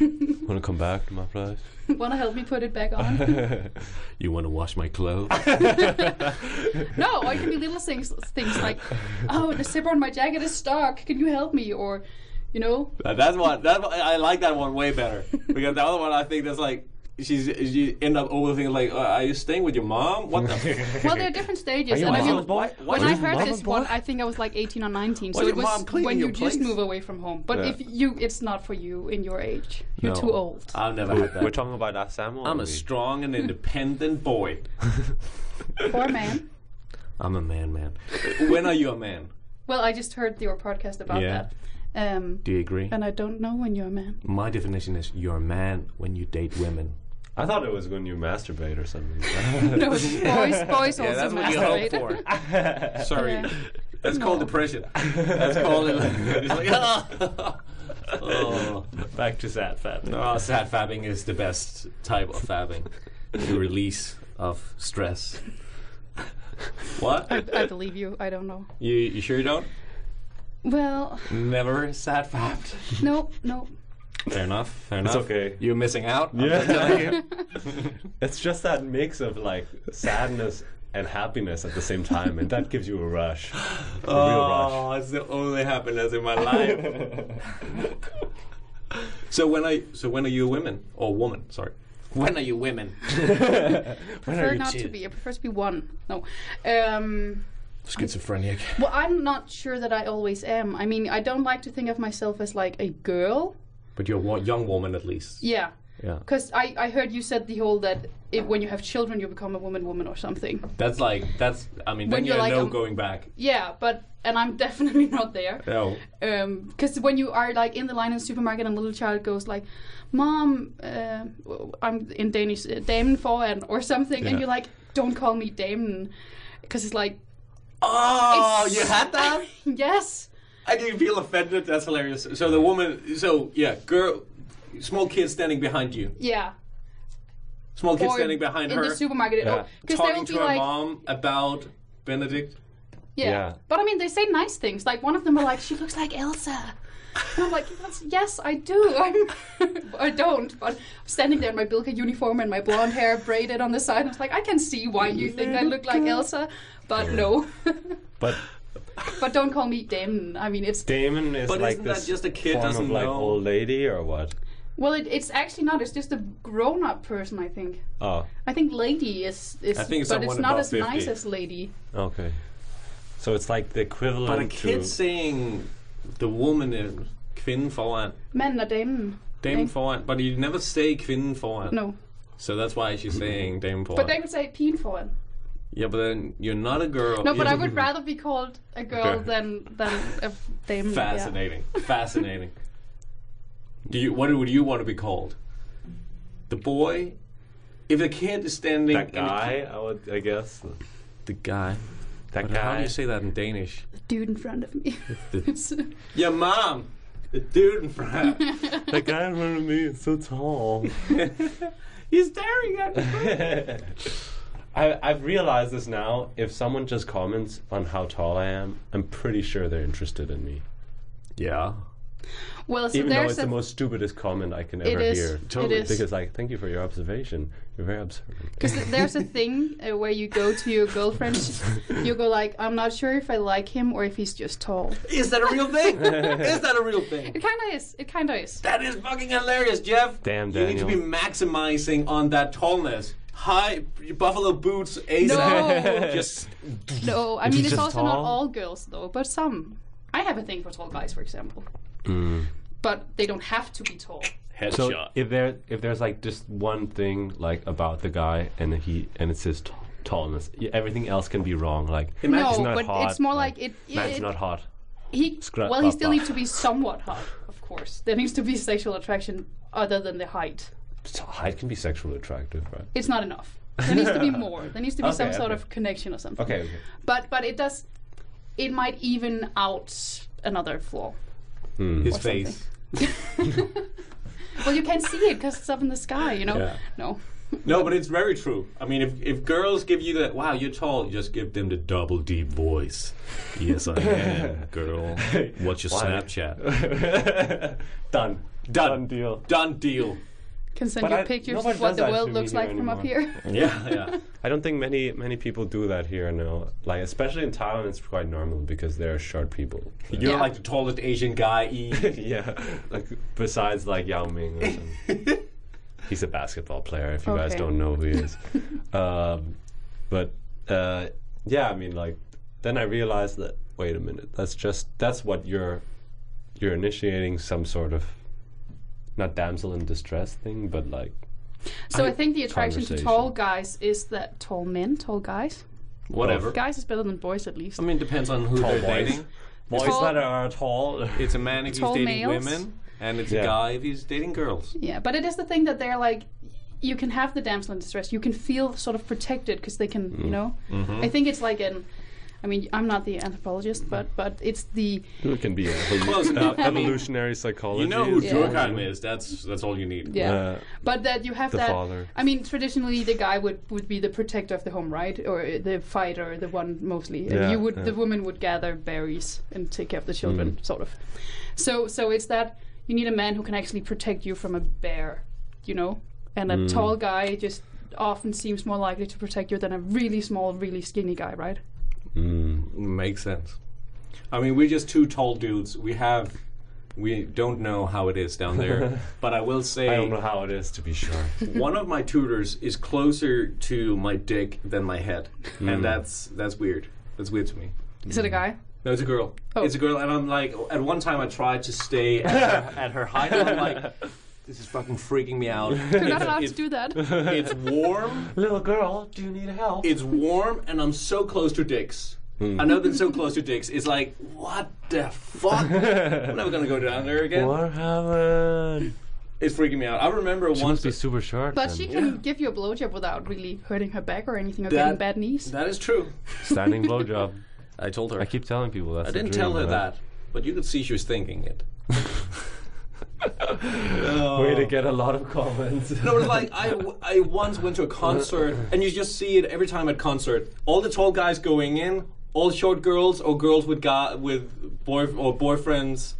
[SPEAKER 1] want to come back to my place.
[SPEAKER 3] Want to help me put it back on?
[SPEAKER 2] *laughs*
[SPEAKER 1] *laughs*
[SPEAKER 2] You want to wash my clothes?
[SPEAKER 3] no, or it can be little things, things like, oh, the zipper on my jacket is stuck. Can you help me? Or, you know,
[SPEAKER 2] Uh, that's one. That one- I like that one way better because the other one I think that's like she's you end up overthinking like uh, are you staying with your mom? What *laughs* the?
[SPEAKER 3] well, there are different stages.
[SPEAKER 1] you
[SPEAKER 3] and I
[SPEAKER 1] mama's
[SPEAKER 3] mean,
[SPEAKER 1] boy?
[SPEAKER 2] Why
[SPEAKER 3] when
[SPEAKER 2] is
[SPEAKER 3] I
[SPEAKER 2] it
[SPEAKER 3] heard
[SPEAKER 1] mama's
[SPEAKER 3] this one,
[SPEAKER 1] boy?
[SPEAKER 3] I think I was like 18 or 19.
[SPEAKER 2] is
[SPEAKER 3] so it
[SPEAKER 2] your
[SPEAKER 3] was
[SPEAKER 2] mom cleaning
[SPEAKER 3] when
[SPEAKER 2] your
[SPEAKER 3] you just
[SPEAKER 2] place?
[SPEAKER 3] move away from home. But
[SPEAKER 1] Yeah.
[SPEAKER 3] if you, it's not for you in your age. *laughs* You're
[SPEAKER 2] No. Uh,
[SPEAKER 3] too old.
[SPEAKER 2] I've never had
[SPEAKER 1] We're
[SPEAKER 2] that.
[SPEAKER 1] talking about that Samuel.
[SPEAKER 2] I'm a strong and independent *laughs* boy.
[SPEAKER 3] Poor man.
[SPEAKER 2] I'm a man, man. When are you a man?
[SPEAKER 3] Well, I just heard your podcast about
[SPEAKER 2] Yeah.
[SPEAKER 3] that. Um,
[SPEAKER 2] Do you agree?
[SPEAKER 3] and I don't know when you're a man.
[SPEAKER 2] *laughs* My definition is you're a man when you date women.
[SPEAKER 1] I thought it was when you masturbate or *laughs* something.
[SPEAKER 3] No, boys, boys also masturbate.
[SPEAKER 2] for. *laughs* Sorry,
[SPEAKER 3] Yeah.
[SPEAKER 2] that's called depression. *laughs* That's called. it's like, ah. oh.
[SPEAKER 1] Back to sad fat.
[SPEAKER 2] *laughs* Oh, sad fabbing is the best type of fabbing. the release of stress. what?
[SPEAKER 3] *laughs* I believe you. I don't know.
[SPEAKER 2] You, you sure you don't?
[SPEAKER 3] Well,
[SPEAKER 2] Never sad fabbed.
[SPEAKER 3] no, no.
[SPEAKER 2] Fair enough. Fair
[SPEAKER 1] It's
[SPEAKER 2] enough.
[SPEAKER 1] okay.
[SPEAKER 2] You're missing out. I'm
[SPEAKER 1] Yeah.
[SPEAKER 2] just telling you.
[SPEAKER 1] *laughs* It's just that mix of like sadness and happiness at the same time, and that gives you a rush, a real rush.
[SPEAKER 2] Oh, it's the only happiness in my life. *laughs* so when I so when are you a woman or woman? Sorry. When are you women?
[SPEAKER 3] prefer not to be. I prefer to be one. No. Um,
[SPEAKER 2] *laughs* Schizophrenic.
[SPEAKER 3] well, I'm not sure that I always am. I mean, I don't like to think of myself as like a girl.
[SPEAKER 2] But you're a wo- young woman at least.
[SPEAKER 3] Yeah.
[SPEAKER 2] Yeah.
[SPEAKER 3] Because I, I heard you said the whole that it, when you have children, you become a woman, woman or something.
[SPEAKER 2] That's like that's. I mean,
[SPEAKER 3] When
[SPEAKER 2] then
[SPEAKER 3] you're
[SPEAKER 2] you're
[SPEAKER 3] like,
[SPEAKER 2] no
[SPEAKER 3] um,
[SPEAKER 2] going back.
[SPEAKER 3] Yeah, but and I'm *laughs* definitely not there.
[SPEAKER 2] No.
[SPEAKER 3] because when you are like in the line in the supermarket and a little child goes like mom uh, i'm in danish uh, damen foran or something and
[SPEAKER 2] Yeah.
[SPEAKER 3] you're like don't call me damen because it's like
[SPEAKER 2] Oh,
[SPEAKER 3] It's-
[SPEAKER 2] you had
[SPEAKER 3] *laughs*
[SPEAKER 2] that?
[SPEAKER 3] yes
[SPEAKER 2] I didn't feel offended. That's hilarious. So the woman, so yeah, girl, small kid standing behind you,
[SPEAKER 3] yeah
[SPEAKER 2] small kid
[SPEAKER 3] or
[SPEAKER 2] standing behind
[SPEAKER 3] in
[SPEAKER 2] her,
[SPEAKER 3] the supermarket
[SPEAKER 1] Yeah.
[SPEAKER 3] because they
[SPEAKER 2] talking
[SPEAKER 3] will
[SPEAKER 2] to
[SPEAKER 3] be
[SPEAKER 2] her
[SPEAKER 3] like
[SPEAKER 2] mom about Benedict.
[SPEAKER 3] yeah.
[SPEAKER 1] Yeah.
[SPEAKER 3] but i mean they say nice things like one of them are like she looks like elsa and i'm like That's, yes i do i'm *laughs* i don't but I'm standing there in my bilka uniform and my blonde hair braided on the side i was like i can see why you think i look like elsa but no *laughs*
[SPEAKER 1] But
[SPEAKER 3] But don't call me Damon. I mean, it's
[SPEAKER 1] Damon is
[SPEAKER 2] But
[SPEAKER 1] like
[SPEAKER 2] isn't that
[SPEAKER 1] this
[SPEAKER 2] just a kid
[SPEAKER 1] form
[SPEAKER 2] doesn't
[SPEAKER 1] of like
[SPEAKER 2] know?
[SPEAKER 1] old lady or what?
[SPEAKER 3] well, it, it's actually not. It's just a grown-up person. I think.
[SPEAKER 1] Oh,
[SPEAKER 3] I think lady is. is
[SPEAKER 2] I think
[SPEAKER 3] but it's
[SPEAKER 2] someone
[SPEAKER 3] not
[SPEAKER 2] above
[SPEAKER 3] as nice
[SPEAKER 2] 50.
[SPEAKER 3] as lady.
[SPEAKER 1] okay. So it's like the equivalent
[SPEAKER 2] But a kid
[SPEAKER 1] to
[SPEAKER 2] saying the woman is kvinden foran,
[SPEAKER 3] Men are Damon.
[SPEAKER 2] damen foran, but you never say kvinden foran.
[SPEAKER 3] No,
[SPEAKER 2] So that's why she's saying damen foran.
[SPEAKER 3] but they would say peen for it.
[SPEAKER 2] yeah, but then you're not a girl.
[SPEAKER 3] No, but
[SPEAKER 2] Yeah.
[SPEAKER 3] I
[SPEAKER 2] *laughs*
[SPEAKER 3] would rather be called a girl
[SPEAKER 2] Okay.
[SPEAKER 3] than than a f- Damon. yeah.
[SPEAKER 2] Fascinating. Fascinating. Do you what would you want to be called? The boy? If the kid is standing
[SPEAKER 1] that guy. I would, I guess.
[SPEAKER 2] the guy.
[SPEAKER 1] That
[SPEAKER 2] But
[SPEAKER 1] guy.
[SPEAKER 2] how do you say that in Danish?
[SPEAKER 3] The dude in front of
[SPEAKER 1] *laughs*
[SPEAKER 3] me. It's-
[SPEAKER 2] Your mom. The dude in front.
[SPEAKER 3] *laughs*
[SPEAKER 1] that guy in front of me is so tall.
[SPEAKER 2] He's staring at me.
[SPEAKER 1] I, I've realized this now. If someone just comments on how tall I am, I'm pretty sure they're interested in me.
[SPEAKER 2] Yeah.
[SPEAKER 3] well, so
[SPEAKER 1] Even though
[SPEAKER 3] there's
[SPEAKER 1] it's the
[SPEAKER 3] a.
[SPEAKER 1] most stupidest comment I can
[SPEAKER 3] it
[SPEAKER 1] ever
[SPEAKER 3] is.
[SPEAKER 1] hear.
[SPEAKER 2] Totally.
[SPEAKER 3] It is.
[SPEAKER 1] Because, like, thank you for your observation. You're very observant.
[SPEAKER 3] Because th- there's a thing uh, where you go to your girlfriend, you go like, "I'm not sure if I like him or if he's just tall."
[SPEAKER 2] Is that a real
[SPEAKER 1] *laughs*
[SPEAKER 2] thing? is that a real thing?
[SPEAKER 3] It kinda is. It kinda is.
[SPEAKER 2] That is fucking hilarious, Jeff.
[SPEAKER 1] Damn,
[SPEAKER 2] You need to be
[SPEAKER 1] Daniel.
[SPEAKER 2] maximizing on that tallness. High buffalo boots ASAP. *laughs*
[SPEAKER 3] No.
[SPEAKER 2] Just
[SPEAKER 3] No, I mean
[SPEAKER 1] it's
[SPEAKER 3] it's
[SPEAKER 1] just
[SPEAKER 3] also not
[SPEAKER 1] tall?
[SPEAKER 3] all girls though, but some. I have a thing for tall guys, for example.
[SPEAKER 1] Mm.
[SPEAKER 3] But they don't have to be tall.
[SPEAKER 1] So
[SPEAKER 2] headshot.
[SPEAKER 1] if there if there's like just one thing like about the guy and he and it's his t- tallness, y- everything else can be wrong. Like
[SPEAKER 2] Imagine
[SPEAKER 3] no,
[SPEAKER 1] he's not
[SPEAKER 3] but
[SPEAKER 1] hot,
[SPEAKER 3] it's more
[SPEAKER 1] like,
[SPEAKER 3] like it.
[SPEAKER 1] man's
[SPEAKER 3] it-
[SPEAKER 1] not hot.
[SPEAKER 3] he
[SPEAKER 1] Scrap
[SPEAKER 3] well, he
[SPEAKER 1] up,
[SPEAKER 3] still
[SPEAKER 1] up.
[SPEAKER 3] needs to be somewhat hot, of course. There needs to be sexual attraction other than the height.
[SPEAKER 1] So height can be sexually attractive, right?
[SPEAKER 3] It's not enough. There needs
[SPEAKER 1] *laughs*
[SPEAKER 3] to be more. There needs to be
[SPEAKER 1] Okay,
[SPEAKER 3] some sort
[SPEAKER 1] okay.
[SPEAKER 3] of connection or something.
[SPEAKER 1] Okay, okay.
[SPEAKER 3] But but it does. It might even out another flaw.
[SPEAKER 2] His
[SPEAKER 3] something.
[SPEAKER 2] face.
[SPEAKER 3] Well, you can't see it because it's up in the sky, you know.
[SPEAKER 2] Yeah.
[SPEAKER 3] No. *laughs*
[SPEAKER 2] No, but it's very true. I mean, if, if girls give you that, wow, you're tall, just give them the double deep voice. Yes, I
[SPEAKER 1] *laughs*
[SPEAKER 2] am, girl. What's your
[SPEAKER 1] Why?
[SPEAKER 2] Snapchat?
[SPEAKER 1] *laughs* Done. Done deal.
[SPEAKER 2] Done deal.
[SPEAKER 3] Can send
[SPEAKER 1] But
[SPEAKER 3] you
[SPEAKER 1] I-
[SPEAKER 3] pictures
[SPEAKER 1] nobody
[SPEAKER 3] of what
[SPEAKER 1] does
[SPEAKER 3] the
[SPEAKER 1] that
[SPEAKER 3] world
[SPEAKER 1] to me
[SPEAKER 3] looks
[SPEAKER 1] here
[SPEAKER 3] like from up
[SPEAKER 1] anymore.
[SPEAKER 3] here.
[SPEAKER 1] *laughs*
[SPEAKER 2] Yeah, yeah.
[SPEAKER 1] I don't think many many people do that here now. Like especially in Thailand, it's quite normal because there are short people.
[SPEAKER 2] You're
[SPEAKER 3] Yeah.
[SPEAKER 2] like the tallest Asian guy. E.
[SPEAKER 1] *laughs* yeah, like besides like Yao Ming. Or something.
[SPEAKER 2] *laughs*
[SPEAKER 1] He's a basketball player. If you guys
[SPEAKER 3] Okay.
[SPEAKER 1] don't know who he *laughs* is, um, but uh, yeah, I mean, like then I realized that wait a minute, that's just that's what you're you're initiating some sort of not damsel in distress thing, but like
[SPEAKER 3] So I think the attraction to
[SPEAKER 1] Conversation.
[SPEAKER 3] tall guys is that tall men, tall guys.
[SPEAKER 2] Whatever.
[SPEAKER 3] Guys is better than boys at least.
[SPEAKER 2] I mean, depends on who they're
[SPEAKER 1] boys.
[SPEAKER 2] dating.
[SPEAKER 1] boys
[SPEAKER 3] Tall-
[SPEAKER 1] that are tall.
[SPEAKER 2] It's a man if he's
[SPEAKER 3] Tall
[SPEAKER 2] dating
[SPEAKER 3] males?
[SPEAKER 2] women, and it's
[SPEAKER 1] Yeah.
[SPEAKER 2] a guy if he's dating girls.
[SPEAKER 3] Yeah, but it is the thing that they're like, you can have the damsel in distress. You can feel sort of protected because they can, you know. I think it's like an. I mean, I'm not the anthropologist, but but it's the
[SPEAKER 1] It can be
[SPEAKER 2] Close enough. I mean,
[SPEAKER 1] evolutionary psychology.
[SPEAKER 2] you know who
[SPEAKER 3] Yeah.
[SPEAKER 2] Durkheim is. That's that's all you need.
[SPEAKER 3] yeah.
[SPEAKER 1] Uh,
[SPEAKER 3] but that you have
[SPEAKER 1] the
[SPEAKER 3] that.
[SPEAKER 1] father.
[SPEAKER 3] I mean, traditionally the guy would would be the protector of the home, right, or uh, the fighter, the one mostly.
[SPEAKER 1] Yeah,
[SPEAKER 3] and you would
[SPEAKER 1] yeah. Mm.
[SPEAKER 3] the woman would gather berries and take care of the children, sort of. So so it's that you need a man who can actually protect you from a bear, you know, and a
[SPEAKER 1] Mm.
[SPEAKER 3] tall guy just often seems more likely to protect you than a really small, really skinny guy, right?
[SPEAKER 2] Makes sense. I mean, we're just two tall dudes. We have, we don't know how it is down there. but I will say,
[SPEAKER 1] I don't know how it is to be
[SPEAKER 2] *laughs*
[SPEAKER 1] sure.
[SPEAKER 2] one of my tutors is closer to my dick than my head, and that's that's weird. That's weird to me.
[SPEAKER 3] Is
[SPEAKER 1] Mm.
[SPEAKER 3] it a guy?
[SPEAKER 2] No, it's a girl.
[SPEAKER 3] Oh.
[SPEAKER 2] It's a girl, and I'm like, at one time I tried to stay at her, at her height, and I'm like, this is fucking freaking me out.
[SPEAKER 3] You're not allowed to
[SPEAKER 2] It's-
[SPEAKER 3] do that.
[SPEAKER 1] *laughs*
[SPEAKER 2] it's warm.
[SPEAKER 1] Little girl, do you need help?
[SPEAKER 2] it's warm and I'm so close to dicks.
[SPEAKER 1] Hmm.
[SPEAKER 2] I know been so close to dicks. It's like, what
[SPEAKER 1] *laughs*
[SPEAKER 2] the fuck? I'm never gonna go down there again.
[SPEAKER 1] What happened?
[SPEAKER 2] It's freaking me out. I remember
[SPEAKER 1] She
[SPEAKER 2] once.
[SPEAKER 1] must be super short.
[SPEAKER 3] But
[SPEAKER 1] then.
[SPEAKER 3] she can give you a blowjob without really hurting her back or anything or
[SPEAKER 2] That-
[SPEAKER 3] getting bad knees.
[SPEAKER 2] that is true.
[SPEAKER 3] *laughs*
[SPEAKER 1] standing blowjob.
[SPEAKER 2] I told her.
[SPEAKER 1] I
[SPEAKER 2] I,
[SPEAKER 1] keep telling people that. I
[SPEAKER 2] didn't tell her
[SPEAKER 1] *laughs*
[SPEAKER 2] that, but you could see she was thinking it. Oh.
[SPEAKER 1] Way to get a lot of comments.
[SPEAKER 2] *laughs* No, it's like I, I once went to a concert, and you just see it every time at concert. All the tall guys going in, all short girls or girls with guy, with boy or boyfriends,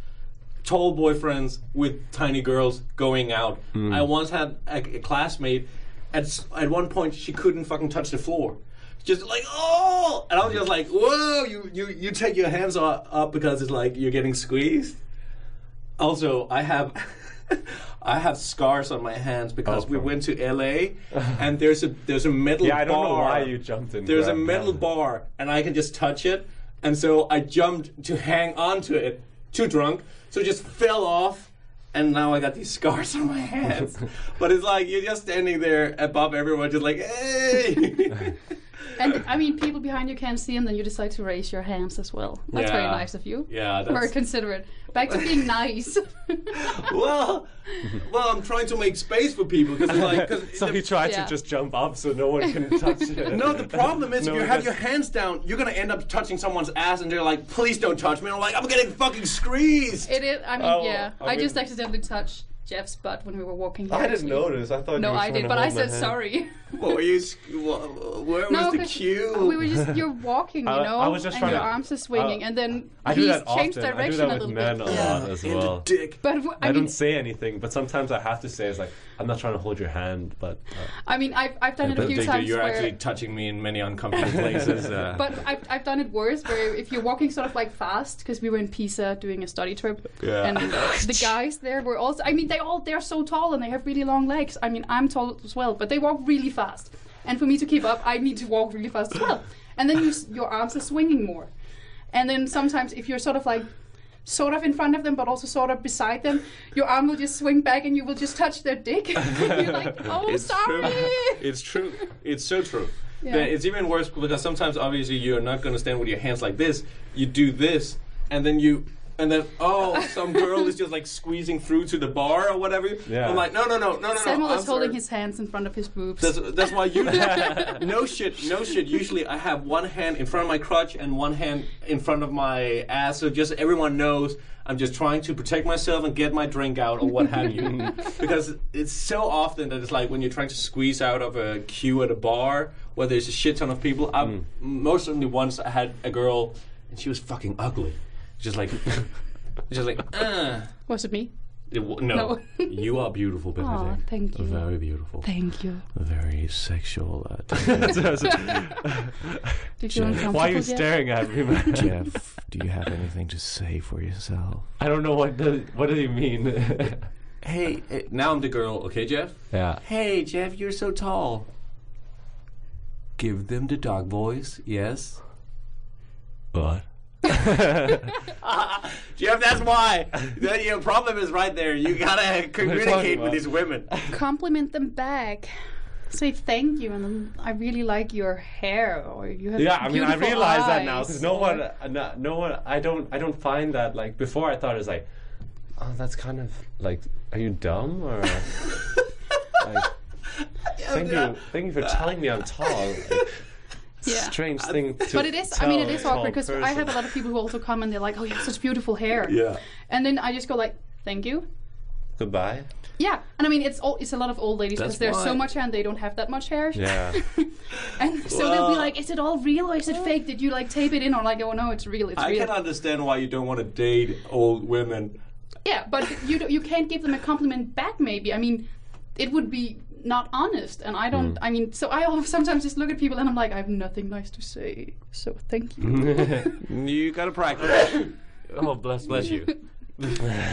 [SPEAKER 2] tall boyfriends with tiny girls going out. I once had a, a classmate. At s- at one point, she couldn't fucking touch the floor. Just like oh, and I was just like, whoa! You you you take your hands o- up because it's like you're getting squeezed. Also, I have *laughs* I have scars on my hands because
[SPEAKER 1] Oh,
[SPEAKER 2] we
[SPEAKER 1] from-
[SPEAKER 2] went to LA and there's a there's a metal
[SPEAKER 1] yeah, I don't know
[SPEAKER 2] bar.
[SPEAKER 1] why you jumped in.
[SPEAKER 2] There's a
[SPEAKER 1] grabbed
[SPEAKER 2] metal
[SPEAKER 1] that.
[SPEAKER 2] bar and I can just touch it and so I jumped to hang on to it too drunk so it just fell off and now I got these scars *laughs* on my hands. but it's like you're just standing there above everyone just like hey. *laughs*
[SPEAKER 3] And I mean, people behind you can't see, and then you decide to raise your hands as well. That's very
[SPEAKER 2] Yeah.
[SPEAKER 3] nice of you. *laughs*
[SPEAKER 2] yeah,
[SPEAKER 3] Very
[SPEAKER 2] that's
[SPEAKER 3] considerate. Back to being
[SPEAKER 1] *laughs*
[SPEAKER 3] nice. *laughs*
[SPEAKER 2] well, well, I'm trying to make space for people because like
[SPEAKER 1] *laughs*
[SPEAKER 2] cause
[SPEAKER 1] So
[SPEAKER 2] the-
[SPEAKER 1] he tried
[SPEAKER 3] Yeah.
[SPEAKER 1] to just jump up so no one
[SPEAKER 3] *laughs*
[SPEAKER 1] can touch it.
[SPEAKER 2] No, the problem
[SPEAKER 1] *laughs*
[SPEAKER 2] is
[SPEAKER 1] No,
[SPEAKER 2] if you have
[SPEAKER 1] because-
[SPEAKER 2] your hands down, you're gonna end up touching someone's ass, and they're like, "Please don't touch me." And I'm like, "I'm getting fucking squeezed."
[SPEAKER 3] it is. I mean,
[SPEAKER 1] Oh,
[SPEAKER 3] yeah. I,
[SPEAKER 1] I mean-
[SPEAKER 3] just accidentally touched Jeff's butt when we were walking here.
[SPEAKER 1] I didn't
[SPEAKER 3] actually.
[SPEAKER 1] notice. I thought. you
[SPEAKER 3] No,
[SPEAKER 1] were
[SPEAKER 3] I
[SPEAKER 1] trying
[SPEAKER 3] did,
[SPEAKER 1] to
[SPEAKER 3] but I
[SPEAKER 1] hold my
[SPEAKER 3] said
[SPEAKER 1] hand. *laughs*
[SPEAKER 3] sorry.
[SPEAKER 2] What were you? sc- wh- Where was
[SPEAKER 3] no,
[SPEAKER 2] the
[SPEAKER 3] 'cause
[SPEAKER 2] cue?
[SPEAKER 3] we were just you're walking, you
[SPEAKER 1] I- I
[SPEAKER 3] know,
[SPEAKER 1] was just
[SPEAKER 3] and
[SPEAKER 1] trying
[SPEAKER 3] your
[SPEAKER 1] to-
[SPEAKER 3] arms are swinging,
[SPEAKER 1] I-
[SPEAKER 3] and then
[SPEAKER 1] I do
[SPEAKER 3] he's
[SPEAKER 1] that
[SPEAKER 3] changed
[SPEAKER 1] often. I do
[SPEAKER 3] direction
[SPEAKER 1] that
[SPEAKER 3] a
[SPEAKER 1] with
[SPEAKER 3] little
[SPEAKER 1] men
[SPEAKER 3] bit.
[SPEAKER 1] a
[SPEAKER 3] Yeah.
[SPEAKER 1] lot.
[SPEAKER 2] Ah,
[SPEAKER 1] as
[SPEAKER 2] in
[SPEAKER 1] well.
[SPEAKER 2] the dick.
[SPEAKER 3] But w- I,
[SPEAKER 1] I
[SPEAKER 3] mean,
[SPEAKER 1] don't say anything, but sometimes I have to say it's like I'm not trying to hold your hand, but uh, *laughs*
[SPEAKER 3] I mean, I've I've done it a few times where.
[SPEAKER 2] touching me in many uncomfortable places. Uh,
[SPEAKER 3] *laughs* but I've, I've done it worse where if you're walking sort of like fast because we were in pisa doing a study trip
[SPEAKER 2] Yeah. *laughs*
[SPEAKER 3] and the guys there were also i mean they all they're so tall and they have really long legs i mean i'm tall as well but they walk really fast and for me to keep up i need to walk really fast as well and then you, s- your arms are swinging more and then sometimes if you're sort of like sort of in front of them but also sort of beside them your arm will just swing back and you will just touch their dick *laughs*
[SPEAKER 2] *laughs*
[SPEAKER 3] you're like oh
[SPEAKER 2] It's true.
[SPEAKER 3] sorry
[SPEAKER 2] *laughs* It's true. It's so true.
[SPEAKER 3] Yeah.
[SPEAKER 2] That It's even worse because sometimes, obviously, you're not going to stand with your hands like this. You do this, and then you and then oh, some girl is just like squeezing through to the bar or whatever.
[SPEAKER 1] Yeah.
[SPEAKER 2] I'm like, no, no, no, no, no.
[SPEAKER 3] Samuel
[SPEAKER 2] no,
[SPEAKER 3] is
[SPEAKER 2] I'm
[SPEAKER 3] holding
[SPEAKER 2] sorry.
[SPEAKER 3] his hands in front of his boobs.
[SPEAKER 2] That's, that's why *laughs* you. no shit, no shit. Usually I have one hand in front of my crotch and one hand in front of my ass, so just everyone knows I'm just trying to protect myself and get my drink out or what have you. *laughs* because it's so often that it's like when you're trying to squeeze out of a queue at a bar where there's a shit ton of people. I have most certainly once I had a girl and she was fucking ugly, just *laughs* like, just like. Uh.
[SPEAKER 3] Was it me?
[SPEAKER 2] It w- no, you are beautiful, Benedict.
[SPEAKER 3] thank you.
[SPEAKER 2] Very beautiful
[SPEAKER 3] Thank you.
[SPEAKER 2] very sexual. Uh, *laughs*
[SPEAKER 3] Did you uncomfortable
[SPEAKER 1] Why are you
[SPEAKER 3] yet?
[SPEAKER 1] staring at me, man?
[SPEAKER 3] *laughs*
[SPEAKER 4] Jeff, do you have anything to say for yourself?
[SPEAKER 1] I don't know what does what does he
[SPEAKER 3] *laughs*
[SPEAKER 1] mean.
[SPEAKER 2] hey, eh, now I'm the girl. Okay, Jeff.
[SPEAKER 1] yeah.
[SPEAKER 2] Hey, Jeff, you're so tall. Give them the dog voice. Yes.
[SPEAKER 1] What?
[SPEAKER 2] Jeff, that's *laughs* why. the, your problem is right there. You gotta communicate
[SPEAKER 1] about?
[SPEAKER 2] with these *laughs* women.
[SPEAKER 3] Compliment them back. Say thank you, and then I really like your hair, or you have
[SPEAKER 1] Yeah, I mean, I
[SPEAKER 3] beautiful
[SPEAKER 1] realize that now
[SPEAKER 3] eyes,"
[SPEAKER 1] because no
[SPEAKER 3] or-
[SPEAKER 1] one, uh, no, no one. I don't, I don't find that like before. I thought it was like, oh, that's kind of like, are you dumb or? like,
[SPEAKER 3] *laughs*
[SPEAKER 1] thank you, thank you for telling me I'm tall.
[SPEAKER 3] Yeah.
[SPEAKER 1] Strange thing to.
[SPEAKER 3] Uh, But it is. I mean, it
[SPEAKER 1] tell
[SPEAKER 3] is
[SPEAKER 1] a
[SPEAKER 3] awkward
[SPEAKER 1] tall
[SPEAKER 3] because I have a
[SPEAKER 1] person.
[SPEAKER 3] lot of people who also come and they're like, "Oh, you have such beautiful hair," and then I just go like, "Thank you." *laughs*
[SPEAKER 1] Goodbye.
[SPEAKER 3] Yeah, and I mean, it's all, it's a lot of old ladies because
[SPEAKER 2] That's
[SPEAKER 3] there's so
[SPEAKER 2] why.
[SPEAKER 3] much hair and they don't have that much hair.
[SPEAKER 1] Yeah.
[SPEAKER 3] And so they'll be
[SPEAKER 2] Well-
[SPEAKER 3] like, "Is it all real or is it fake? Did you like tape it in?" Or like, "Oh no, it's real. It's
[SPEAKER 2] I
[SPEAKER 3] real."
[SPEAKER 2] can understand why you don't want to date old women.
[SPEAKER 3] Yeah, but you do, you can't give them a compliment back. Maybe I mean, it would be not honest, and I don't.
[SPEAKER 2] Hmm.
[SPEAKER 3] I mean, so I al- sometimes just look at people and I'm like, I have nothing nice to say. So thank
[SPEAKER 2] Hmm.
[SPEAKER 3] you.
[SPEAKER 2] You gotta practice. *laughs*
[SPEAKER 1] oh, bless, bless you.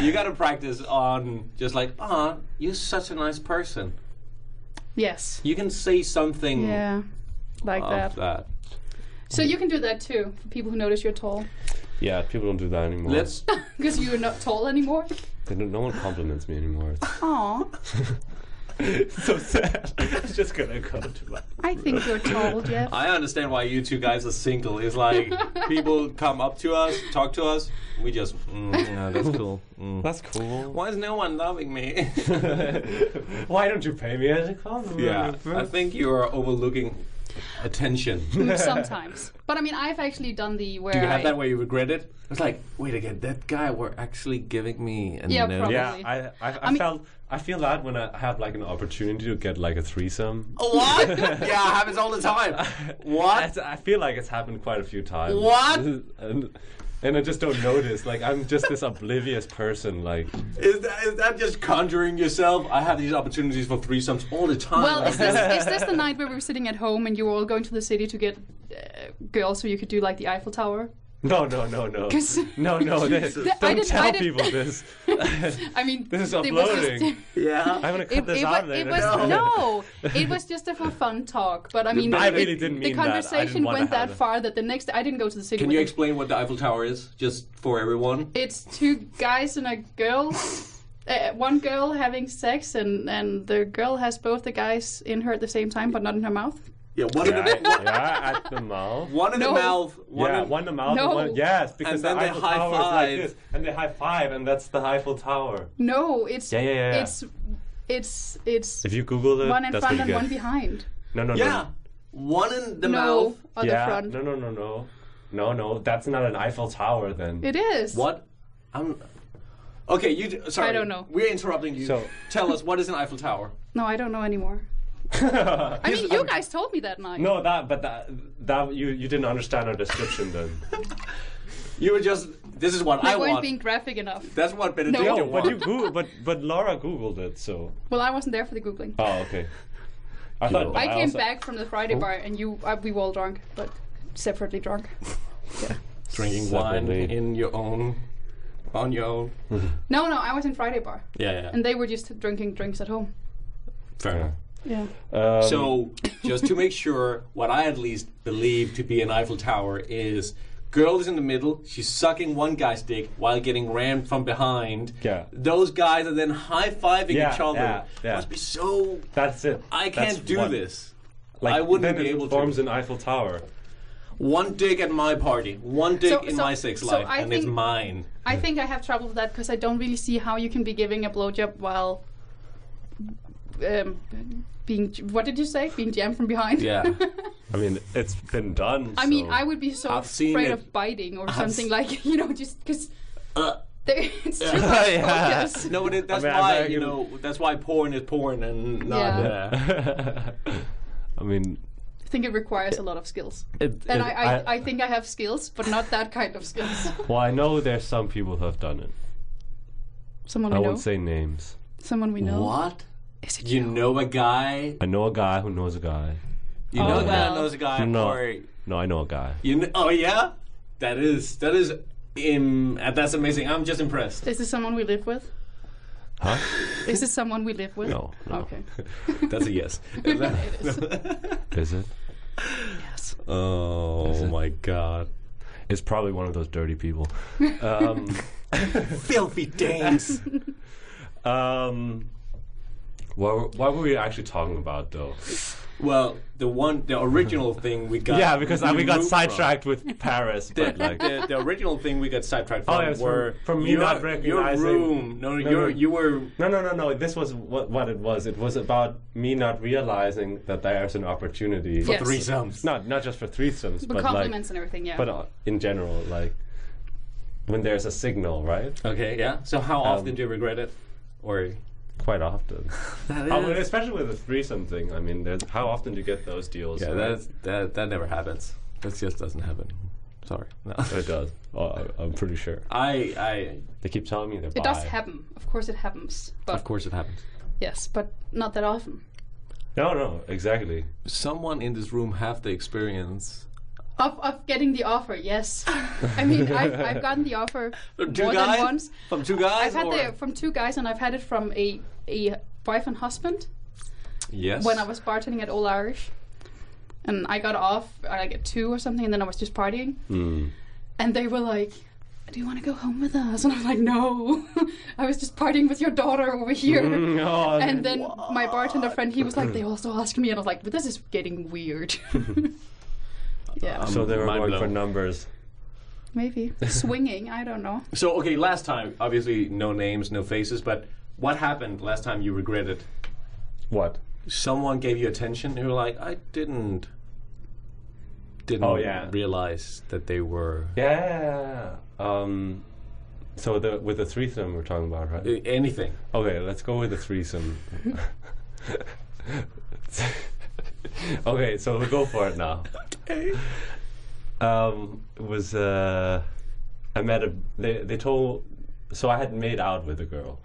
[SPEAKER 2] you gotta practice on just like, ah, you're such a nice person.
[SPEAKER 3] Yes.
[SPEAKER 2] You can say something
[SPEAKER 3] Yeah. Like
[SPEAKER 2] of
[SPEAKER 3] that.
[SPEAKER 2] Hmm. that.
[SPEAKER 3] So you can do that too for people who notice you're tall
[SPEAKER 1] Yeah, people don't do that anymore.
[SPEAKER 3] *laughs*
[SPEAKER 2] Let's
[SPEAKER 3] because you're not tall anymore.
[SPEAKER 1] They don't, no one compliments me anymore. It's
[SPEAKER 3] Aw,
[SPEAKER 1] *laughs* so sad. It's just gonna come to my.
[SPEAKER 3] I think
[SPEAKER 2] *laughs*
[SPEAKER 3] you're tall, Jeff.
[SPEAKER 2] I understand why you two guys are single. It's like people come up to us, talk to us. We just, *laughs* mm, yeah, that's cool. Mm.
[SPEAKER 1] That's cool.
[SPEAKER 2] Why is no one loving me?
[SPEAKER 1] *laughs* Why don't you pay me as a compliment?
[SPEAKER 2] *laughs* yeah, I think you are overlooking *laughs* attention. Do
[SPEAKER 3] Mm, Sometimes, but I mean, I've actually done the where
[SPEAKER 2] you
[SPEAKER 3] I-
[SPEAKER 2] have that where you regret it? It's like, wait again, that guy were actually giving me a
[SPEAKER 3] Yeah,
[SPEAKER 2] note.
[SPEAKER 3] probably.
[SPEAKER 1] Yeah, I, I, I,
[SPEAKER 3] mean-
[SPEAKER 1] felt I feel that when I have like an opportunity to get like a threesome.
[SPEAKER 2] Oh,
[SPEAKER 3] *laughs*
[SPEAKER 2] What? yeah, it happens all the time. What?
[SPEAKER 1] That's- I feel like it's happened quite a few times.
[SPEAKER 2] What?
[SPEAKER 1] *laughs* and, and I just don't notice. Like I'm just this oblivious person. Like
[SPEAKER 2] Is that, is that just conjuring yourself? I have these opportunities for threesomes all the time.
[SPEAKER 3] Well,
[SPEAKER 2] *laughs*
[SPEAKER 3] is this, is this the night where we were sitting at home and you were all going to the city to get uh, girls so you could do like the Eiffel Tower?
[SPEAKER 1] no, no, no, no,
[SPEAKER 3] *laughs* 'Cause-
[SPEAKER 1] no, no. This,
[SPEAKER 3] I
[SPEAKER 1] don't
[SPEAKER 3] didn't- I
[SPEAKER 1] tell
[SPEAKER 3] didn't-
[SPEAKER 1] people
[SPEAKER 3] *laughs*
[SPEAKER 1] this.
[SPEAKER 3] I mean,
[SPEAKER 1] *laughs* This is
[SPEAKER 3] it was just-
[SPEAKER 1] uploading.
[SPEAKER 2] yeah.
[SPEAKER 1] I'm gonna cut
[SPEAKER 3] It,
[SPEAKER 1] this
[SPEAKER 3] it,
[SPEAKER 1] out
[SPEAKER 3] was, it
[SPEAKER 1] later.
[SPEAKER 3] was no. It
[SPEAKER 1] *laughs*
[SPEAKER 3] was just a for fun talk, but I mean,
[SPEAKER 1] I
[SPEAKER 3] it-
[SPEAKER 1] really didn't
[SPEAKER 3] the
[SPEAKER 1] mean that. I didn't
[SPEAKER 3] conversation
[SPEAKER 1] wanna
[SPEAKER 3] went
[SPEAKER 1] have
[SPEAKER 3] that
[SPEAKER 1] it.
[SPEAKER 3] far that the next I didn't go to the city.
[SPEAKER 2] Can
[SPEAKER 3] with
[SPEAKER 2] you
[SPEAKER 3] it.
[SPEAKER 2] explain what the Eiffel Tower is, just for everyone?
[SPEAKER 3] It's two guys and a
[SPEAKER 1] *laughs*
[SPEAKER 3] girl. Uh, one girl having sex, and, and the girl has both the guys in her at the same time, but not in her mouth.
[SPEAKER 2] Yeah, one *laughs* in the
[SPEAKER 1] yeah, yeah, at the mouth.
[SPEAKER 2] one in the
[SPEAKER 3] No.
[SPEAKER 2] mouth, one
[SPEAKER 1] yeah,
[SPEAKER 2] in
[SPEAKER 1] one the mouth.
[SPEAKER 3] No.
[SPEAKER 1] And one, yes, because
[SPEAKER 2] then
[SPEAKER 1] the
[SPEAKER 2] they
[SPEAKER 1] Eiffel
[SPEAKER 2] high
[SPEAKER 1] Tower is like
[SPEAKER 2] five.
[SPEAKER 1] this, and they high five, and that's the Eiffel Tower.
[SPEAKER 3] No, it's
[SPEAKER 1] Yeah, yeah, yeah, yeah.
[SPEAKER 3] it's it's it's
[SPEAKER 1] If you Google it,
[SPEAKER 3] one in
[SPEAKER 1] that's
[SPEAKER 3] front
[SPEAKER 1] what
[SPEAKER 3] and
[SPEAKER 1] you
[SPEAKER 3] one
[SPEAKER 1] get.
[SPEAKER 3] behind.
[SPEAKER 1] No, no,
[SPEAKER 2] yeah,
[SPEAKER 1] no.
[SPEAKER 2] one in the
[SPEAKER 3] No,
[SPEAKER 2] mouth.
[SPEAKER 3] on
[SPEAKER 1] yeah,
[SPEAKER 3] the front.
[SPEAKER 1] No, no, no, no, no, no. That's not an Eiffel Tower then.
[SPEAKER 3] It is.
[SPEAKER 2] What? I'm okay. You d- sorry.
[SPEAKER 3] I don't know.
[SPEAKER 2] We're interrupting you.
[SPEAKER 1] So-
[SPEAKER 2] tell us what is an Eiffel Tower?
[SPEAKER 3] No, I don't know anymore. I mean, you guys told me that night.
[SPEAKER 1] No, that, but that, that you you didn't understand our description
[SPEAKER 3] *laughs*
[SPEAKER 1] then.
[SPEAKER 2] You were just. This is what
[SPEAKER 3] I
[SPEAKER 2] I
[SPEAKER 3] weren't
[SPEAKER 2] want.
[SPEAKER 3] being graphic enough.
[SPEAKER 2] That's what Benedicta
[SPEAKER 3] No,
[SPEAKER 1] no, but
[SPEAKER 2] wants.
[SPEAKER 1] you Google, but but Laura googled it, so
[SPEAKER 3] Well, I wasn't there for the googling.
[SPEAKER 1] oh okay. I thought
[SPEAKER 3] I came
[SPEAKER 1] also-
[SPEAKER 3] back from the Friday bar, and you uh, we were all drunk, but separately drunk.
[SPEAKER 2] drinking
[SPEAKER 1] Separate
[SPEAKER 2] wine
[SPEAKER 1] lead.
[SPEAKER 2] in your own, on your own.
[SPEAKER 3] No, no, I was in Friday bar,
[SPEAKER 2] Yeah, yeah.
[SPEAKER 3] and they were just drinking drinks at home.
[SPEAKER 2] Fair enough.
[SPEAKER 3] Yeah.
[SPEAKER 1] Um,
[SPEAKER 2] So, just to make sure, what I at least believe to be an Eiffel Tower is girl is in the middle, she's sucking one guy's dick while getting rammed from behind.
[SPEAKER 1] Yeah.
[SPEAKER 2] Those guys are then high fiving
[SPEAKER 1] Yeah,
[SPEAKER 2] each other.
[SPEAKER 1] yeah, yeah.
[SPEAKER 2] Must be so.
[SPEAKER 1] that's it.
[SPEAKER 2] I
[SPEAKER 1] That's
[SPEAKER 2] can't do
[SPEAKER 1] one.
[SPEAKER 2] this.
[SPEAKER 1] Like,
[SPEAKER 2] I wouldn't
[SPEAKER 1] then
[SPEAKER 2] be
[SPEAKER 1] it
[SPEAKER 2] able to.
[SPEAKER 1] forms an Eiffel Tower.
[SPEAKER 2] One dick at my party, one dick
[SPEAKER 3] So-
[SPEAKER 2] in
[SPEAKER 3] so-
[SPEAKER 2] my sex
[SPEAKER 3] so
[SPEAKER 2] life,
[SPEAKER 3] I
[SPEAKER 2] and it's
[SPEAKER 3] think-
[SPEAKER 2] mine.
[SPEAKER 3] I think I have trouble with that because I don't really see how you can be giving a blowjob while um, being. j- What did you say? Being jammed from behind.
[SPEAKER 2] Yeah.
[SPEAKER 1] I mean, it's been done.
[SPEAKER 3] *laughs* I mean,
[SPEAKER 1] so-
[SPEAKER 3] I would be so
[SPEAKER 2] I've seen
[SPEAKER 3] afraid
[SPEAKER 2] it.
[SPEAKER 3] of biting or
[SPEAKER 2] I've
[SPEAKER 3] something
[SPEAKER 2] s-
[SPEAKER 3] like *laughs* you know just because
[SPEAKER 2] Uh,
[SPEAKER 3] it's too much
[SPEAKER 4] Yeah.
[SPEAKER 3] focus.
[SPEAKER 2] no, but it, that's
[SPEAKER 1] I mean, I'm
[SPEAKER 2] why
[SPEAKER 1] not
[SPEAKER 2] you
[SPEAKER 1] gonna-
[SPEAKER 2] know. That's why porn is porn and not.
[SPEAKER 3] Yeah.
[SPEAKER 2] Uh,
[SPEAKER 1] *laughs* I mean,
[SPEAKER 3] I think it requires a lot of skills,
[SPEAKER 4] It-
[SPEAKER 3] and
[SPEAKER 4] it-
[SPEAKER 3] I, I, I think I have skills, but not that kind of skills.
[SPEAKER 1] well, I know there's some people who have done it.
[SPEAKER 3] Someone
[SPEAKER 1] I
[SPEAKER 3] we know.
[SPEAKER 1] won't say names.
[SPEAKER 3] Someone we know.
[SPEAKER 2] What?
[SPEAKER 3] Is it
[SPEAKER 2] You
[SPEAKER 3] you?
[SPEAKER 2] know a guy?
[SPEAKER 1] I know a guy who knows a guy.
[SPEAKER 2] You
[SPEAKER 3] Oh,
[SPEAKER 2] know a guy
[SPEAKER 3] well.
[SPEAKER 2] knows a guy?
[SPEAKER 1] No.
[SPEAKER 2] Or
[SPEAKER 1] No, I know a guy.
[SPEAKER 2] you know, oh yeah, that is that is. im uh, that's amazing. I'm just impressed.
[SPEAKER 3] Is this someone we live with?
[SPEAKER 1] Huh?
[SPEAKER 3] Is this someone we live with?
[SPEAKER 1] No, no.
[SPEAKER 3] Okay.
[SPEAKER 2] That's a
[SPEAKER 1] *laughs*
[SPEAKER 2] yes.
[SPEAKER 3] it is.
[SPEAKER 1] Is it?
[SPEAKER 3] Yes.
[SPEAKER 2] *laughs* oh my god.
[SPEAKER 1] It's probably one of those dirty people. *laughs*
[SPEAKER 2] Filthy dames.
[SPEAKER 1] Um, what, were- what were we actually talking about, though?
[SPEAKER 2] *laughs* well, the one, the original thing we got.
[SPEAKER 1] Yeah, because uh, we got
[SPEAKER 2] moved
[SPEAKER 1] *laughs* sidetracked with Paris,
[SPEAKER 2] From.
[SPEAKER 1] but
[SPEAKER 2] The,
[SPEAKER 1] like,
[SPEAKER 2] the, the original thing we got sidetracked
[SPEAKER 1] Oh,
[SPEAKER 2] from
[SPEAKER 1] yeah, it's from-
[SPEAKER 2] were
[SPEAKER 1] from me
[SPEAKER 2] your,
[SPEAKER 1] not
[SPEAKER 2] your
[SPEAKER 1] recognizing-
[SPEAKER 2] room. No,
[SPEAKER 1] No,
[SPEAKER 2] your,
[SPEAKER 1] no.
[SPEAKER 2] you were
[SPEAKER 1] no, no, no, no. This was what, what it was. It was about me not realizing that there's an opportunity.
[SPEAKER 3] For Yes.
[SPEAKER 2] threesomes.
[SPEAKER 1] Not not just for threesomes,
[SPEAKER 3] But,
[SPEAKER 1] but like,
[SPEAKER 3] compliments and everything, yeah.
[SPEAKER 1] but uh, in general, like when there's a signal, right?
[SPEAKER 2] Okay, yeah. So how
[SPEAKER 1] Um,
[SPEAKER 2] often do you regret it? Or
[SPEAKER 1] Quite
[SPEAKER 3] *laughs*
[SPEAKER 1] often.
[SPEAKER 2] that
[SPEAKER 1] I mean, especially with a threesome thing. I mean, there's, how often do you get those deals?
[SPEAKER 2] yeah,
[SPEAKER 1] right?
[SPEAKER 2] that's, that that never happens. That just doesn't happen. Sorry. No.
[SPEAKER 1] It does. Oh, I- I'm pretty sure.
[SPEAKER 2] I I
[SPEAKER 1] They keep telling me they're.
[SPEAKER 3] it does happen. Of course it happens. But
[SPEAKER 2] of course it happens.
[SPEAKER 3] yes, but not that often.
[SPEAKER 1] No, no, exactly.
[SPEAKER 2] Someone in this room have the experience.
[SPEAKER 3] Of, of getting the offer, yes. I mean, I've, I've gotten the offer
[SPEAKER 2] From two
[SPEAKER 3] more
[SPEAKER 2] guys?
[SPEAKER 3] than once.
[SPEAKER 2] From two guys?
[SPEAKER 3] I've had
[SPEAKER 2] or?
[SPEAKER 3] it from two guys, and I've had it from a, a wife and husband
[SPEAKER 2] yes.
[SPEAKER 3] when I was bartending at All Irish. And I got off uh, like at two or something, and then I was just partying.
[SPEAKER 1] Hmm.
[SPEAKER 3] And they were like, Do you want to go home with us? And I was like, No. *laughs* I was just partying with your daughter over here.
[SPEAKER 1] *laughs* *laughs* No,
[SPEAKER 3] And then my bartender friend, he was
[SPEAKER 1] *clears throat*
[SPEAKER 3] like, they also asked me, and I was like, but this is getting
[SPEAKER 1] *laughs*
[SPEAKER 3] weird. *laughs* yeah,
[SPEAKER 1] so they were
[SPEAKER 2] Mind
[SPEAKER 1] going for
[SPEAKER 2] blown.
[SPEAKER 1] numbers.
[SPEAKER 3] maybe swinging. I don't know.
[SPEAKER 2] So okay, last time obviously no names, no faces, but what happened last time you regretted?
[SPEAKER 1] What?
[SPEAKER 2] Someone gave you attention. You were like, I didn't didn't
[SPEAKER 1] Oh, yeah.
[SPEAKER 2] realize that they were
[SPEAKER 1] Yeah. Um. So the with the threesome we're talking about, right?
[SPEAKER 2] uh, anything.
[SPEAKER 1] Okay, let's go with the threesome. *laughs* okay, so we'll go for it now. Um, it was uh, I met a they they told so I had made out with a girl,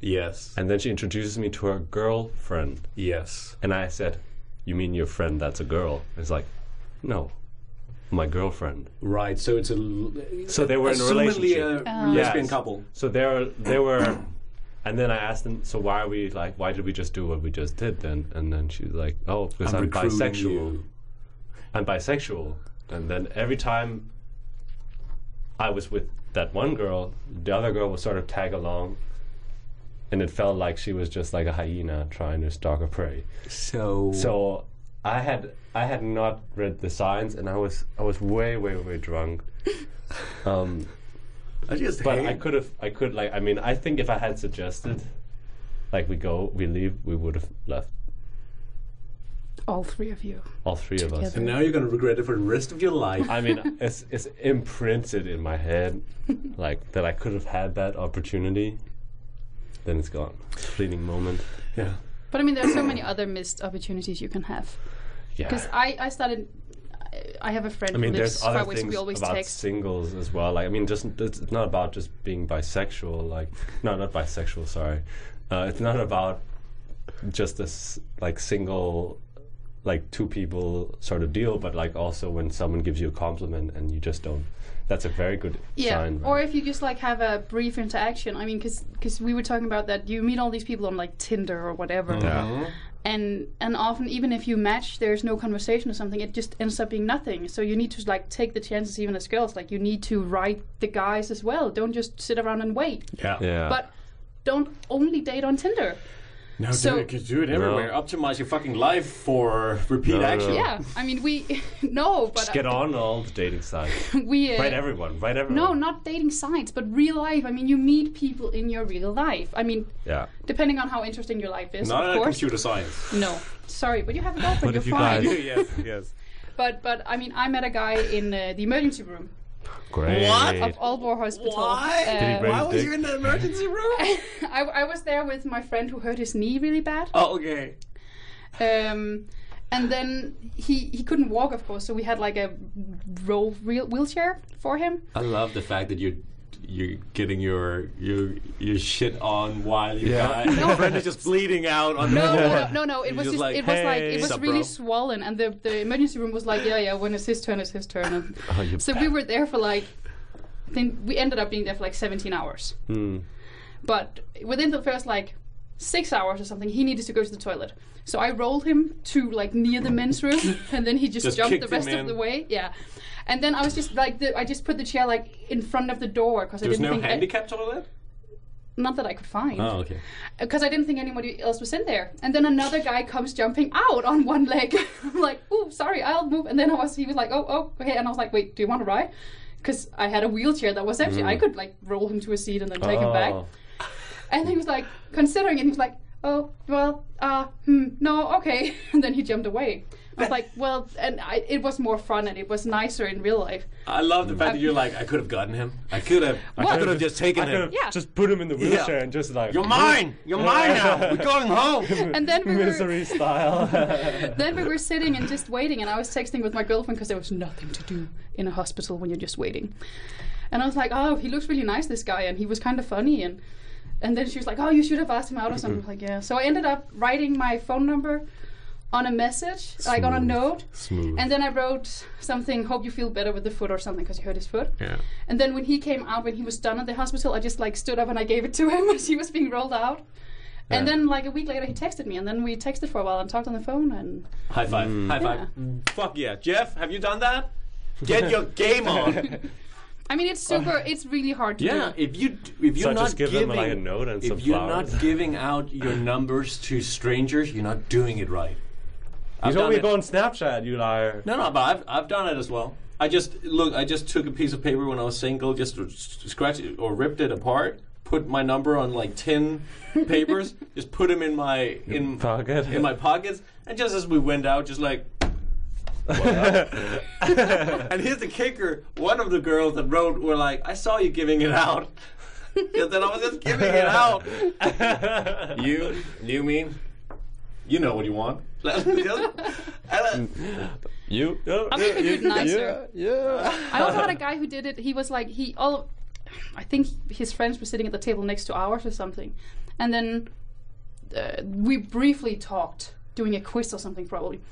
[SPEAKER 2] Yes.
[SPEAKER 1] and then she introduces me to her girlfriend,
[SPEAKER 2] Yes.
[SPEAKER 1] and I said, "You mean your friend? That's a girl." It's like, no, my girlfriend.
[SPEAKER 2] Right. So it's a l-
[SPEAKER 1] So they were in a
[SPEAKER 2] assumedly
[SPEAKER 1] relationship.
[SPEAKER 2] a
[SPEAKER 3] Uh,
[SPEAKER 2] lesbian
[SPEAKER 1] Yes.
[SPEAKER 2] couple.
[SPEAKER 1] So there, there were, and then I asked them, so why are we like, why did we just do what we just did then? And then she's like, oh, because I'm,
[SPEAKER 2] recruiting
[SPEAKER 1] bisexual.
[SPEAKER 2] you.
[SPEAKER 1] I'm bisexual. And then every time I was with that one girl, the other girl would sort of tag along, and it felt like she was just like a hyena trying to stalk a prey.
[SPEAKER 2] So
[SPEAKER 1] So I had I had not read the signs, and I was I was way way way drunk. Um,
[SPEAKER 2] I just
[SPEAKER 1] but
[SPEAKER 2] hate.
[SPEAKER 1] I could have, I could like, I mean, I think if I had suggested, like, we go, we leave, we would have left
[SPEAKER 3] All three of you.
[SPEAKER 1] all three of us.
[SPEAKER 3] Together.
[SPEAKER 2] and now you're gonna regret it for the rest of your life.
[SPEAKER 1] I
[SPEAKER 3] *laughs*
[SPEAKER 1] mean, it's it's imprinted in my head, like that I could have had that opportunity. Then it's gone. It's a fleeting moment.
[SPEAKER 2] *laughs* yeah.
[SPEAKER 3] But I mean, there are so many other missed opportunities you can have. Because
[SPEAKER 1] Yeah.
[SPEAKER 3] I, I started. I- I have a friend
[SPEAKER 1] I mean,
[SPEAKER 3] who lives
[SPEAKER 1] there's other
[SPEAKER 3] far away, so
[SPEAKER 1] things
[SPEAKER 3] we always
[SPEAKER 1] about
[SPEAKER 3] text.
[SPEAKER 1] singles as well. Like, I mean, just it's not about just being bisexual. Like, no, not bisexual. Sorry, uh, it's not about just this like single, like two people sort of deal. But like also when someone gives you a compliment and you just don't, that's a very good
[SPEAKER 3] Yeah,
[SPEAKER 1] sign.
[SPEAKER 3] or
[SPEAKER 1] right?
[SPEAKER 3] if you just like have a brief interaction. I mean, because we were talking about that. You meet all these people on like Tinder or whatever.
[SPEAKER 1] yeah.
[SPEAKER 3] and and often even if you match there's no conversation or something it just ends up being nothing so you need to like take the chances even as girls like you need to ride the guys as well don't just sit around and wait
[SPEAKER 2] Yeah.
[SPEAKER 1] yeah.
[SPEAKER 3] but don't only date on tinder
[SPEAKER 2] No,
[SPEAKER 3] So-
[SPEAKER 2] do it, 'cause do it everywhere. Optimize your fucking life for repeat
[SPEAKER 1] No, no,
[SPEAKER 2] action.
[SPEAKER 1] no.
[SPEAKER 3] Yeah, I mean we *laughs* no, but
[SPEAKER 1] Just get on all the dating
[SPEAKER 3] *laughs*
[SPEAKER 1] sites.
[SPEAKER 3] we uh,
[SPEAKER 1] Write everyone. Write everyone.
[SPEAKER 3] no, not dating sites, but real life. I mean, you meet people in your real life. I mean,
[SPEAKER 1] Yeah.
[SPEAKER 3] depending on how interesting your life is,
[SPEAKER 2] Not
[SPEAKER 3] of
[SPEAKER 2] a
[SPEAKER 3] course.
[SPEAKER 2] computer science.
[SPEAKER 3] No, sorry, but you have a girlfriend.
[SPEAKER 1] But
[SPEAKER 3] You're
[SPEAKER 1] if you
[SPEAKER 3] fine.
[SPEAKER 1] *laughs* guys-
[SPEAKER 2] yes, yes.
[SPEAKER 3] But but I mean, I met a guy in uh, the emergency room
[SPEAKER 1] Great.
[SPEAKER 3] of Aalborg Hospital.
[SPEAKER 2] Why?
[SPEAKER 3] Uh,
[SPEAKER 1] Did he break-
[SPEAKER 2] Why was
[SPEAKER 1] Dick.
[SPEAKER 2] you in the emergency room?
[SPEAKER 3] *laughs* I, I was there with my friend who hurt his knee really bad.
[SPEAKER 2] oh, okay.
[SPEAKER 3] Um, and then he he couldn't walk, of course, so we had like a row wheel- wheelchair for him.
[SPEAKER 2] I love the fact that you're you're getting your your your shit on while you
[SPEAKER 1] Yeah.
[SPEAKER 2] die. *laughs* Your friend is just bleeding out on
[SPEAKER 3] No,
[SPEAKER 2] the floor.
[SPEAKER 3] no,
[SPEAKER 2] *laughs*
[SPEAKER 3] no, no, no. It
[SPEAKER 2] You're
[SPEAKER 3] was
[SPEAKER 2] just
[SPEAKER 3] just,
[SPEAKER 2] like,
[SPEAKER 3] it was like
[SPEAKER 2] "Hey,
[SPEAKER 3] it was
[SPEAKER 2] sup,
[SPEAKER 3] really
[SPEAKER 2] bro?"
[SPEAKER 3] swollen, and the the emergency room was like, yeah, yeah. When it's his turn, it's his
[SPEAKER 2] *laughs*
[SPEAKER 3] turn. And
[SPEAKER 1] Oh, you
[SPEAKER 3] so we were there for like, I think we ended up being there for like 17 hours.
[SPEAKER 2] Hmm.
[SPEAKER 1] Mm.
[SPEAKER 3] But within the first like six hours or something, he needed to go to the toilet. So I rolled him to like near the men's room, *laughs* and then he just,
[SPEAKER 2] Just
[SPEAKER 3] jumped the
[SPEAKER 2] kicked him
[SPEAKER 3] rest of
[SPEAKER 2] in.
[SPEAKER 3] the way. Yeah. And then I was just like, the, I just put the chair like in front of the door because I
[SPEAKER 2] There was
[SPEAKER 3] didn't
[SPEAKER 2] no
[SPEAKER 3] *laughs* think
[SPEAKER 2] handicap Oh. toilet.
[SPEAKER 3] not that I could find
[SPEAKER 2] okay.
[SPEAKER 3] because I didn't think anybody else was in there. And then another guy comes jumping out on one leg. *laughs* I'm like, "Ooh, sorry, I'll move." And then I was, he was like, "Oh, oh, okay." And I was like, "Wait, do you want to ride?" Because I had a wheelchair that was empty. I could like roll him to a seat and then take him back.
[SPEAKER 1] Oh.
[SPEAKER 3] And he was like considering, and he was like, "Oh, well, uh, hmm, no, okay." *laughs* And then he jumped away. I was like, "Well," and I, it was more fun and it was nicer in real life.
[SPEAKER 2] I love the fact that you're like, I could have gotten him. I could have. I
[SPEAKER 3] Well-
[SPEAKER 2] could have just
[SPEAKER 1] I
[SPEAKER 2] taken
[SPEAKER 1] could
[SPEAKER 2] him.
[SPEAKER 1] have
[SPEAKER 3] Yeah.
[SPEAKER 1] just put him in the wheelchair and just like
[SPEAKER 2] You're
[SPEAKER 1] *laughs*
[SPEAKER 2] mine. You're mine now. We're going *laughs* home.
[SPEAKER 3] And then we were,
[SPEAKER 1] misery
[SPEAKER 3] *laughs*
[SPEAKER 1] style.
[SPEAKER 3] then we were sitting and just waiting, and I was texting with my girlfriend because there was nothing to do in a hospital when you're just waiting. And I was like, "Oh, he looks really nice, this guy," and he was kind of funny. And and then she was like, "Oh, you should have asked him out or something." I
[SPEAKER 2] Mm-hmm.
[SPEAKER 3] was like, yeah. So I ended up writing my phone number on a message, like on a
[SPEAKER 2] Smooth.
[SPEAKER 3] note,
[SPEAKER 2] Smooth.
[SPEAKER 3] and then I wrote something, "Hope you feel better with the foot or something," because he hurt his foot.
[SPEAKER 2] Yeah.
[SPEAKER 3] And then when he came out, when he was done at the hospital, I just like stood up and I gave it to him *laughs* as he was being rolled out. And
[SPEAKER 1] Yeah.
[SPEAKER 3] then like a week later, he texted me, and then we texted for a while and talked on the phone and.
[SPEAKER 2] High five. High five. Mm, Fuck yeah. Jeff, have you done that? Get
[SPEAKER 1] *laughs*
[SPEAKER 2] your game on.
[SPEAKER 3] I mean, it's super. It's really hard to
[SPEAKER 2] Oh. yeah.
[SPEAKER 3] do.
[SPEAKER 2] If you d- if
[SPEAKER 1] So
[SPEAKER 2] you're not
[SPEAKER 1] just give
[SPEAKER 2] giving
[SPEAKER 1] them, like, a note and
[SPEAKER 2] if
[SPEAKER 1] some
[SPEAKER 2] you're
[SPEAKER 1] flowers.
[SPEAKER 2] not giving out your numbers to strangers, you're not doing it right.
[SPEAKER 1] You
[SPEAKER 2] I've
[SPEAKER 1] told
[SPEAKER 2] done
[SPEAKER 1] me
[SPEAKER 2] it-
[SPEAKER 1] go on Snapchat, you liar.
[SPEAKER 2] No, *laughs* no, but I've, I've done it as well. I just look. I just took a piece of paper when I was single, just r- s- scratched it or ripped it apart, put my number on like
[SPEAKER 1] *laughs*
[SPEAKER 2] ten papers, just put them in my in
[SPEAKER 1] Pocket.
[SPEAKER 2] in my pockets, and just as we went out, just like. and here's the kicker: one of the girls that wrote were like, "I saw you giving it out." *laughs* Because then I was just giving it out.
[SPEAKER 1] *laughs*
[SPEAKER 2] *laughs* you, you mean, you know what you want. *laughs* Just- and I-
[SPEAKER 1] You? No,
[SPEAKER 3] I'm gonna do it nicer.
[SPEAKER 1] yeah.
[SPEAKER 3] I also
[SPEAKER 2] *laughs*
[SPEAKER 3] had a guy who did it. He was like he all. I think his friends were sitting at the table next to ours or something, and then uh, we briefly talked, doing a quiz or something probably.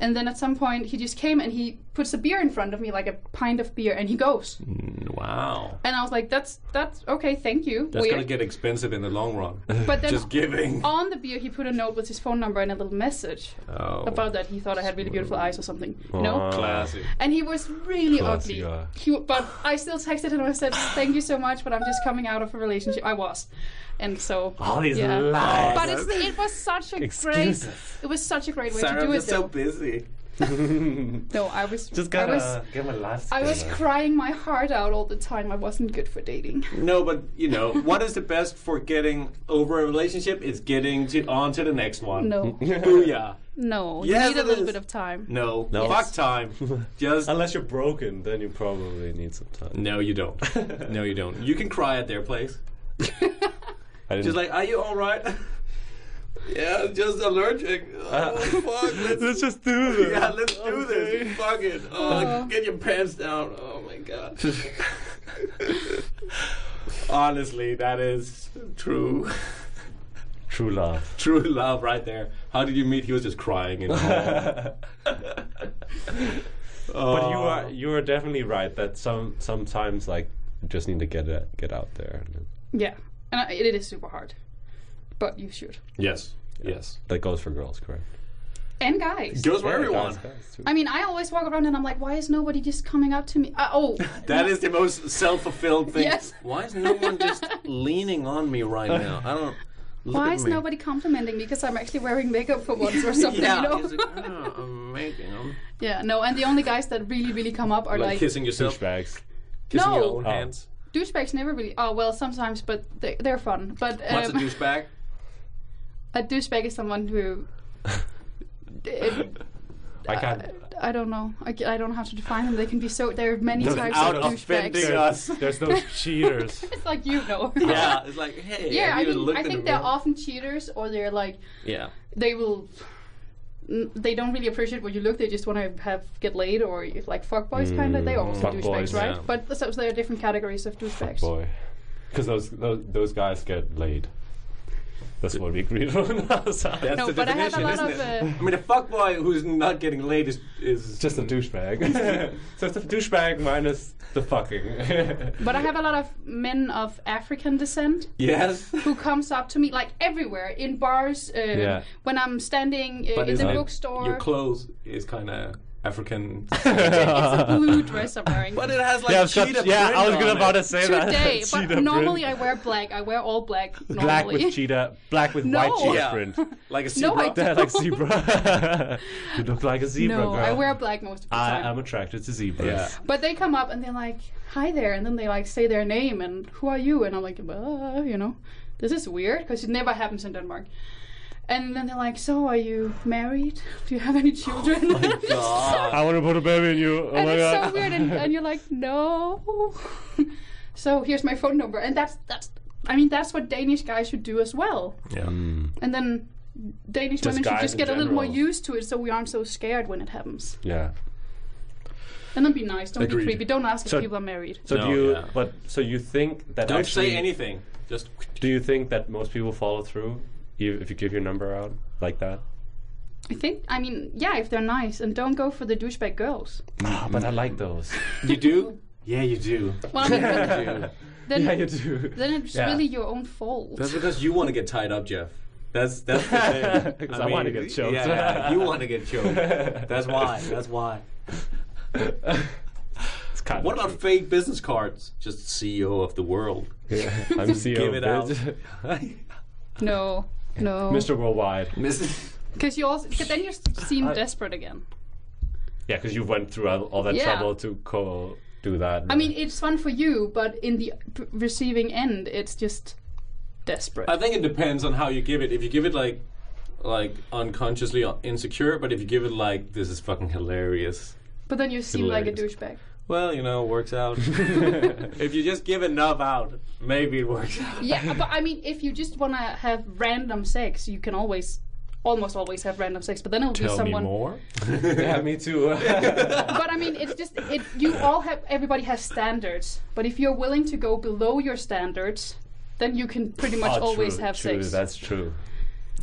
[SPEAKER 3] And then at some point he just came and he puts a beer in front of me, like a pint of beer, and he goes.
[SPEAKER 2] Mm. wow.
[SPEAKER 3] And I was like, "That's that's okay, thank you."
[SPEAKER 2] That's
[SPEAKER 3] Weird.
[SPEAKER 2] gonna get expensive in the long run.
[SPEAKER 3] *laughs* but then
[SPEAKER 2] Just giving.
[SPEAKER 3] on the beer he put a note with his phone number and a little message
[SPEAKER 2] Oh,
[SPEAKER 3] about that he thought I had really beautiful eyes or something. No.
[SPEAKER 2] classic.
[SPEAKER 3] and he was really
[SPEAKER 1] Classy
[SPEAKER 3] ugly.
[SPEAKER 1] guy.
[SPEAKER 3] He, but I still texted him and I said, "Thank you so much, but I'm just coming out of a relationship. I was, and so."
[SPEAKER 1] All these
[SPEAKER 3] Yeah.
[SPEAKER 1] lies.
[SPEAKER 3] But it's, it was such a great.
[SPEAKER 1] Excuses.
[SPEAKER 3] It was such a great way
[SPEAKER 2] Sarah,
[SPEAKER 3] to do
[SPEAKER 2] I'm
[SPEAKER 3] it.
[SPEAKER 2] just so
[SPEAKER 3] Though.
[SPEAKER 2] busy.
[SPEAKER 3] No, I was.
[SPEAKER 1] Just
[SPEAKER 3] I
[SPEAKER 1] gotta
[SPEAKER 3] was.
[SPEAKER 1] get my life
[SPEAKER 3] I was
[SPEAKER 1] together.
[SPEAKER 3] crying my heart out all the time. I wasn't good for dating.
[SPEAKER 2] No, but you know what is the best for getting over a relationship? It's getting to, on to the next
[SPEAKER 1] *laughs*
[SPEAKER 2] one.
[SPEAKER 3] No,
[SPEAKER 2] Booyah.
[SPEAKER 3] no.
[SPEAKER 2] Yes,
[SPEAKER 3] you need a
[SPEAKER 2] it
[SPEAKER 3] little
[SPEAKER 2] is.
[SPEAKER 3] bit of time.
[SPEAKER 2] No.
[SPEAKER 1] No.
[SPEAKER 2] Fuck *laughs* time. Just
[SPEAKER 1] Unless you're broken, then you probably need some time.
[SPEAKER 2] no, you don't. No, you don't. You can cry at their place.
[SPEAKER 1] *laughs* I didn't
[SPEAKER 2] Just like, are you all right? *laughs* yeah, I'm just allergic. Oh
[SPEAKER 1] *laughs*
[SPEAKER 2] fuck. Let's,
[SPEAKER 1] let's just do this.
[SPEAKER 2] yeah, let's do
[SPEAKER 1] Uh, Okay.
[SPEAKER 2] this. Fuck it. Oh,
[SPEAKER 3] Oh.
[SPEAKER 2] get your pants down. Oh my god. *laughs* Honestly, that is true. *laughs*
[SPEAKER 1] True love.
[SPEAKER 2] True love right there. How did you meet? He was just crying. And
[SPEAKER 1] *laughs* But
[SPEAKER 2] Oh.
[SPEAKER 1] you are you are definitely right that some sometimes like you just need to get it, get out there. And
[SPEAKER 3] Yeah, and I, it is super hard. But you should.
[SPEAKER 2] Yes. Yes.
[SPEAKER 1] that goes for girls, correct?
[SPEAKER 3] And guys.
[SPEAKER 2] Goes for everyone.
[SPEAKER 1] Guys, guys, too.
[SPEAKER 3] I mean, I always walk around and I'm like, why is nobody just coming up to me? Uh, oh,
[SPEAKER 2] *laughs* That is the most self fulfilled thing. Uh.
[SPEAKER 3] Yes. *laughs*
[SPEAKER 2] Why is no one just leaning on me right now? I don't. Look
[SPEAKER 3] Why
[SPEAKER 2] at
[SPEAKER 3] is
[SPEAKER 2] me.
[SPEAKER 3] nobody complimenting me? Because I'm actually wearing makeup for
[SPEAKER 2] *laughs*
[SPEAKER 3] once or something.
[SPEAKER 2] Yeah.
[SPEAKER 3] You know?
[SPEAKER 2] It's like, oh, I'm making them.
[SPEAKER 3] *laughs* Yeah, no, and the only guys that really, really come up are
[SPEAKER 2] Like,
[SPEAKER 3] like,
[SPEAKER 2] kissing yourself,
[SPEAKER 1] douchebags.
[SPEAKER 2] kissing your
[SPEAKER 3] No.
[SPEAKER 2] own
[SPEAKER 1] Oh.
[SPEAKER 2] hands.
[SPEAKER 3] douchebags. Never really. Oh well, sometimes, but they, they're fun. But um,
[SPEAKER 2] What's a douchebag?
[SPEAKER 3] *laughs* a douchebag is someone who. it-
[SPEAKER 1] I
[SPEAKER 2] uh,
[SPEAKER 1] can't.
[SPEAKER 3] I don't know. I, ca- I don't know how to define them. They can be so. There are many types
[SPEAKER 2] out
[SPEAKER 3] of
[SPEAKER 2] offending *laughs*
[SPEAKER 3] douchebags.
[SPEAKER 2] us.
[SPEAKER 1] There's those cheaters.
[SPEAKER 3] It's like you know.
[SPEAKER 2] Yeah, it's like, hey,
[SPEAKER 3] *laughs* Yeah,
[SPEAKER 2] have
[SPEAKER 3] I
[SPEAKER 2] you
[SPEAKER 3] mean,
[SPEAKER 2] looked
[SPEAKER 3] I
[SPEAKER 2] in
[SPEAKER 3] think
[SPEAKER 2] the
[SPEAKER 3] they're
[SPEAKER 2] mirror?
[SPEAKER 3] often cheaters, or they're like
[SPEAKER 2] Yeah.
[SPEAKER 3] they will. n- They don't really appreciate what you look. They just want to have get laid, or if like fuckboys kind of. They are also douchebags,
[SPEAKER 1] Fuckboys,
[SPEAKER 3] right?
[SPEAKER 2] yeah.
[SPEAKER 3] But so, so there are different categories of douchebags.
[SPEAKER 1] Boy. Because those, those those guys get laid. That's what we agreed on. *laughs* outside.
[SPEAKER 2] That's
[SPEAKER 3] No,
[SPEAKER 2] the
[SPEAKER 3] but I had a
[SPEAKER 2] definition,
[SPEAKER 3] lot of.
[SPEAKER 2] isn't it?
[SPEAKER 3] Uh,
[SPEAKER 2] I mean, a fuckboy who's not getting laid is is
[SPEAKER 1] Just a douchebag. so it's a douchebag minus the fucking. *laughs*
[SPEAKER 3] uh, But I have a lot of men of African descent
[SPEAKER 2] yes.
[SPEAKER 3] *laughs* who comes up to me like everywhere in bars. Uh,
[SPEAKER 1] Yeah.
[SPEAKER 3] When I'm standing uh, in
[SPEAKER 2] is
[SPEAKER 3] the
[SPEAKER 1] it
[SPEAKER 3] bookstore,
[SPEAKER 2] Your clothes is kind of African,
[SPEAKER 3] *laughs* it's a
[SPEAKER 1] *laughs*
[SPEAKER 3] blue dress I'm wearing.
[SPEAKER 2] but it has like
[SPEAKER 1] yeah, I've got-
[SPEAKER 2] cheetah
[SPEAKER 1] yeah,
[SPEAKER 2] print
[SPEAKER 1] I was
[SPEAKER 2] on
[SPEAKER 1] gonna about
[SPEAKER 2] it.
[SPEAKER 1] to say that. *laughs*
[SPEAKER 3] Today,
[SPEAKER 1] Cheetah
[SPEAKER 3] but
[SPEAKER 1] print.
[SPEAKER 3] normally I wear black. I wear all black normally.
[SPEAKER 1] black with cheetah, black with
[SPEAKER 3] No.
[SPEAKER 1] white cheetah
[SPEAKER 2] Yeah. *laughs*
[SPEAKER 1] print.
[SPEAKER 2] like a
[SPEAKER 3] No,
[SPEAKER 2] zebra.
[SPEAKER 3] I
[SPEAKER 1] They're like zebra. *laughs* you look like a zebra
[SPEAKER 3] No,
[SPEAKER 1] girl.
[SPEAKER 3] I wear black most of the
[SPEAKER 1] I
[SPEAKER 3] time.
[SPEAKER 1] am attracted to zebras.
[SPEAKER 2] Yeah.
[SPEAKER 3] but they come up and they're like, "Hi there," and then they like say their name and who are you? And I'm like, "Uh, you know, this is weird because it never happens in Denmark. And then they're like, "So are you married? Do you have
[SPEAKER 1] *laughs*
[SPEAKER 3] any children?" *laughs*
[SPEAKER 2] God.
[SPEAKER 1] I want to put a baby in you. Oh
[SPEAKER 3] and
[SPEAKER 1] my
[SPEAKER 3] it's
[SPEAKER 1] god.
[SPEAKER 3] so weird and,
[SPEAKER 1] *laughs*
[SPEAKER 3] and you're like no *laughs* so here's my phone number and that's that's i mean that's what danish guys should do as well
[SPEAKER 4] Yeah.
[SPEAKER 2] Mm.
[SPEAKER 1] Um,
[SPEAKER 3] and then danish women should
[SPEAKER 1] guys
[SPEAKER 3] just
[SPEAKER 1] in
[SPEAKER 3] get a little more
[SPEAKER 1] general.
[SPEAKER 3] used to it so we aren't so scared when it happens
[SPEAKER 1] yeah.
[SPEAKER 3] and then be nice don't
[SPEAKER 2] Agreed.
[SPEAKER 3] be creepy don't ask if
[SPEAKER 1] So-
[SPEAKER 3] people are married
[SPEAKER 1] So
[SPEAKER 2] No,
[SPEAKER 1] do you?
[SPEAKER 2] yeah.
[SPEAKER 1] But so you think that?
[SPEAKER 2] Don't
[SPEAKER 1] actually,
[SPEAKER 2] say anything. Just
[SPEAKER 1] Do you think that most people follow through if if you give your number out like that?
[SPEAKER 3] i think i mean yeah if they're nice and don't go for the douchebag girls
[SPEAKER 2] Mm.
[SPEAKER 1] Ah, but I like
[SPEAKER 3] *laughs*
[SPEAKER 1] those.
[SPEAKER 2] you do. *laughs* Yeah, you do.
[SPEAKER 3] well I mean,
[SPEAKER 2] *laughs*
[SPEAKER 3] then,
[SPEAKER 2] You do.
[SPEAKER 3] then,
[SPEAKER 1] yeah, you do.
[SPEAKER 3] then it's
[SPEAKER 1] Yeah.
[SPEAKER 3] really your own fault
[SPEAKER 2] That's because you want to get tied up, Jeff. That's that's the thing. *laughs*
[SPEAKER 1] 'Cause I wanna get choked.
[SPEAKER 2] Yeah, yeah, you want to get choked. That's why. That's why.
[SPEAKER 1] *laughs* It's kind
[SPEAKER 2] What
[SPEAKER 1] of
[SPEAKER 2] about fake business cards? Just CEO of the world.
[SPEAKER 1] true.
[SPEAKER 2] *laughs*
[SPEAKER 1] I'm CEO.
[SPEAKER 2] Give it out.
[SPEAKER 1] bitch.
[SPEAKER 3] no no
[SPEAKER 1] *laughs* Mr. Worldwide.
[SPEAKER 2] Miss-
[SPEAKER 3] because you also 'cause then you seem desperate again
[SPEAKER 1] Yeah, because you went through all, all that
[SPEAKER 3] Yeah.
[SPEAKER 1] trouble to co do that.
[SPEAKER 3] I mean, it's fun for you, but in the p- receiving end, it's just desperate.
[SPEAKER 2] *laughs* I think it depends on how you give it. If you give it like like unconsciously or insecure, but if you give it like this is fucking hilarious.
[SPEAKER 3] but then you seem like a
[SPEAKER 1] hilarious.
[SPEAKER 3] douchebag.
[SPEAKER 2] Well, you know, it works out. if you just give enough out, maybe it works out.
[SPEAKER 3] yeah, but I mean, if you just want to have random sex, you can always, almost always have random sex. But then it'll be someone.
[SPEAKER 2] more.
[SPEAKER 1] *laughs* yeah, me
[SPEAKER 3] *laughs*
[SPEAKER 1] too.
[SPEAKER 3] But I mean, it's just it. You all have. Everybody has standards. But if you're willing to go below your standards, then you can pretty much
[SPEAKER 2] Ah,
[SPEAKER 1] Oh,
[SPEAKER 3] always
[SPEAKER 1] true,
[SPEAKER 3] have
[SPEAKER 1] true,
[SPEAKER 3] sex.
[SPEAKER 1] That's true.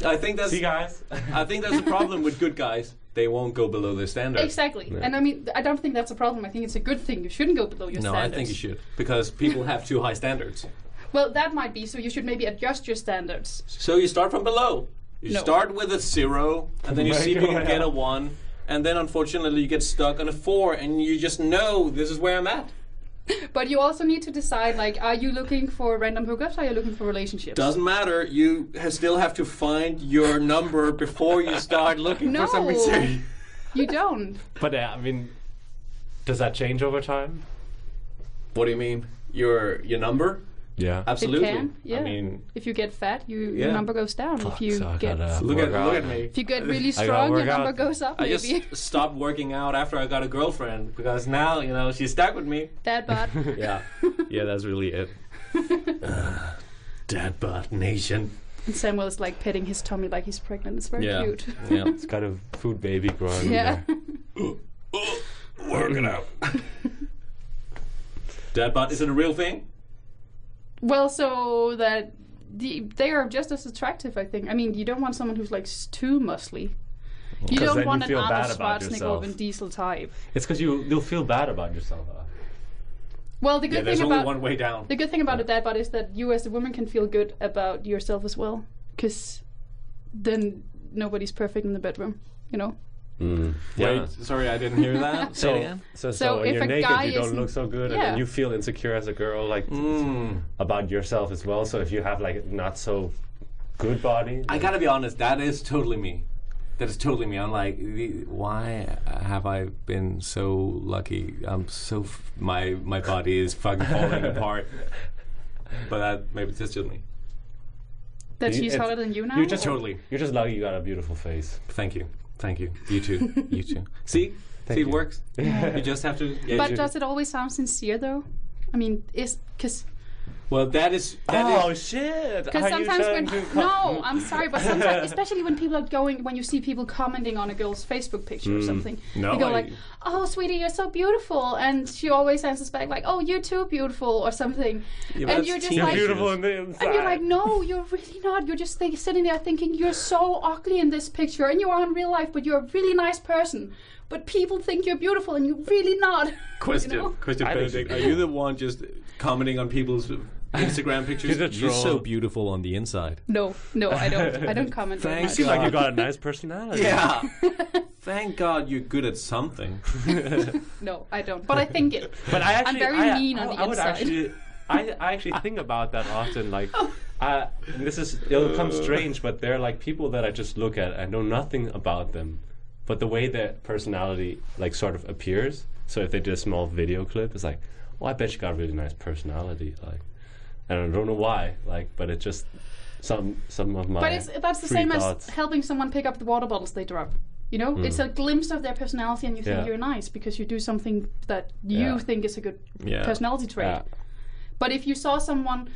[SPEAKER 1] Uh,
[SPEAKER 2] I think that's
[SPEAKER 1] See, guys. *laughs*
[SPEAKER 2] I think that's the problem with good guys. They won't go below their standards.
[SPEAKER 3] Exactly. And I mean, I don't think that's a problem. I think it's a good thing. You shouldn't go below your
[SPEAKER 2] No,
[SPEAKER 3] standards.
[SPEAKER 2] I think you should because people have too high standards.
[SPEAKER 3] Well, that might be. So you should maybe adjust your standards.
[SPEAKER 2] So you start from below. You
[SPEAKER 3] No.
[SPEAKER 2] start with a zero, and then you
[SPEAKER 1] Make
[SPEAKER 2] see if you
[SPEAKER 1] your
[SPEAKER 2] can
[SPEAKER 1] way
[SPEAKER 2] get a
[SPEAKER 1] up.
[SPEAKER 2] one, and then unfortunately you get stuck on a four, and you just know this is where I'm at.
[SPEAKER 3] But you also need to decide like, are you looking for random hookups? Are you looking for relationships?
[SPEAKER 2] Doesn't matter. You ha- still have to find your number before you start looking
[SPEAKER 3] No.
[SPEAKER 2] for something serious.
[SPEAKER 3] you don't.
[SPEAKER 1] But uh, I mean, does that change over time?
[SPEAKER 2] What do you mean? Your your number?
[SPEAKER 1] Yeah.
[SPEAKER 2] Absolutely.
[SPEAKER 3] can, yeah.
[SPEAKER 2] I mean,
[SPEAKER 3] If you get fat, you, your
[SPEAKER 2] Yeah.
[SPEAKER 3] number goes down. if you
[SPEAKER 1] so I
[SPEAKER 3] get
[SPEAKER 1] gotta
[SPEAKER 2] look
[SPEAKER 1] work
[SPEAKER 2] at
[SPEAKER 1] out.
[SPEAKER 2] look at me.
[SPEAKER 3] if you get
[SPEAKER 2] *laughs*
[SPEAKER 3] really
[SPEAKER 1] gotta
[SPEAKER 3] strong, your
[SPEAKER 1] work out.
[SPEAKER 3] number goes up.
[SPEAKER 2] I
[SPEAKER 3] Maybe *laughs*
[SPEAKER 2] just stopped working out after I got a girlfriend because now you know she's stuck with me.
[SPEAKER 3] that
[SPEAKER 2] *laughs*
[SPEAKER 3] bad. *laughs*
[SPEAKER 2] Yeah, yeah, that's really it. Dad bod nation.
[SPEAKER 3] and Samuel is like petting his tummy like he's pregnant. It's very
[SPEAKER 2] Yeah,
[SPEAKER 3] *laughs* cute.
[SPEAKER 2] yeah.
[SPEAKER 1] It's kind of food baby growing.
[SPEAKER 3] Yeah. *laughs*
[SPEAKER 2] Work it out. Dad bod is it a real thing?
[SPEAKER 3] well, so that the, they are just as attractive, I think. I mean, you don't want someone who's like s- too muscly. You
[SPEAKER 1] then
[SPEAKER 3] don't
[SPEAKER 1] you
[SPEAKER 3] want an
[SPEAKER 1] feel bad
[SPEAKER 3] Arnold
[SPEAKER 1] about
[SPEAKER 3] Schwarzenegger
[SPEAKER 1] yourself.
[SPEAKER 3] or Vin Diesel type.
[SPEAKER 1] It's because you you'll feel bad about yourself. uh.
[SPEAKER 3] Well, the
[SPEAKER 2] Yeah,
[SPEAKER 3] good
[SPEAKER 2] there's
[SPEAKER 3] thing
[SPEAKER 2] only
[SPEAKER 3] about
[SPEAKER 2] one way down.
[SPEAKER 3] The good thing about a dad bod is that you, as a woman, can feel good about yourself as well, because then nobody's perfect in the bedroom, you know.
[SPEAKER 1] Mm. Yeah.
[SPEAKER 2] Wait, sorry, I didn't hear that. *laughs* Say it
[SPEAKER 1] So,
[SPEAKER 2] again.
[SPEAKER 1] so, so,
[SPEAKER 3] So
[SPEAKER 1] when
[SPEAKER 3] if
[SPEAKER 1] you're
[SPEAKER 3] a
[SPEAKER 1] naked,
[SPEAKER 3] guy
[SPEAKER 1] you don't
[SPEAKER 3] isn't-
[SPEAKER 1] look so good, and
[SPEAKER 3] Yeah.
[SPEAKER 1] then you feel Mm.
[SPEAKER 2] hmm,
[SPEAKER 1] insecure as a girl, like t- about yourself as well. So if you have like not so good body.
[SPEAKER 2] I gotta be honest, that is totally me. That is totally me. I'm like, "The- why have I been so lucky? I'm so f- my my body is fucking falling *laughs* apart. But that maybe that's just me.
[SPEAKER 3] That
[SPEAKER 1] You-
[SPEAKER 3] she's
[SPEAKER 1] it's-
[SPEAKER 3] hotter than you now?
[SPEAKER 1] you just-
[SPEAKER 2] Totally.
[SPEAKER 1] You're just lucky you got a beautiful face.
[SPEAKER 2] Thank you. Thank you. You
[SPEAKER 1] *laughs*
[SPEAKER 2] too. you too. See,
[SPEAKER 1] Thank
[SPEAKER 2] see,
[SPEAKER 1] you.
[SPEAKER 2] it
[SPEAKER 1] uh,
[SPEAKER 2] works.
[SPEAKER 1] *laughs*
[SPEAKER 2] you just have to. yeah,
[SPEAKER 3] but
[SPEAKER 2] you-
[SPEAKER 3] does it always sound sincere though? I mean, is because
[SPEAKER 2] well, that is. that is-
[SPEAKER 1] oh shit!
[SPEAKER 3] because sometimes when no, I'm sorry, but sometimes, especially when people are going, when you see people commenting on a girl's Facebook picture or something,
[SPEAKER 2] Hmm. No,
[SPEAKER 3] you go
[SPEAKER 2] I-
[SPEAKER 3] like, "Oh, sweetie, you're so beautiful," and she always answers back like, "Oh, you're too beautiful" or something,
[SPEAKER 2] Yeah, but
[SPEAKER 3] and
[SPEAKER 2] that's
[SPEAKER 3] you're just
[SPEAKER 2] teen-
[SPEAKER 1] you're
[SPEAKER 3] like.
[SPEAKER 1] *laughs* beautiful on the inside.
[SPEAKER 3] And you're like, no, you're really not. You're just think, sitting there thinking you're so ugly in this picture, and you are in real life, but you're a really nice person. But people think you're beautiful, and you're really not. *laughs* you
[SPEAKER 2] Question,
[SPEAKER 3] know?
[SPEAKER 2] question,
[SPEAKER 1] I think
[SPEAKER 2] Benedict.
[SPEAKER 1] so.
[SPEAKER 2] Are you the one just commenting on people's
[SPEAKER 1] *laughs*
[SPEAKER 2] Instagram pictures?
[SPEAKER 1] He's a
[SPEAKER 2] You're so
[SPEAKER 1] troll.
[SPEAKER 2] beautiful on the inside.
[SPEAKER 3] No, no, I don't.
[SPEAKER 2] *laughs*
[SPEAKER 3] I don't comment. very
[SPEAKER 2] Thanks,
[SPEAKER 1] You
[SPEAKER 3] much.
[SPEAKER 1] seem like you got a nice personality.
[SPEAKER 2] Yeah. *laughs* Thank God you're good at something.
[SPEAKER 3] No, I don't. But I think it.
[SPEAKER 1] But I actually,
[SPEAKER 3] very
[SPEAKER 1] I,
[SPEAKER 3] mean
[SPEAKER 1] I,
[SPEAKER 3] on the
[SPEAKER 1] I would
[SPEAKER 3] inside.
[SPEAKER 1] actually, I, I
[SPEAKER 3] *laughs*
[SPEAKER 1] actually think about that often. Like,
[SPEAKER 3] Oh.
[SPEAKER 1] uh, and this is it'll come strange, but there are like people that I just look at. I know nothing about them, but the way their personality like sort of appears. So if they did a small video clip, it's like, oh, I bet you got a really nice personality. Like, and I don't know why. Like, but it just some some of my.
[SPEAKER 3] But it's that's the
[SPEAKER 1] free
[SPEAKER 3] same
[SPEAKER 1] thoughts. Hmm.
[SPEAKER 3] as helping someone pick up the water bottles they drop. You know, it's a glimpse of their personality, and you think
[SPEAKER 1] Yeah.
[SPEAKER 3] you're nice because you do something that you
[SPEAKER 1] Yeah.
[SPEAKER 3] think is a good
[SPEAKER 2] Yeah.
[SPEAKER 3] personality
[SPEAKER 1] *laughs*
[SPEAKER 3] trait.
[SPEAKER 1] Yeah.
[SPEAKER 3] But if you saw someone,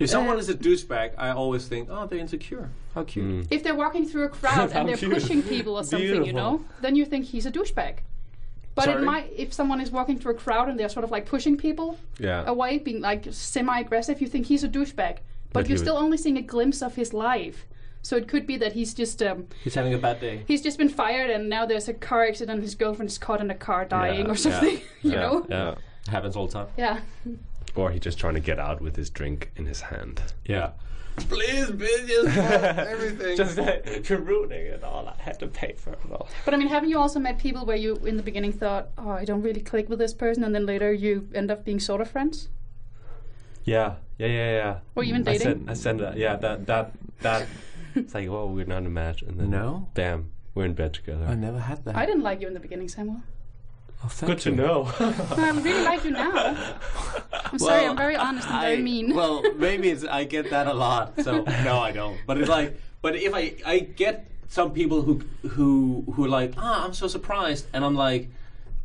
[SPEAKER 2] If someone is a douchebag, I always think, oh, they're insecure. How cute.
[SPEAKER 1] Mm.
[SPEAKER 3] if they're walking through
[SPEAKER 1] *laughs*
[SPEAKER 3] a crowd
[SPEAKER 1] How
[SPEAKER 3] and they're
[SPEAKER 1] cute.
[SPEAKER 3] pushing people or something, you know, then you think he's a douchebag. But it
[SPEAKER 2] Sorry?
[SPEAKER 3] might, if someone is walking through a crowd and they're sort of like pushing people
[SPEAKER 1] Yeah.
[SPEAKER 3] away, being like semi-aggressive, you think he's a douchebag.
[SPEAKER 1] But
[SPEAKER 3] But
[SPEAKER 1] he
[SPEAKER 3] you're
[SPEAKER 1] was-
[SPEAKER 3] still only seeing a glimpse of his life. So it could be that he's just um,
[SPEAKER 2] He's having a bad day.
[SPEAKER 3] he's just been fired and now there's a car accident his girlfriend is caught in a car dying
[SPEAKER 1] Yeah,
[SPEAKER 3] or something *laughs* you know
[SPEAKER 1] yeah.
[SPEAKER 2] Happens all the time.
[SPEAKER 3] yeah
[SPEAKER 1] Or he just trying to get out with his drink in his hand.
[SPEAKER 2] Yeah. Please,
[SPEAKER 1] *laughs*
[SPEAKER 2] bitches, everything.
[SPEAKER 1] Just like, you're ruining it all. I had to pay for it all.
[SPEAKER 3] but i mean haven't you also met people where you in the beginning thought oh i don't really click with this person and then later you end up being sort of friends
[SPEAKER 1] Yeah, yeah, yeah, yeah.
[SPEAKER 3] or even
[SPEAKER 2] Mm,
[SPEAKER 1] I
[SPEAKER 3] dating
[SPEAKER 1] send, I send that. Yeah, that, that, that. it's like, whoa, we're not a match, and then
[SPEAKER 2] No.
[SPEAKER 1] bam, we're in bed together.
[SPEAKER 4] I never had that.
[SPEAKER 3] I didn't like you in the beginning, Samuel.
[SPEAKER 4] Oh, thank
[SPEAKER 1] Good to
[SPEAKER 4] you.
[SPEAKER 1] know. *laughs*
[SPEAKER 3] No, I really like you
[SPEAKER 2] *laughs*
[SPEAKER 3] now. I'm sorry, I'm very honest and very
[SPEAKER 2] I-
[SPEAKER 3] mean. *laughs*
[SPEAKER 2] well, maybe it's I get that a lot. So no, I don't. But it's like, but if I I get some people who who who are like, ah, I'm so surprised, and I'm like,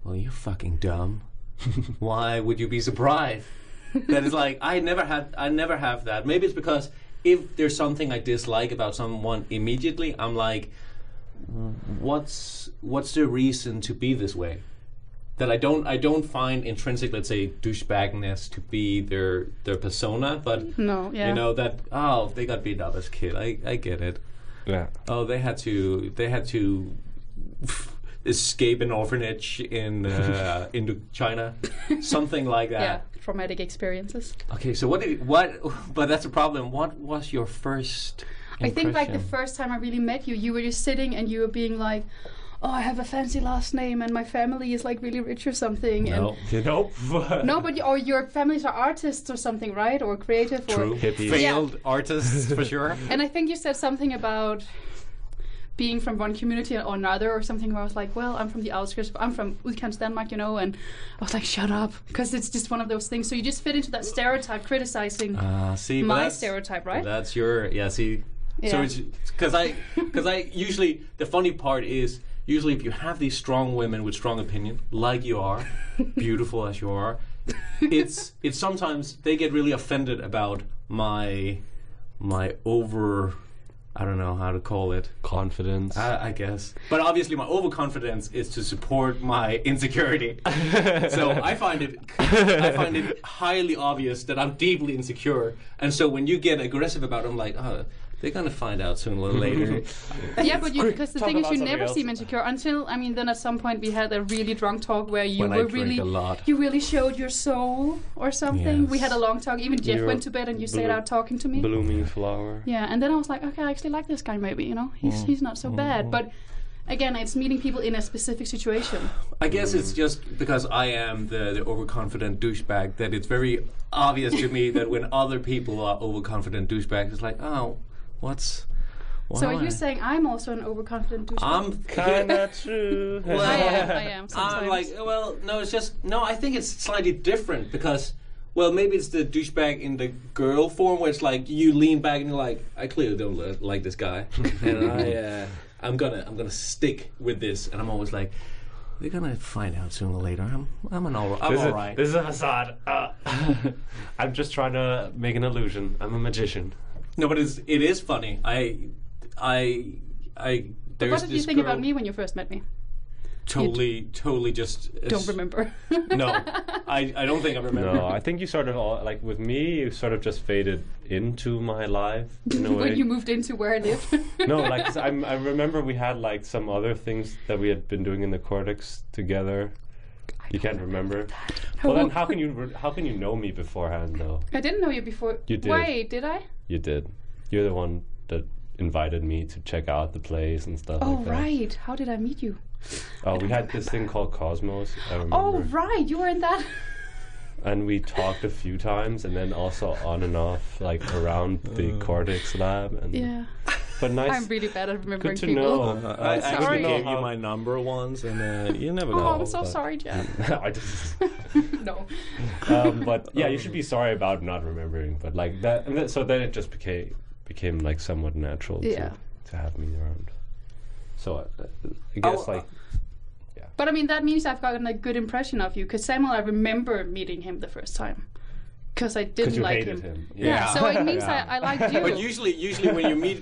[SPEAKER 2] well, you're fucking dumb. *laughs* Why would you be surprised? That is like I never had I never have that. Maybe it's because if there's something I dislike about someone immediately, I'm like, what's what's the reason to be this way? that I don't I don't find intrinsic, let's say, douchebagness to be their their persona, but
[SPEAKER 3] no, yeah.
[SPEAKER 2] you know that oh they got beat up as a kid. I, I get it.
[SPEAKER 1] yeah.
[SPEAKER 2] Oh they had to they had to *laughs* escape an orphanage in
[SPEAKER 3] *laughs*
[SPEAKER 2] uh, Indochina, something like
[SPEAKER 3] yeah,
[SPEAKER 2] that.
[SPEAKER 3] traumatic experiences.
[SPEAKER 2] Okay, so what did what? *laughs* But that's a problem. What was your first?
[SPEAKER 3] I think like the
[SPEAKER 2] impression?
[SPEAKER 3] first time I really met you, you were just sitting and you were being like, "Oh, I have a fancy last name and my family is like really rich or something." and
[SPEAKER 2] no
[SPEAKER 1] You know.
[SPEAKER 3] No, but you, or your families are artists or something, right? Or creative.
[SPEAKER 2] true
[SPEAKER 3] Or,
[SPEAKER 1] Hippies.
[SPEAKER 2] failed artists for sure.
[SPEAKER 3] and I think you said something about being from one community or another or something where I was like, well, I'm from the outskirts, but I'm from Udkants, Denmark, you know, and I was like, shut up, because it's just one of those things. So you just fit into that stereotype, criticizing
[SPEAKER 2] Uh, see, but
[SPEAKER 3] my
[SPEAKER 2] that's-
[SPEAKER 3] stereotype, right?
[SPEAKER 2] That's your yeah. See, so
[SPEAKER 3] Yeah.
[SPEAKER 2] it's because I because I usually the funny part is usually if you have these strong women with strong opinion like you
[SPEAKER 3] *laughs*
[SPEAKER 2] are, beautiful as you are, it's it's sometimes they get really offended about my my over I don't know how to call it.
[SPEAKER 1] *laughs* Confidence.
[SPEAKER 4] Ah.
[SPEAKER 2] I, I guess, but obviously my overconfidence is to support my
[SPEAKER 3] *laughs*
[SPEAKER 2] insecurity. so I find it, I find it highly obvious that I'm deeply insecure, and so when you get aggressive about it, I'm like, oh, they're gonna find out sooner or later.
[SPEAKER 3] yeah, but you because the
[SPEAKER 1] talk
[SPEAKER 3] thing is,
[SPEAKER 1] about
[SPEAKER 3] you
[SPEAKER 1] something
[SPEAKER 3] never
[SPEAKER 1] else.
[SPEAKER 3] seem insecure until I mean, then at some point we had a really drunk talk where *laughs*
[SPEAKER 2] *laughs*
[SPEAKER 3] you
[SPEAKER 2] When I
[SPEAKER 3] were
[SPEAKER 2] drink
[SPEAKER 3] really,
[SPEAKER 2] a lot.
[SPEAKER 3] you really showed your soul or something. We
[SPEAKER 2] Yes.
[SPEAKER 3] had a long talk. Even Jeff
[SPEAKER 1] You're
[SPEAKER 3] went to bed and you stayed
[SPEAKER 1] blue-
[SPEAKER 3] out talking to me.
[SPEAKER 1] Blooming flower.
[SPEAKER 3] Yeah, and then I was like, okay, I actually like this guy. Maybe you know, he's
[SPEAKER 1] Mm.
[SPEAKER 3] he's not so bad. But again, it's meeting people in a specific situation.
[SPEAKER 2] I guess it's just because I am the, the overconfident douchebag that it's very obvious to me that when other people are overconfident douchebags, it's like, oh,
[SPEAKER 4] What's why
[SPEAKER 3] So
[SPEAKER 4] am
[SPEAKER 3] are
[SPEAKER 4] I-
[SPEAKER 3] you saying I'm also an overconfident douchebag? *laughs*
[SPEAKER 2] I'm
[SPEAKER 4] *laughs*
[SPEAKER 1] Kinda true. *laughs*
[SPEAKER 3] I
[SPEAKER 2] Well-
[SPEAKER 3] am. I am. Sometimes.
[SPEAKER 2] I'm like, well, no, it's just no. I think it's slightly different because, well, maybe it's the douchebag in the girl form where it's like you lean back and you're like, I clearly don't li- like this
[SPEAKER 1] *laughs*
[SPEAKER 2] guy, and I, uh, I'm gonna, I'm gonna stick with this, and I'm always like,
[SPEAKER 4] We're gonna find out sooner or later. I'm I'm an all, I'm
[SPEAKER 1] This
[SPEAKER 4] all
[SPEAKER 1] is,
[SPEAKER 4] right.
[SPEAKER 1] this is a facade. Uh, *laughs* I'm just trying to make an illusion. I'm a magician.
[SPEAKER 2] no, but it's it is funny. I, I, I. There's
[SPEAKER 3] what did you
[SPEAKER 2] this
[SPEAKER 3] think
[SPEAKER 2] girl
[SPEAKER 3] about me when you first met me?
[SPEAKER 2] Totally, totally just
[SPEAKER 3] Don't remember. *laughs*
[SPEAKER 2] No, I, I don't think I remember.
[SPEAKER 1] No, I think you sort of all, like with me. You sort of just faded into my life
[SPEAKER 3] *laughs*
[SPEAKER 1] in a way.
[SPEAKER 3] when you moved into where I live.
[SPEAKER 1] no, like 'cause I'm, I remember we had like some other things that we had been doing in the Cortex together. You can't remember. Well, then how can you re- how can you know me beforehand though?
[SPEAKER 3] *laughs* I didn't know you before.
[SPEAKER 1] You did.
[SPEAKER 3] Wait, did I?
[SPEAKER 1] You did. You're the one that invited me to check out the plays and stuff.
[SPEAKER 3] Oh
[SPEAKER 1] like that.
[SPEAKER 3] right. How did I meet you?
[SPEAKER 1] Oh, we had this thing called Cosmos. I remember.
[SPEAKER 3] Oh right, you were in that.
[SPEAKER 1] and we talked a few times, and then also on and off, like around the Cortex lab. And
[SPEAKER 3] yeah.
[SPEAKER 1] but nice.
[SPEAKER 3] *laughs* I'm really bad at remembering
[SPEAKER 1] good to
[SPEAKER 3] people.
[SPEAKER 1] know.
[SPEAKER 4] Uh,
[SPEAKER 2] Oh,
[SPEAKER 4] I, I
[SPEAKER 3] sorry.
[SPEAKER 4] actually gave you
[SPEAKER 1] How-
[SPEAKER 4] my number once, and uh, you
[SPEAKER 3] *laughs*
[SPEAKER 4] never
[SPEAKER 3] Uh-huh. Oh,
[SPEAKER 4] called.
[SPEAKER 3] I'm so
[SPEAKER 4] but-
[SPEAKER 3] sorry,
[SPEAKER 1] *laughs*
[SPEAKER 3] Jeff.
[SPEAKER 1] I just-
[SPEAKER 3] *laughs* no.
[SPEAKER 1] um,
[SPEAKER 3] *laughs*
[SPEAKER 1] but yeah, you should be sorry about not remembering. But like that, and that so then it just became became like somewhat natural
[SPEAKER 3] Yeah.
[SPEAKER 1] to, to have me around. So uh, I guess
[SPEAKER 2] Oh,
[SPEAKER 1] like
[SPEAKER 3] uh, But I mean, that means I've gotten a good impression of you because Samuel, I remember meeting him the first time because I didn't
[SPEAKER 1] because you
[SPEAKER 3] like
[SPEAKER 1] hated him.
[SPEAKER 3] Yeah. So it
[SPEAKER 1] *laughs*
[SPEAKER 3] means
[SPEAKER 1] Yeah.
[SPEAKER 3] I, I liked you.
[SPEAKER 2] But usually, usually when you meet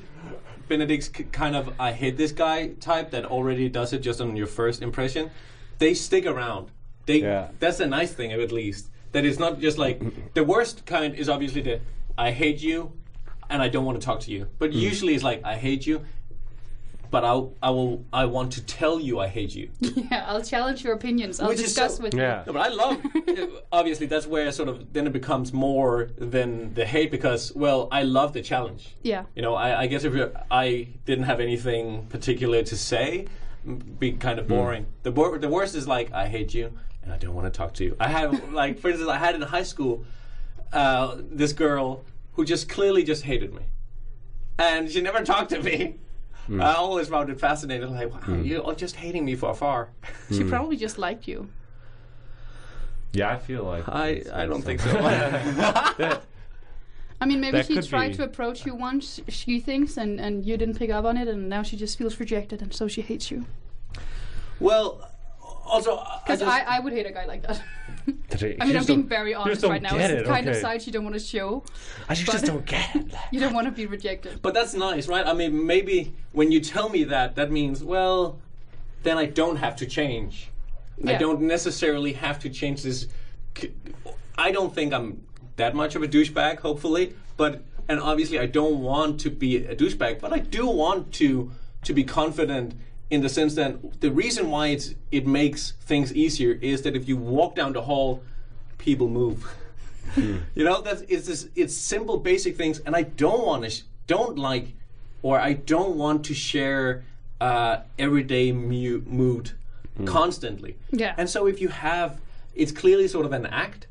[SPEAKER 2] Benedict's k- kind of "I hate this guy" type that already does it just on your first impression, they stick around. They
[SPEAKER 1] Yeah.
[SPEAKER 2] that's a nice thing at least that it's not just like the worst kind is obviously the "I hate you" and I don't want to talk to you. But usually it's like "I hate you," but I I will I want to tell you I hate you.
[SPEAKER 3] *laughs* yeah, I'll challenge your opinions. I'll
[SPEAKER 2] Which is
[SPEAKER 3] discuss
[SPEAKER 2] so-
[SPEAKER 3] with
[SPEAKER 1] Yeah.
[SPEAKER 2] No, but I love. obviously, that's where sort of then it becomes more than the hate because well, I love the challenge.
[SPEAKER 3] you. Yeah.
[SPEAKER 2] You know, I, I guess if you're, I didn't have anything particular to say, m- be kind of boring. The wor- the worst is like I hate you and I don't want to talk to you. I have like for instance, I had in high school uh, this girl who just clearly just hated me, and she never talked to me. I always found it fascinating. Like, wow, you're just hating me for far.
[SPEAKER 1] Hmm.
[SPEAKER 3] She probably just liked you.
[SPEAKER 1] Yeah, I feel like
[SPEAKER 2] I, I don't think so.
[SPEAKER 3] I mean, maybe
[SPEAKER 1] That
[SPEAKER 3] she
[SPEAKER 1] could
[SPEAKER 3] tried
[SPEAKER 1] be.
[SPEAKER 3] to approach you once, she thinks, and, and you didn't pick up on it, and now she just feels rejected, and so she hates you.
[SPEAKER 2] well, also, I
[SPEAKER 3] Because
[SPEAKER 2] just-
[SPEAKER 3] I, I would hate a guy like that. *laughs* I
[SPEAKER 1] You
[SPEAKER 3] mean, I'm
[SPEAKER 1] just
[SPEAKER 3] being
[SPEAKER 1] don't-
[SPEAKER 3] very
[SPEAKER 1] you just
[SPEAKER 3] honest
[SPEAKER 1] don't
[SPEAKER 3] right now.
[SPEAKER 1] get
[SPEAKER 3] It's the
[SPEAKER 1] it,
[SPEAKER 3] kind of
[SPEAKER 1] okay.
[SPEAKER 3] side you don't want to show.
[SPEAKER 1] I just,
[SPEAKER 3] but-
[SPEAKER 1] don't get it.
[SPEAKER 3] You don't want to be rejected.
[SPEAKER 2] But that's nice, right? I mean, maybe when you tell me that, that means, well, then I don't have to change. I
[SPEAKER 3] Yeah.
[SPEAKER 2] don't necessarily have to change this. c- I don't think I'm that much of a douchebag, hopefully, but and obviously I don't want to be a douchebag, but I do want to to be confident in the sense that the reason why it's it makes things easier is that if you walk down the hall, people move. *laughs* You know, that's it's this, it's simple, basic things, and I don't want to sh- don't like, or I don't want to share uh, everyday mu- mood constantly.
[SPEAKER 3] Yeah.
[SPEAKER 2] And so if you have, it's clearly sort of an act.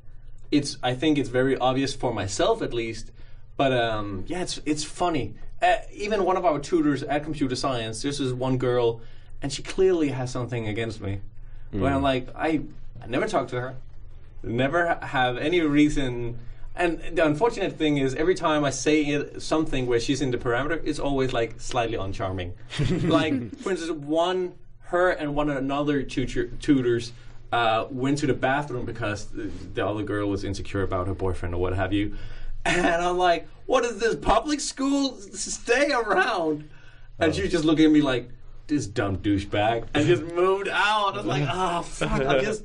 [SPEAKER 2] It's I think it's very obvious for myself at least, but um, yeah, it's it's funny. Uh, even one of our tutors at computer science, this is one girl, and she clearly has something against me. When I'm like, I, I never talked to her never ha- have any reason. And the unfortunate thing is, every time I say it, something where she's in the parameter, it's always like slightly uncharming. like, for instance, one her and one another tutor, tutors uh, went to the bathroom because the, the other girl was insecure about her boyfriend or what have you. And I'm like, what is this public school? Stay around. And she was just looking at me like, this dumb douchebag, and just moved out. I was like, oh fuck, I just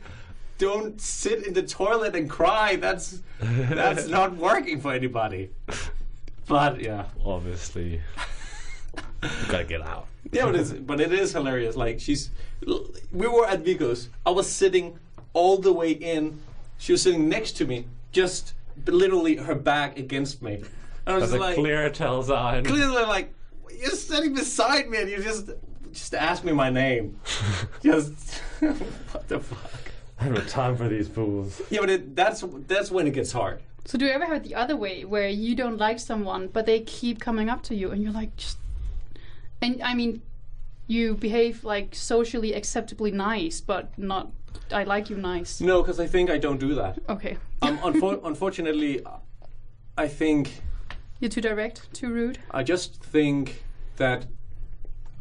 [SPEAKER 2] don't sit in the toilet and cry. That's
[SPEAKER 1] *laughs*
[SPEAKER 2] that's not working for anybody. But yeah,
[SPEAKER 1] Obviously, you gotta get out.
[SPEAKER 2] yeah, but it's but it is hilarious. Like she's, we were at Vico's. I was sitting all the way in. She was sitting next to me, just literally her back against me. And I was
[SPEAKER 1] That's
[SPEAKER 2] just
[SPEAKER 1] a
[SPEAKER 2] like,
[SPEAKER 1] clear tell sign.
[SPEAKER 2] clearly like you're sitting beside me and you just just ask me
[SPEAKER 1] *laughs*
[SPEAKER 2] my name. just *laughs* what the fuck.
[SPEAKER 1] I don't have time for these fools.
[SPEAKER 2] Yeah, but it, that's that's when it gets hard.
[SPEAKER 3] So do you ever have it the other way where you don't like someone but they keep coming up to you and you're like just and I mean you behave like socially acceptably nice but not I like you nice.
[SPEAKER 2] No, because I think I don't do that.
[SPEAKER 3] Okay.
[SPEAKER 2] Um, unfor- unfortunately, I think
[SPEAKER 3] You're too direct, too rude.
[SPEAKER 2] I just think that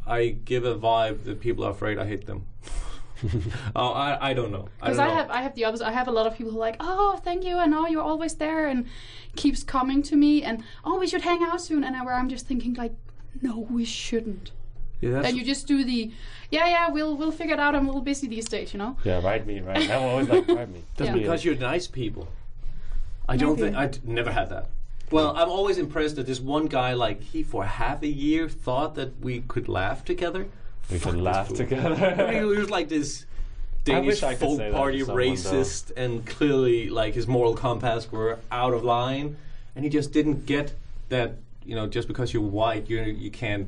[SPEAKER 2] I give a vibe that people are afraid I hate them. *laughs* oh, I, I don't know. I
[SPEAKER 3] Because
[SPEAKER 2] don't
[SPEAKER 3] I,
[SPEAKER 2] know.
[SPEAKER 3] have I have the opposite. I have a lot of people who are like, oh, thank you, and oh, you're always there, and keeps coming to me, and oh, we should hang out soon, and I, where I'm just thinking like, no, we shouldn't.
[SPEAKER 2] Yeah, that's-
[SPEAKER 3] And you just do the, yeah, yeah, we'll we'll figure it out. I'm a little busy these days, you know.
[SPEAKER 5] Yeah, write me, right? That always like write me.
[SPEAKER 2] That's
[SPEAKER 3] Yeah.
[SPEAKER 2] because you're nice people. I don't
[SPEAKER 3] Maybe.
[SPEAKER 2] think I d- never had that. Well, I'm always impressed that this one guy, like he for half a year, thought that we could laugh together.
[SPEAKER 5] We
[SPEAKER 2] Fuck
[SPEAKER 5] can
[SPEAKER 2] this
[SPEAKER 5] laugh
[SPEAKER 2] fool. *laughs* he
[SPEAKER 1] *laughs*
[SPEAKER 5] together.
[SPEAKER 2] was like this Danish
[SPEAKER 5] wish I could
[SPEAKER 2] folk
[SPEAKER 5] say that to
[SPEAKER 2] party
[SPEAKER 5] someone, though.
[SPEAKER 2] racist, and clearly like his moral compass were out of line, and he just didn't get that. You know, just because you're white, you you can't.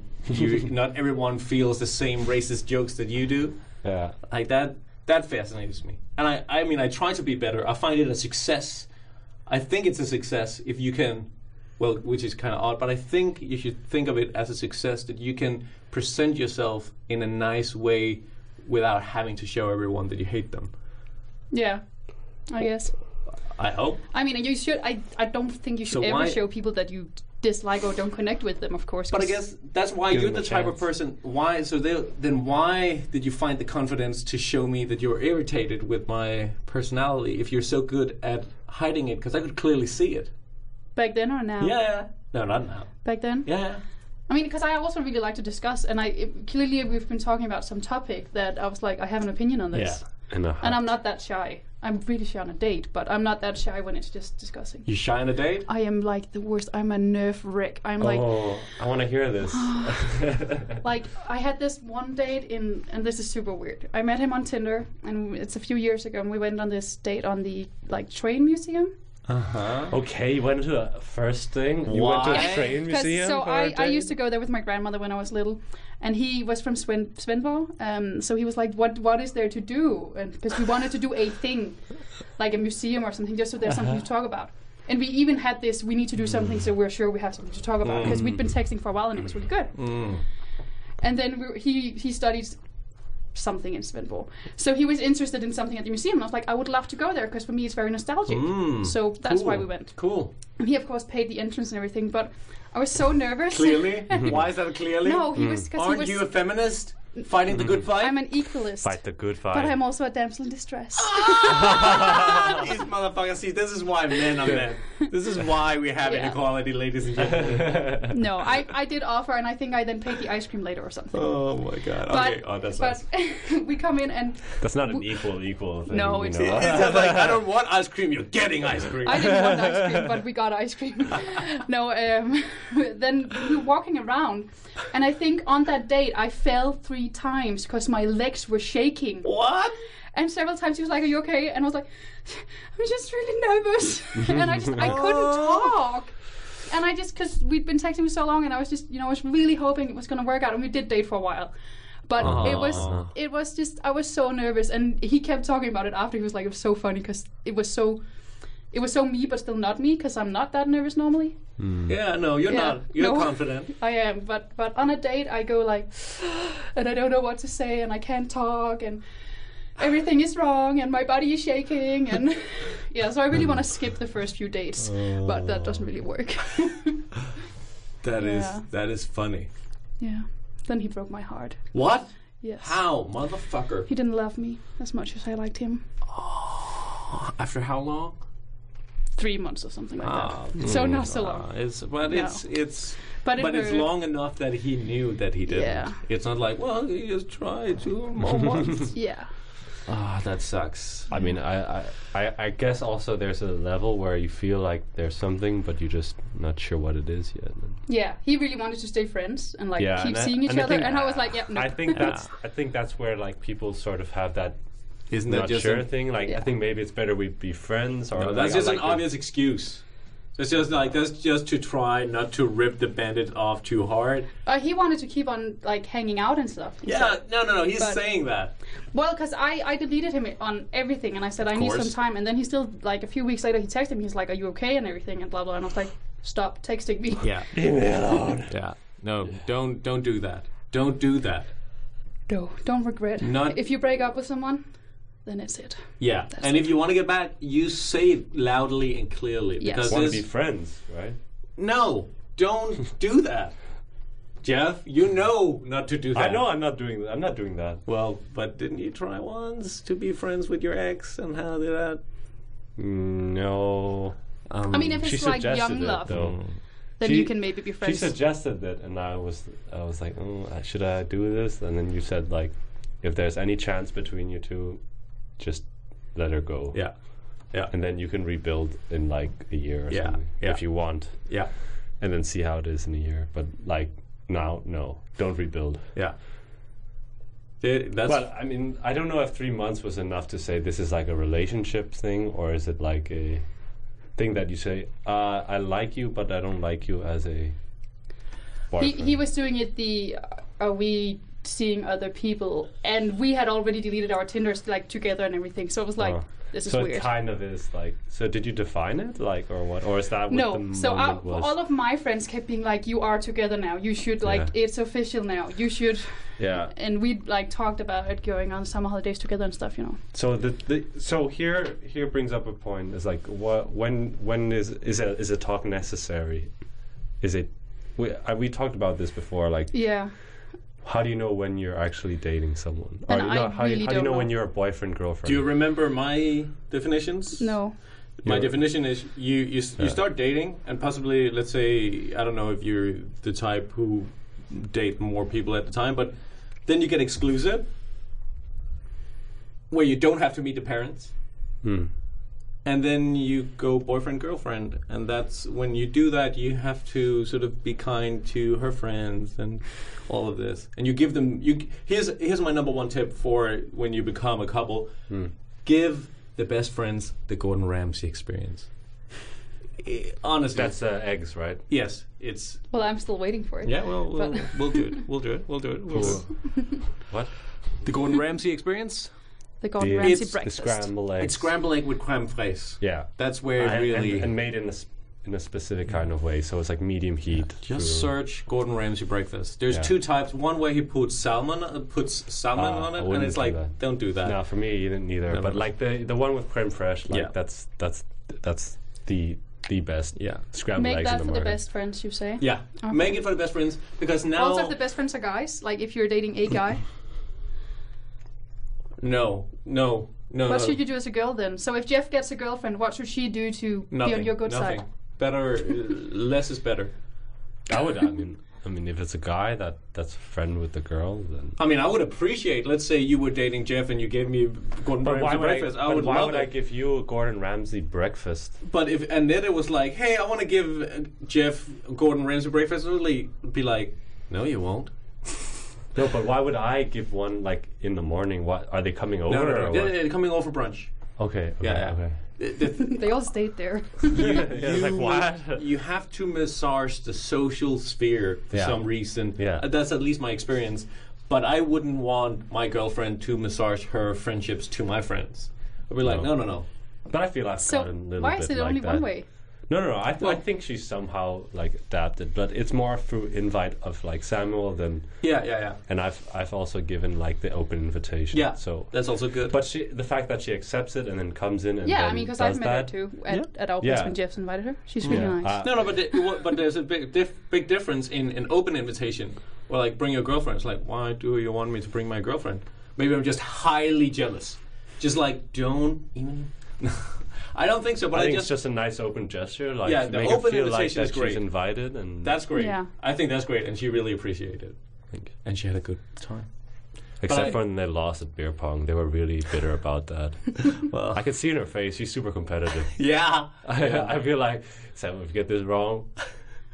[SPEAKER 5] *laughs*
[SPEAKER 2] You, not everyone feels the same racist jokes that you do
[SPEAKER 5] yeah.
[SPEAKER 2] like that that fascinates me and i i mean i try to be better i find it a success i think it's a success if you can well which is kind of odd but i think you should think of it as a success that you can present yourself in a nice way without having to show everyone that you hate them
[SPEAKER 3] Yeah, I guess.
[SPEAKER 2] i hope
[SPEAKER 3] I mean, you should. I I don't think you should
[SPEAKER 2] So
[SPEAKER 3] ever
[SPEAKER 2] why-
[SPEAKER 3] show people that you dislike or don't connect with them, of course.
[SPEAKER 2] but i
[SPEAKER 3] 'cause-
[SPEAKER 2] guess that's why
[SPEAKER 5] Give
[SPEAKER 2] you're
[SPEAKER 5] them
[SPEAKER 2] the
[SPEAKER 5] a
[SPEAKER 2] type of
[SPEAKER 5] chance.
[SPEAKER 2] person why so they, then why did you find the confidence to show me that you're irritated with my personality if you're so good at hiding it because i could clearly see it
[SPEAKER 3] back then or now.
[SPEAKER 2] Yeah. No, not now.
[SPEAKER 3] Back then.
[SPEAKER 2] Yeah.
[SPEAKER 3] I mean, because I also really like to discuss, and I it, clearly we've been talking about some topic that I was like, I have an opinion on this.
[SPEAKER 2] Yeah.
[SPEAKER 1] And, a
[SPEAKER 3] And
[SPEAKER 1] hug.
[SPEAKER 3] I'm not that shy. I'm really shy on a date, but I'm not that shy when it's just discussing.
[SPEAKER 2] You shy on a date?
[SPEAKER 3] I am like the worst. I'm a nerve wreck. I'm like
[SPEAKER 1] oh, I want to hear this.
[SPEAKER 3] *sighs* like I had this one date in and this is super weird. I met him on Tinder and it's a few years ago and we went on this date on the like train museum.
[SPEAKER 2] Oh,
[SPEAKER 5] Okay, you went to a first thing. You went to
[SPEAKER 2] Why?
[SPEAKER 5] a train
[SPEAKER 3] Because
[SPEAKER 5] museum.
[SPEAKER 3] so
[SPEAKER 5] for
[SPEAKER 3] I,
[SPEAKER 5] a
[SPEAKER 3] I
[SPEAKER 5] date?
[SPEAKER 3] used to go there with my grandmother when I was little, and he was from Sven Svenborg, um, so he was like, "What what is there to do?" And because we wanted to do a thing, like a museum or something, just so there's something to
[SPEAKER 5] Uh-huh.
[SPEAKER 3] talk about. And we even had this: we need to do something, so we're sure we have something to talk about because we'd
[SPEAKER 5] Mm.
[SPEAKER 3] been texting for a while and it was really good.
[SPEAKER 1] Mm,
[SPEAKER 3] And then we, he he studied something in Svenborg, so he was interested in something at the museum. And I was like, I would love to go there because for me it's very nostalgic.
[SPEAKER 5] Mm.
[SPEAKER 3] So that's why we went.
[SPEAKER 2] Cool.
[SPEAKER 3] And he, of course, paid the entrance and everything, but I was so nervous. *laughs*
[SPEAKER 2] Clearly? Why is that clearly?
[SPEAKER 3] no, he was because he
[SPEAKER 2] Aren't
[SPEAKER 3] was.
[SPEAKER 2] you a feminist? Fighting the good fight?
[SPEAKER 3] I'm an equalist,
[SPEAKER 5] fight the good fight.
[SPEAKER 3] but I'm
[SPEAKER 1] *laughs*
[SPEAKER 3] also a damsel in distress.
[SPEAKER 2] *laughs*
[SPEAKER 3] *laughs*
[SPEAKER 2] These motherfuckers. See, this is why men are men. This is why we have
[SPEAKER 3] Yeah.
[SPEAKER 2] inequality, ladies and gentlemen.
[SPEAKER 3] no, I, I did offer, and I think I then paid the ice cream later or something.
[SPEAKER 2] oh my god.
[SPEAKER 3] but
[SPEAKER 2] okay. Oh, that's
[SPEAKER 3] but
[SPEAKER 2] nice.
[SPEAKER 3] *laughs* we come in and
[SPEAKER 1] That's not an equal equal thing.
[SPEAKER 3] No,
[SPEAKER 1] you *laughs*
[SPEAKER 3] it's-
[SPEAKER 1] know?
[SPEAKER 2] It's just like, I don't want ice cream. You're getting ice cream.
[SPEAKER 3] I didn't want ice cream, but we got ice cream. no, um, *laughs* then we were walking around, and I think on that date I fell three times because my legs were
[SPEAKER 2] *laughs*
[SPEAKER 3] shaking.
[SPEAKER 2] what?
[SPEAKER 3] And several times he was like, "Are you okay?" And I was like, "I'm just really nervous," *laughs* and I just I couldn't talk. And I just because we'd been texting for so long, and I was just you know I was really hoping it was going to work out, and we did date for a while. But it was it was just I was so nervous, and he kept talking about it after. He was like, "It was so funny because it was so." It was so me, but still not me, because I'm not that nervous normally.
[SPEAKER 2] Yeah, no, you're
[SPEAKER 3] Yeah.
[SPEAKER 2] not. You're
[SPEAKER 3] No.
[SPEAKER 2] confident.
[SPEAKER 3] I am, but but on a date I go like, *gasps* and I don't know what to say, and I can't talk, and everything is wrong, and my body is shaking, and *laughs* yeah. So I really want to skip the first few dates, but that doesn't really work. *laughs*
[SPEAKER 2] That is
[SPEAKER 3] Yeah.
[SPEAKER 2] that is funny.
[SPEAKER 3] yeah. Then he broke my heart.
[SPEAKER 2] What?
[SPEAKER 3] Yes.
[SPEAKER 2] How, motherfucker?
[SPEAKER 3] He didn't love me as much as I liked him.
[SPEAKER 2] After how long?
[SPEAKER 3] Three months or something like
[SPEAKER 2] Ah,
[SPEAKER 3] that. So not so long.
[SPEAKER 2] It's but
[SPEAKER 3] No.
[SPEAKER 2] it's it's
[SPEAKER 3] But it
[SPEAKER 2] but it's
[SPEAKER 3] hurt.
[SPEAKER 2] long enough that he knew that he didn't.
[SPEAKER 3] Yeah.
[SPEAKER 2] It's not like, well, you just try two *laughs* more months.
[SPEAKER 3] Yeah.
[SPEAKER 2] Ah, that sucks.
[SPEAKER 1] I mean, I, I, I, I guess also there's a level where you feel like there's something, but you're just not sure what it is yet.
[SPEAKER 3] Yeah. He really wanted to stay friends and like
[SPEAKER 1] Yeah,
[SPEAKER 3] keep
[SPEAKER 1] and I-
[SPEAKER 3] seeing each
[SPEAKER 1] and I
[SPEAKER 3] other,
[SPEAKER 1] think-
[SPEAKER 3] and I was like, yeah, no.
[SPEAKER 1] I
[SPEAKER 3] *laughs*
[SPEAKER 1] think that's I think that's where like people sort of have that
[SPEAKER 2] Isn't
[SPEAKER 1] not
[SPEAKER 2] that just
[SPEAKER 1] sure
[SPEAKER 2] an,
[SPEAKER 1] thing. Like
[SPEAKER 3] Yeah.
[SPEAKER 1] I think maybe it's better we be friends or
[SPEAKER 2] no,
[SPEAKER 1] like,
[SPEAKER 2] that's
[SPEAKER 1] I
[SPEAKER 2] just
[SPEAKER 1] like
[SPEAKER 2] an
[SPEAKER 1] you.
[SPEAKER 2] obvious excuse. That's just like that's just to try not to rip the bandit off too hard.
[SPEAKER 3] uh, he wanted to keep on like hanging out and stuff.
[SPEAKER 2] Yeah, no, no, no. He's
[SPEAKER 3] But-
[SPEAKER 2] saying that.
[SPEAKER 3] Well, because I, I deleted him on everything, and I said I need some
[SPEAKER 2] course.
[SPEAKER 3] time, and then he still like a few weeks later he texted me. He's like, "Are you okay?" and everything, and blah blah. And I was like, "Stop texting me."
[SPEAKER 4] Yeah.
[SPEAKER 1] Leave me *laughs* alone.
[SPEAKER 4] Yeah.
[SPEAKER 2] No, don't don't do that. Don't do that.
[SPEAKER 3] *laughs* No, don't regret.
[SPEAKER 2] Not-
[SPEAKER 3] if you break up with someone, then it's it.
[SPEAKER 2] Yeah. and if you want to get back, you say it loudly and clearly
[SPEAKER 3] Yes.
[SPEAKER 2] because
[SPEAKER 1] Want to
[SPEAKER 2] this-
[SPEAKER 1] be friends, right?
[SPEAKER 2] no, don't do *laughs* that. Jeff, you know not to do that.
[SPEAKER 1] I know I'm not doing that. I'm not doing that.
[SPEAKER 2] Well, but didn't you try once to be friends with your ex and how did that?
[SPEAKER 1] Mm, No.
[SPEAKER 4] Um,
[SPEAKER 3] I mean, if
[SPEAKER 1] Mm, She
[SPEAKER 3] it's like
[SPEAKER 1] suggested
[SPEAKER 3] young
[SPEAKER 1] it,
[SPEAKER 3] love,
[SPEAKER 1] though.
[SPEAKER 3] then
[SPEAKER 1] She-
[SPEAKER 3] you can maybe be
[SPEAKER 1] She
[SPEAKER 3] friends.
[SPEAKER 1] suggested that, and I was, I was like, oh, I- should I do this? And then you said like, if there's any chance between you two, just let her go.
[SPEAKER 2] Yeah. Yeah.
[SPEAKER 1] And then you can rebuild in like a year or
[SPEAKER 2] Yeah,
[SPEAKER 1] something
[SPEAKER 2] yeah.
[SPEAKER 1] if you want,
[SPEAKER 2] Yeah.
[SPEAKER 1] and then see how it is in a year. But like now, no, don't rebuild.
[SPEAKER 2] Yeah. Th- Eh, That's
[SPEAKER 1] Well, I mean, I don't know if three months was enough to say this is like a relationship thing, or is it like a thing that you say, uh, I like you, but I don't like you as a
[SPEAKER 3] he,
[SPEAKER 1] boyfriend.
[SPEAKER 3] he was doing it the uh, are we seeing other people, and we had already deleted our Tinders like together and everything. So it was like,
[SPEAKER 1] Oh.
[SPEAKER 3] this is
[SPEAKER 1] so
[SPEAKER 3] weird.
[SPEAKER 1] it kind of is like. So did you define it, like, or what, or is that what the
[SPEAKER 3] No,
[SPEAKER 1] moment
[SPEAKER 3] so I,
[SPEAKER 1] was?
[SPEAKER 3] all of my friends kept being like, "You are together now. You should like
[SPEAKER 1] Yeah.
[SPEAKER 3] it's official now. You should."
[SPEAKER 1] yeah.
[SPEAKER 3] And we like talked about it going on summer holidays together and stuff, you know.
[SPEAKER 1] So the, the so here here brings up a point. Is like what when when is is a is a talk necessary? Is it? We, uh, we talked about this before. Like,
[SPEAKER 3] Yeah,
[SPEAKER 1] how do you know when you're actually dating someone?
[SPEAKER 3] And
[SPEAKER 1] you
[SPEAKER 3] I
[SPEAKER 1] know, how, you-
[SPEAKER 3] really
[SPEAKER 1] how do you
[SPEAKER 3] don't
[SPEAKER 1] know, when
[SPEAKER 3] know.
[SPEAKER 1] you're a boyfriend girlfriend?
[SPEAKER 2] Do you remember my definitions?
[SPEAKER 3] no,
[SPEAKER 2] My
[SPEAKER 1] Yeah.
[SPEAKER 2] definition is you you, s you start dating and possibly let's say I don't know if you're the type who date more people at the time, but then you get exclusive, where you don't have to meet the parents,
[SPEAKER 1] Hmm.
[SPEAKER 2] and then you go boyfriend girlfriend, and that's when you do that you have to sort of be kind to her friends and all of this, and you give them you g- here's here's my number one tip for when you become a couple give the best friends the Gordon Ramsay experience. Eh, Honestly,
[SPEAKER 1] That's uh, eggs, right?
[SPEAKER 2] yes, it's
[SPEAKER 3] well, I'm still waiting for it.
[SPEAKER 2] yeah. Well, we'll,
[SPEAKER 3] But-
[SPEAKER 2] *laughs* we'll do it. We'll do it. We'll do it. We'll do it.
[SPEAKER 1] what?
[SPEAKER 2] The Gordon Ramsay experience.
[SPEAKER 3] The Gordon
[SPEAKER 1] Yeah.
[SPEAKER 3] Ramsay
[SPEAKER 2] It's-
[SPEAKER 1] The
[SPEAKER 3] breakfast.
[SPEAKER 1] scrambled eggs.
[SPEAKER 2] It's scrambled egg with creme fraîche.
[SPEAKER 1] Yeah.
[SPEAKER 2] That's where it
[SPEAKER 1] and,
[SPEAKER 2] really.
[SPEAKER 1] and, and made in a sp- in a specific kind of way. So it's like medium heat.
[SPEAKER 2] just
[SPEAKER 1] through-
[SPEAKER 2] search Gordon Ramsay breakfast. There's
[SPEAKER 1] Yeah.
[SPEAKER 2] two types. One where he puts salmon, uh, puts salmon
[SPEAKER 1] Ah,
[SPEAKER 2] on
[SPEAKER 1] I
[SPEAKER 2] it, and
[SPEAKER 1] wouldn't
[SPEAKER 2] it's
[SPEAKER 1] do
[SPEAKER 2] like,
[SPEAKER 1] that.
[SPEAKER 2] don't do that.
[SPEAKER 1] No, for me you didn't either. but
[SPEAKER 2] no.
[SPEAKER 1] like the the one with creme fraiche, like
[SPEAKER 2] Yeah.
[SPEAKER 1] that's that's that's the the best.
[SPEAKER 2] Yeah.
[SPEAKER 1] Scrambled
[SPEAKER 3] Make
[SPEAKER 1] eggs
[SPEAKER 3] that
[SPEAKER 1] in the
[SPEAKER 3] for the
[SPEAKER 1] morning.
[SPEAKER 3] best friends, you say.
[SPEAKER 2] Yeah, make it for the best friends because now
[SPEAKER 3] Also, if the best friends are guys, like if you're dating
[SPEAKER 1] *laughs*
[SPEAKER 3] a guy,
[SPEAKER 2] no, no, no.
[SPEAKER 3] what
[SPEAKER 2] no.
[SPEAKER 3] should you do as a girl then? So if Jeff gets a girlfriend, what should she do to be
[SPEAKER 2] Nothing.
[SPEAKER 3] on your good
[SPEAKER 2] nothing.
[SPEAKER 3] side?
[SPEAKER 2] Better, uh, less is better.
[SPEAKER 1] I would.
[SPEAKER 3] *laughs*
[SPEAKER 1] I mean, I mean, if it's a guy that that's a friend with the girl, then.
[SPEAKER 2] I mean, I would appreciate. Let's say you were dating Jeff and you gave me Gordon Ramsay breakfast. I,
[SPEAKER 1] but
[SPEAKER 2] would
[SPEAKER 1] why
[SPEAKER 2] love
[SPEAKER 1] would
[SPEAKER 2] it.
[SPEAKER 1] I give you a Gordon Ramsay breakfast?
[SPEAKER 2] but if and then it was like, hey, I want to give uh, Jeff Gordon Ramsay breakfast, I would really be like, no, you won't.
[SPEAKER 1] No, but why would I give one like in the morning? What are they coming over?
[SPEAKER 2] No, no,
[SPEAKER 1] or
[SPEAKER 2] no.
[SPEAKER 1] what?
[SPEAKER 2] They're, they're coming over brunch.
[SPEAKER 1] Okay, okay,
[SPEAKER 2] Yeah, yeah.
[SPEAKER 1] okay.
[SPEAKER 2] The- the-
[SPEAKER 3] They all stayed
[SPEAKER 1] *laughs*
[SPEAKER 3] there.
[SPEAKER 2] *laughs*
[SPEAKER 1] Yeah, it's like
[SPEAKER 3] *laughs*
[SPEAKER 1] what?
[SPEAKER 2] you have to massage the social sphere for
[SPEAKER 1] Yeah.
[SPEAKER 2] some reason.
[SPEAKER 1] Yeah.
[SPEAKER 2] Uh, That's at least my experience. But I wouldn't want my girlfriend to massage her friendships to my friends. I'd be like,
[SPEAKER 1] No.
[SPEAKER 2] no, no, no.
[SPEAKER 1] But I feel I've
[SPEAKER 3] So
[SPEAKER 1] gotten a little
[SPEAKER 3] why
[SPEAKER 1] bit
[SPEAKER 3] is it
[SPEAKER 1] like
[SPEAKER 3] only
[SPEAKER 1] that.
[SPEAKER 3] one way?
[SPEAKER 1] No, no, no. I, th- I
[SPEAKER 2] Well-
[SPEAKER 1] think she's somehow like adapted, but it's more through invite of like Samuel than,
[SPEAKER 2] Yeah, yeah, yeah.
[SPEAKER 1] and I've I've also given like the open invitation.
[SPEAKER 2] Yeah.
[SPEAKER 1] So,
[SPEAKER 2] that's also good.
[SPEAKER 1] but she the fact that she accepts it and then comes in and
[SPEAKER 3] Yeah, I
[SPEAKER 1] then
[SPEAKER 3] mean, because
[SPEAKER 1] does
[SPEAKER 3] I've met
[SPEAKER 1] that,
[SPEAKER 3] her too at, at our
[SPEAKER 1] Yeah.
[SPEAKER 3] place when Jeff's invited her. She's really
[SPEAKER 1] Yeah.
[SPEAKER 3] nice.
[SPEAKER 1] Uh,
[SPEAKER 2] No, no, but the, well, but there's a big dif- big difference in an open invitation. Where like bring your girlfriend. It's like why do you want me to bring my girlfriend? Maybe I'm just highly jealous. Just like don't even. *laughs* I don't think so. But
[SPEAKER 1] I
[SPEAKER 2] I,
[SPEAKER 1] think
[SPEAKER 2] just,
[SPEAKER 1] it's just a nice open gesture, like
[SPEAKER 2] Yeah,
[SPEAKER 1] to
[SPEAKER 2] the
[SPEAKER 1] make
[SPEAKER 2] open
[SPEAKER 1] her feel like
[SPEAKER 2] invitation
[SPEAKER 1] that
[SPEAKER 2] is great.
[SPEAKER 1] she's invited, and
[SPEAKER 2] that's great.
[SPEAKER 3] Yeah.
[SPEAKER 2] I think that's great, and she really appreciated.
[SPEAKER 1] Thank you.
[SPEAKER 2] And she had a good time.
[SPEAKER 1] except
[SPEAKER 2] I-
[SPEAKER 1] for when they lost at beer pong, they were really bitter about that.
[SPEAKER 2] *laughs* Well-
[SPEAKER 1] I could see in her face; she's super competitive.
[SPEAKER 2] *laughs* Yeah.
[SPEAKER 1] *laughs* I, I feel like Sam, if you get this wrong,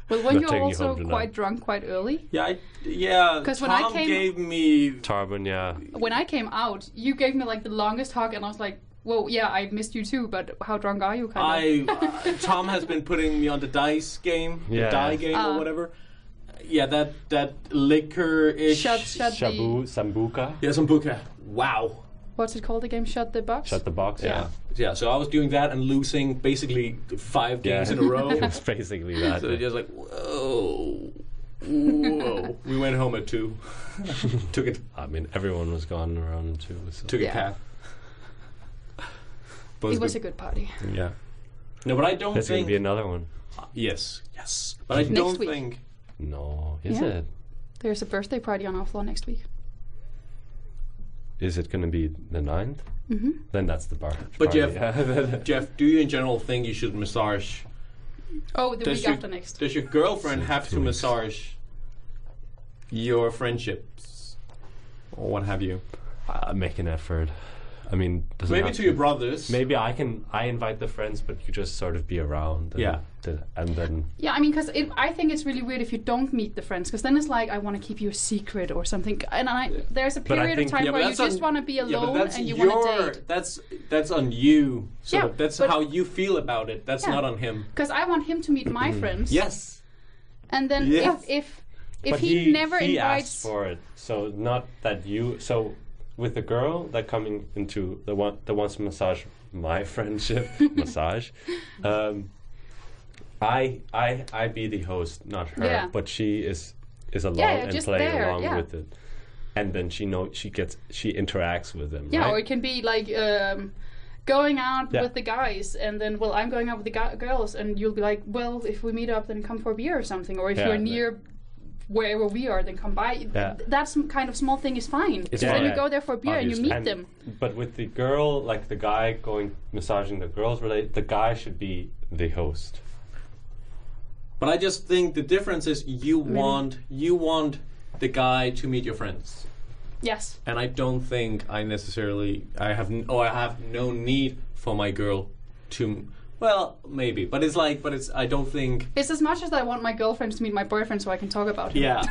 [SPEAKER 3] But when
[SPEAKER 1] Not
[SPEAKER 3] you're
[SPEAKER 1] taking you
[SPEAKER 3] also
[SPEAKER 1] home tonight.
[SPEAKER 3] quite drunk quite early,
[SPEAKER 2] Yeah. I, yeah.
[SPEAKER 3] 'Cause when I
[SPEAKER 2] Tom
[SPEAKER 3] came-
[SPEAKER 2] gave me.
[SPEAKER 1] Tarban, yeah,
[SPEAKER 3] when I came out, you gave me like the longest hug, and I was like, "Whoa, yeah, I missed you too." But how drunk are you? Kind of.
[SPEAKER 2] I uh, Tom has been putting me on the dice game,
[SPEAKER 1] Yeah.
[SPEAKER 2] the die game or
[SPEAKER 3] Uh.
[SPEAKER 2] whatever. Yeah, that that liquor ish.
[SPEAKER 3] Shut, shut the.
[SPEAKER 1] shabu, sambuka.
[SPEAKER 2] Yeah, sambuca. Wow.
[SPEAKER 3] what's it called again? Shut the box.
[SPEAKER 5] Shut the box.
[SPEAKER 2] Yeah. yeah. So I was doing that and losing basically five
[SPEAKER 1] Yeah.
[SPEAKER 2] games in a
[SPEAKER 1] *laughs*
[SPEAKER 2] row.
[SPEAKER 1] It's basically that.
[SPEAKER 2] *laughs* so they're just like, whoa. Whoa. we went home at two. *laughs* took it
[SPEAKER 1] I mean, everyone was gone around too. So.
[SPEAKER 2] took
[SPEAKER 3] Yeah.
[SPEAKER 2] a
[SPEAKER 3] *laughs*
[SPEAKER 2] cab. But
[SPEAKER 3] It was a good party.
[SPEAKER 1] Yeah,
[SPEAKER 2] no, but I don't
[SPEAKER 1] that's gonna
[SPEAKER 2] think
[SPEAKER 1] be another one.
[SPEAKER 2] Yes, yes. But I
[SPEAKER 3] Next
[SPEAKER 2] don't
[SPEAKER 3] week.
[SPEAKER 2] think
[SPEAKER 1] No, is
[SPEAKER 3] Yeah.
[SPEAKER 1] it?
[SPEAKER 3] There's a birthday party on our floor next week.
[SPEAKER 1] Is it gonna be the 9th Mm-hmm. Then that's the bar.
[SPEAKER 2] But
[SPEAKER 1] party. *laughs*
[SPEAKER 2] you have-
[SPEAKER 1] yeah,
[SPEAKER 2] Jeff, do you in general think you should massage
[SPEAKER 3] Oh, the
[SPEAKER 2] Does
[SPEAKER 3] week
[SPEAKER 2] you-
[SPEAKER 3] after next.
[SPEAKER 2] Does your girlfriend have to
[SPEAKER 1] two weeks.
[SPEAKER 2] massage your friendships? Or what have you?
[SPEAKER 1] uh, make an effort. I mean, doesn't
[SPEAKER 2] Maybe
[SPEAKER 1] have
[SPEAKER 2] to your brothers.
[SPEAKER 1] Maybe I can. I invite the friends, but you just sort of be around. And
[SPEAKER 2] Yeah.
[SPEAKER 1] the- and then
[SPEAKER 3] Yeah, I mean, because I think it's really weird if you don't meet the friends, because then it's like I want to keep you a secret or something. And I, there's a
[SPEAKER 1] I
[SPEAKER 3] period of
[SPEAKER 1] think-
[SPEAKER 3] time
[SPEAKER 1] yeah,
[SPEAKER 2] but
[SPEAKER 3] where you
[SPEAKER 2] that's
[SPEAKER 3] just
[SPEAKER 2] on-
[SPEAKER 3] want to be
[SPEAKER 2] yeah, but
[SPEAKER 3] alone
[SPEAKER 2] that's
[SPEAKER 3] and you
[SPEAKER 2] your-
[SPEAKER 3] want to date.
[SPEAKER 2] That's that's on you. So
[SPEAKER 3] Yeah,
[SPEAKER 2] that's
[SPEAKER 3] but-
[SPEAKER 2] how you feel about it. That's
[SPEAKER 3] Yeah.
[SPEAKER 2] not on him.
[SPEAKER 3] Because I want him to meet my friends.
[SPEAKER 2] Yes.
[SPEAKER 3] And then
[SPEAKER 2] Yes.
[SPEAKER 3] if if, if
[SPEAKER 1] but
[SPEAKER 3] he, never
[SPEAKER 1] he
[SPEAKER 3] invites,
[SPEAKER 1] asked for it. So not that you. So with the girl that coming into the one that wants to massage my *laughs* friendship
[SPEAKER 3] *laughs*
[SPEAKER 1] massage, um, I I I be the host, not her.
[SPEAKER 3] Yeah.
[SPEAKER 1] But she is is along
[SPEAKER 3] yeah,
[SPEAKER 1] and
[SPEAKER 3] just
[SPEAKER 1] playing
[SPEAKER 3] there,
[SPEAKER 1] along
[SPEAKER 3] yeah.
[SPEAKER 1] with it, and then she know she gets she interacts with them.
[SPEAKER 3] yeah,
[SPEAKER 1] right?
[SPEAKER 3] or it can be like um, going out
[SPEAKER 1] Yeah.
[SPEAKER 3] with the guys, and then well, I'm going out with the gu- girls, and you'll be like, well, if we meet up, then come for a beer or something, or if
[SPEAKER 1] Yeah,
[SPEAKER 3] you're
[SPEAKER 1] the-
[SPEAKER 3] near. Wherever we are, then come by.
[SPEAKER 1] Yeah.
[SPEAKER 3] That sm- kind of small thing is fine. Because
[SPEAKER 1] Yeah,
[SPEAKER 3] then
[SPEAKER 1] yeah.
[SPEAKER 3] you go there for a beer
[SPEAKER 1] Obviously.
[SPEAKER 3] and you meet
[SPEAKER 1] And-
[SPEAKER 3] them.
[SPEAKER 1] But with the girl, like the guy going massaging the girls, relate the guy should be the host.
[SPEAKER 2] But I just think the difference is you want you want the guy to meet your friends.
[SPEAKER 3] Yes.
[SPEAKER 2] and I don't think I necessarily I have n- or I have no need for my girl to m- well maybe but it's like but it's I don't think
[SPEAKER 3] It's as much as I want my girlfriend to meet my boyfriend so I can talk about him.
[SPEAKER 2] yeah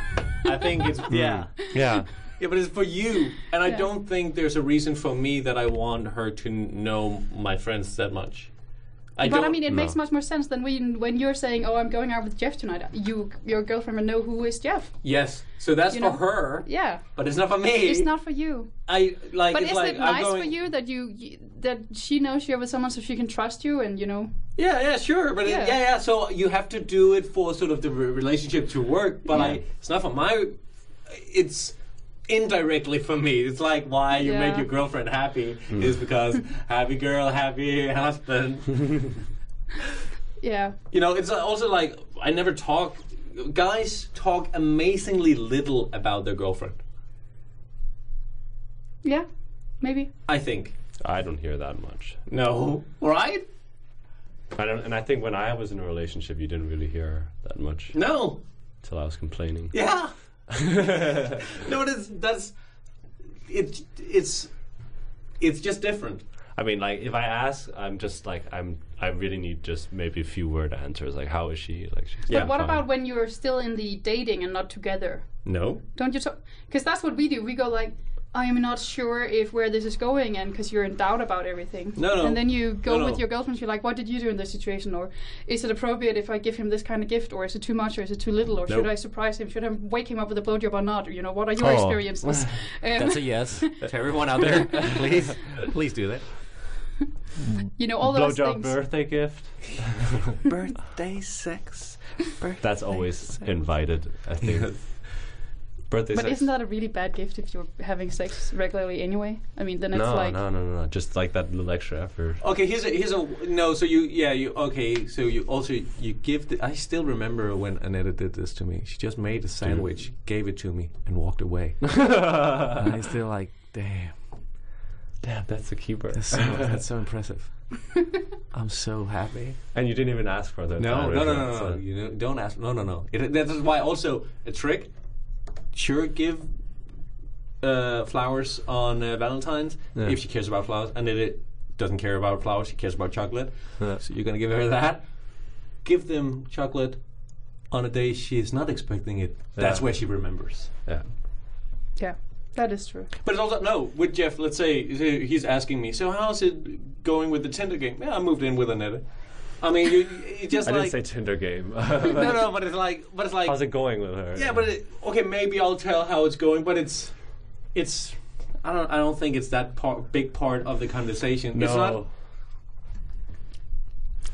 [SPEAKER 2] I think it's *laughs* yeah
[SPEAKER 1] Hmm. Yeah.
[SPEAKER 2] yeah but it's for you and I
[SPEAKER 3] Yeah.
[SPEAKER 2] don't think there's a reason for me that I want her to n- know my friends that much I
[SPEAKER 3] But I
[SPEAKER 2] don't-
[SPEAKER 3] mean, it makes much more sense than when when you're saying, "Oh, I'm going out with Jeff tonight." You, your girlfriend will know who is Jeff.
[SPEAKER 2] yes so that's
[SPEAKER 3] you
[SPEAKER 2] for
[SPEAKER 3] know,
[SPEAKER 2] her
[SPEAKER 3] Yeah,
[SPEAKER 2] but it's not for me
[SPEAKER 3] it's not for you.
[SPEAKER 2] I like
[SPEAKER 3] But
[SPEAKER 2] it's
[SPEAKER 3] isn't
[SPEAKER 2] like
[SPEAKER 3] it
[SPEAKER 2] I'm
[SPEAKER 3] nice
[SPEAKER 2] going,
[SPEAKER 3] for you that you, you that she knows you're with someone so she can trust you and you know?
[SPEAKER 2] Yeah, yeah, sure, but it- yeah.
[SPEAKER 3] Yeah.
[SPEAKER 2] yeah, So you have to do it for sort of the re- relationship to work, but I, it's not for my. It's indirectly for me. It's like why you make
[SPEAKER 3] Yeah.
[SPEAKER 2] your girlfriend happy is because happy girl, happy husband.
[SPEAKER 3] Yeah,
[SPEAKER 2] you know, it's also like I never talk. Guys talk amazingly little about their girlfriend.
[SPEAKER 3] yeah, maybe.
[SPEAKER 2] I think
[SPEAKER 1] *laughs* I don't hear that much.
[SPEAKER 2] no, right?
[SPEAKER 1] I don't, and I think when I was in a relationship, you didn't really hear that much
[SPEAKER 2] No,
[SPEAKER 1] until I was complaining.
[SPEAKER 2] Yeah. *laughs* no, but it's that's it. It's it's just different.
[SPEAKER 1] I mean, like if I ask, I'm just like I'm. I really need just maybe a few word answers, like how is she? Like she's
[SPEAKER 2] Yeah.
[SPEAKER 3] But what
[SPEAKER 1] fine.
[SPEAKER 3] about when you're still in the dating and not together?
[SPEAKER 1] no.
[SPEAKER 3] Don't you talk? Because that's what we do. We go like, I am not sure if where this is going, and because you're in doubt about everything.
[SPEAKER 2] No, no.
[SPEAKER 3] And then you go
[SPEAKER 2] No, no.
[SPEAKER 3] with your girlfriend. You're like, what did you do in this situation? Or is it appropriate if I give him this kind of gift? Or is it too much? Or is it too little? Or should
[SPEAKER 1] Nope.
[SPEAKER 3] I surprise him? Should I wake him up with a blowjob or not? You know, what are your
[SPEAKER 1] Oh.
[SPEAKER 3] experiences? Um,
[SPEAKER 4] *laughs* That's a
[SPEAKER 2] *laughs*
[SPEAKER 4] yes to everyone out there. please, please do that.
[SPEAKER 3] *laughs* you know, all those
[SPEAKER 1] Blowjob
[SPEAKER 3] things.
[SPEAKER 1] birthday gift.
[SPEAKER 4] Birthday sex. Birthday
[SPEAKER 1] That's always
[SPEAKER 4] sex.
[SPEAKER 1] invited. I think. *laughs* birthday.
[SPEAKER 3] But
[SPEAKER 1] sex.
[SPEAKER 3] isn't that a really bad gift if you're having sex regularly anyway? I mean, then it's
[SPEAKER 1] no,
[SPEAKER 3] like,
[SPEAKER 1] no, no, no, no. Just like that little extra effort.
[SPEAKER 2] Okay, here's a here's a no. So you yeah you okay. So you also you give. The, I still remember when Anetta did this to me. She just made a sandwich, gave it to me, and
[SPEAKER 1] *laughs*
[SPEAKER 2] walked away.
[SPEAKER 4] I still like, damn.
[SPEAKER 1] Damn, that's the keeper.
[SPEAKER 4] That's so, *laughs* that's so impressive. I'm so happy.
[SPEAKER 1] *laughs* And you didn't even ask for that.
[SPEAKER 2] No,
[SPEAKER 1] time,
[SPEAKER 2] no, no,
[SPEAKER 1] right?
[SPEAKER 2] no, no, no.
[SPEAKER 1] So-
[SPEAKER 2] You don't- don't ask. No, no, no. It, that is why also a trick. Sure, give uh, flowers on uh, Valentine's
[SPEAKER 1] Yeah.
[SPEAKER 2] if she cares about flowers, and if it doesn't care about flowers, she cares about chocolate.
[SPEAKER 1] Yeah.
[SPEAKER 2] So you're gonna give her that. Give them chocolate on a day she is not expecting it. That's
[SPEAKER 1] Yeah.
[SPEAKER 2] where she remembers.
[SPEAKER 1] Yeah.
[SPEAKER 3] yeah, that is true.
[SPEAKER 2] But it's also no with Jeff. Let's say say he's asking me. So how's it going with the Tinder game? Yeah, I moved in with Anetta. I mean, you, you just
[SPEAKER 1] I
[SPEAKER 2] like
[SPEAKER 1] didn't say Tinder game. *laughs*
[SPEAKER 2] *laughs* no, no. But it's like, but it's like
[SPEAKER 1] How's it going with her?
[SPEAKER 2] Yeah, but it, okay, maybe I'll tell how it's going, but it's it's I don't. I don't think it's that par- big part of the conversation. It's not.
[SPEAKER 5] No.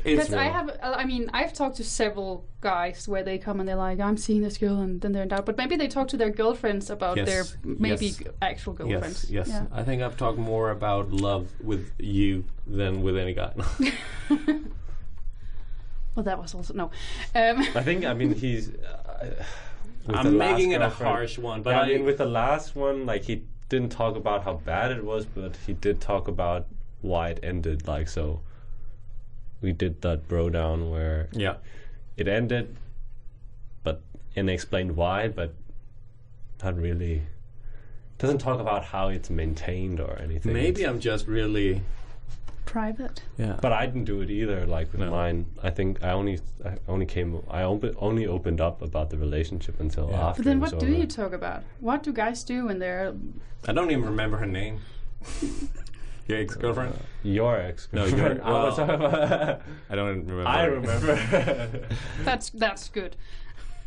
[SPEAKER 2] It's
[SPEAKER 3] Because I have, uh, I mean, I've talked to several guys where they come and they're like, "I'm seeing this girl," and then they're in doubt. But maybe they talk to their girlfriends about
[SPEAKER 2] Yes.
[SPEAKER 3] their maybe
[SPEAKER 2] Yes.
[SPEAKER 3] g- actual girlfriends.
[SPEAKER 2] yes, yes.
[SPEAKER 3] Yeah.
[SPEAKER 2] I think I've talked more about love with you than with any guy.
[SPEAKER 3] Well, that was also no. Um, *laughs*
[SPEAKER 1] I think I mean he's. Uh, with
[SPEAKER 2] *laughs*
[SPEAKER 1] the
[SPEAKER 2] I'm
[SPEAKER 1] last
[SPEAKER 2] making it a
[SPEAKER 1] girlfriend-
[SPEAKER 2] harsh one, but
[SPEAKER 1] But I,
[SPEAKER 2] I-
[SPEAKER 1] mean, with the last one, like he didn't talk about how bad it was, but he did talk about why it ended. Like so, we did that bro down where
[SPEAKER 2] yeah.
[SPEAKER 1] it ended, but and explained why, but not really. Doesn't talk about how it's maintained or anything.
[SPEAKER 2] Maybe I'm just really.
[SPEAKER 3] private.
[SPEAKER 4] Yeah.
[SPEAKER 1] but I didn't do it either. Like with mine, I think I only I only came I op- only opened up about the relationship until after.
[SPEAKER 3] But then,
[SPEAKER 1] it was
[SPEAKER 3] what do
[SPEAKER 1] over.
[SPEAKER 3] you talk about? What do guys do when they're?
[SPEAKER 2] I don't even remember her *laughs* name. Your ex girlfriend?
[SPEAKER 1] Your ex. *laughs* No,
[SPEAKER 2] your-
[SPEAKER 1] I was talking about.
[SPEAKER 2] I don't remember.
[SPEAKER 1] I
[SPEAKER 2] her. *laughs*
[SPEAKER 1] remember.
[SPEAKER 3] That's that's good. *laughs*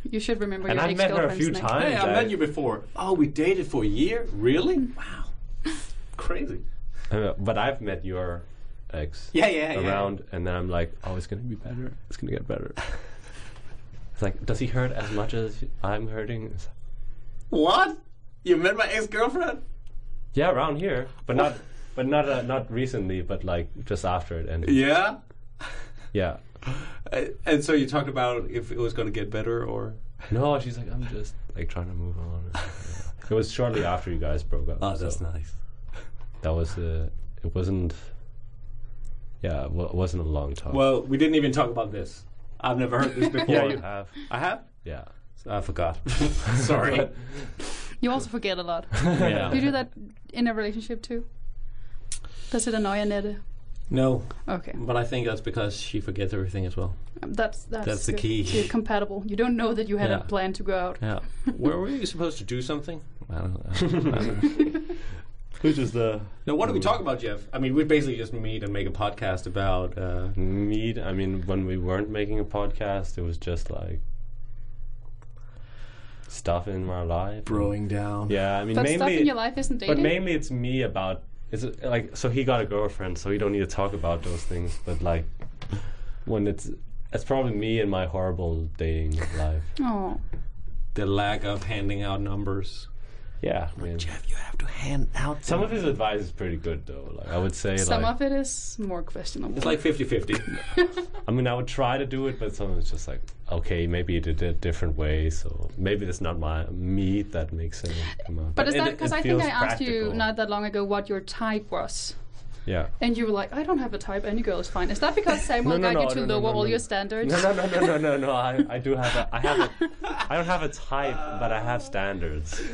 [SPEAKER 3] You should remember
[SPEAKER 1] and
[SPEAKER 3] your
[SPEAKER 1] I met her a
[SPEAKER 3] ex-girlfriend's
[SPEAKER 1] few
[SPEAKER 3] name. *laughs*
[SPEAKER 1] times.
[SPEAKER 2] Hey, I
[SPEAKER 1] I-
[SPEAKER 2] met you before. Oh, we dated for a year? Really? Wow. *laughs* Crazy.
[SPEAKER 1] Uh, But I've met your ex
[SPEAKER 2] Yeah, yeah, *laughs* yeah.
[SPEAKER 1] around, and then I'm like, oh, it's gonna be better. It's gonna get
[SPEAKER 2] *laughs*
[SPEAKER 1] better. it's like, does he hurt as much as I'm hurting? It's-
[SPEAKER 2] What? You met my ex girlfriend?
[SPEAKER 1] Yeah, around here, but not, but not, uh, not recently, but like just after it ended.
[SPEAKER 2] Yeah.
[SPEAKER 1] Yeah.
[SPEAKER 2] Uh, And so you talked about if it was going to get better or.
[SPEAKER 1] No, she's like, I'm just like trying to move
[SPEAKER 2] *laughs*
[SPEAKER 1] on. it was shortly after you guys broke up.
[SPEAKER 2] Oh,
[SPEAKER 1] so
[SPEAKER 2] nice.
[SPEAKER 1] That was uh, it wasn't. Yeah, it wa- wasn't a long talk.
[SPEAKER 2] Well, we didn't even talk about this. I've never heard *laughs* this before.
[SPEAKER 1] yeah, you have.
[SPEAKER 2] I have? *laughs*
[SPEAKER 1] Yeah.
[SPEAKER 2] I forgot.
[SPEAKER 1] *laughs*
[SPEAKER 2] *laughs* Sorry.
[SPEAKER 3] You also forget a lot.
[SPEAKER 2] *laughs*
[SPEAKER 3] you
[SPEAKER 2] yeah.
[SPEAKER 3] do that in a relationship too. Does it annoy Annette?
[SPEAKER 2] No,
[SPEAKER 3] Okay,
[SPEAKER 2] but I think that's because she forgets everything as *laughs* well.
[SPEAKER 3] Um, that's that's
[SPEAKER 2] That's the
[SPEAKER 3] good.
[SPEAKER 2] key.
[SPEAKER 3] You're compatible. You don't know that you had a
[SPEAKER 2] Yeah.
[SPEAKER 3] plan to go out.
[SPEAKER 2] Yeah. Were we supposed to do something?
[SPEAKER 4] I don't know.
[SPEAKER 2] *laughs*
[SPEAKER 1] Which is the
[SPEAKER 2] No, what do we talk about, Jeff? I mean, we basically just meet and make a podcast about. Uh,
[SPEAKER 1] meet? I mean, when we weren't making a podcast, it was just like stuff in our life.
[SPEAKER 4] Broing down.
[SPEAKER 1] Yeah, I mean,
[SPEAKER 3] That stuff
[SPEAKER 1] mainly,
[SPEAKER 3] in your life isn't dating.
[SPEAKER 1] but mainly it's me about. It's uh, like so he got a girlfriend, so we don't need to talk about those things. But like when it's it's probably me and my horrible dating
[SPEAKER 3] *laughs*
[SPEAKER 1] life.
[SPEAKER 3] oh,
[SPEAKER 2] the lack of handing out numbers.
[SPEAKER 1] Yeah, I mean,
[SPEAKER 4] Jeff, you have to hand out
[SPEAKER 1] some of his advice is pretty good though. Like I would say,
[SPEAKER 3] some
[SPEAKER 1] like
[SPEAKER 3] of it is more questionable.
[SPEAKER 2] It's like 50 50.
[SPEAKER 1] I mean, I would try to do it, but some of it's just like, okay, maybe you did it a different way, so maybe it's not my me that makes it come out.
[SPEAKER 3] but is
[SPEAKER 1] it-
[SPEAKER 3] that
[SPEAKER 1] it
[SPEAKER 3] because I think I
[SPEAKER 1] feels
[SPEAKER 3] asked you
[SPEAKER 1] practical.
[SPEAKER 3] not that long ago what your type was, *laughs*
[SPEAKER 1] Yeah.
[SPEAKER 3] and you were like, "I don't have a type. Any girl is fine." Is that
[SPEAKER 1] *laughs*
[SPEAKER 3] because Samuel
[SPEAKER 1] No, no,
[SPEAKER 3] got you
[SPEAKER 1] no,
[SPEAKER 3] to
[SPEAKER 1] no, no,
[SPEAKER 3] lower
[SPEAKER 1] no,
[SPEAKER 3] all
[SPEAKER 1] no.
[SPEAKER 3] your standards?
[SPEAKER 1] *laughs* No, no, no, no, no, no, no. I, I do have a, I have a, I don't have a type, but I have standards.
[SPEAKER 2] *laughs*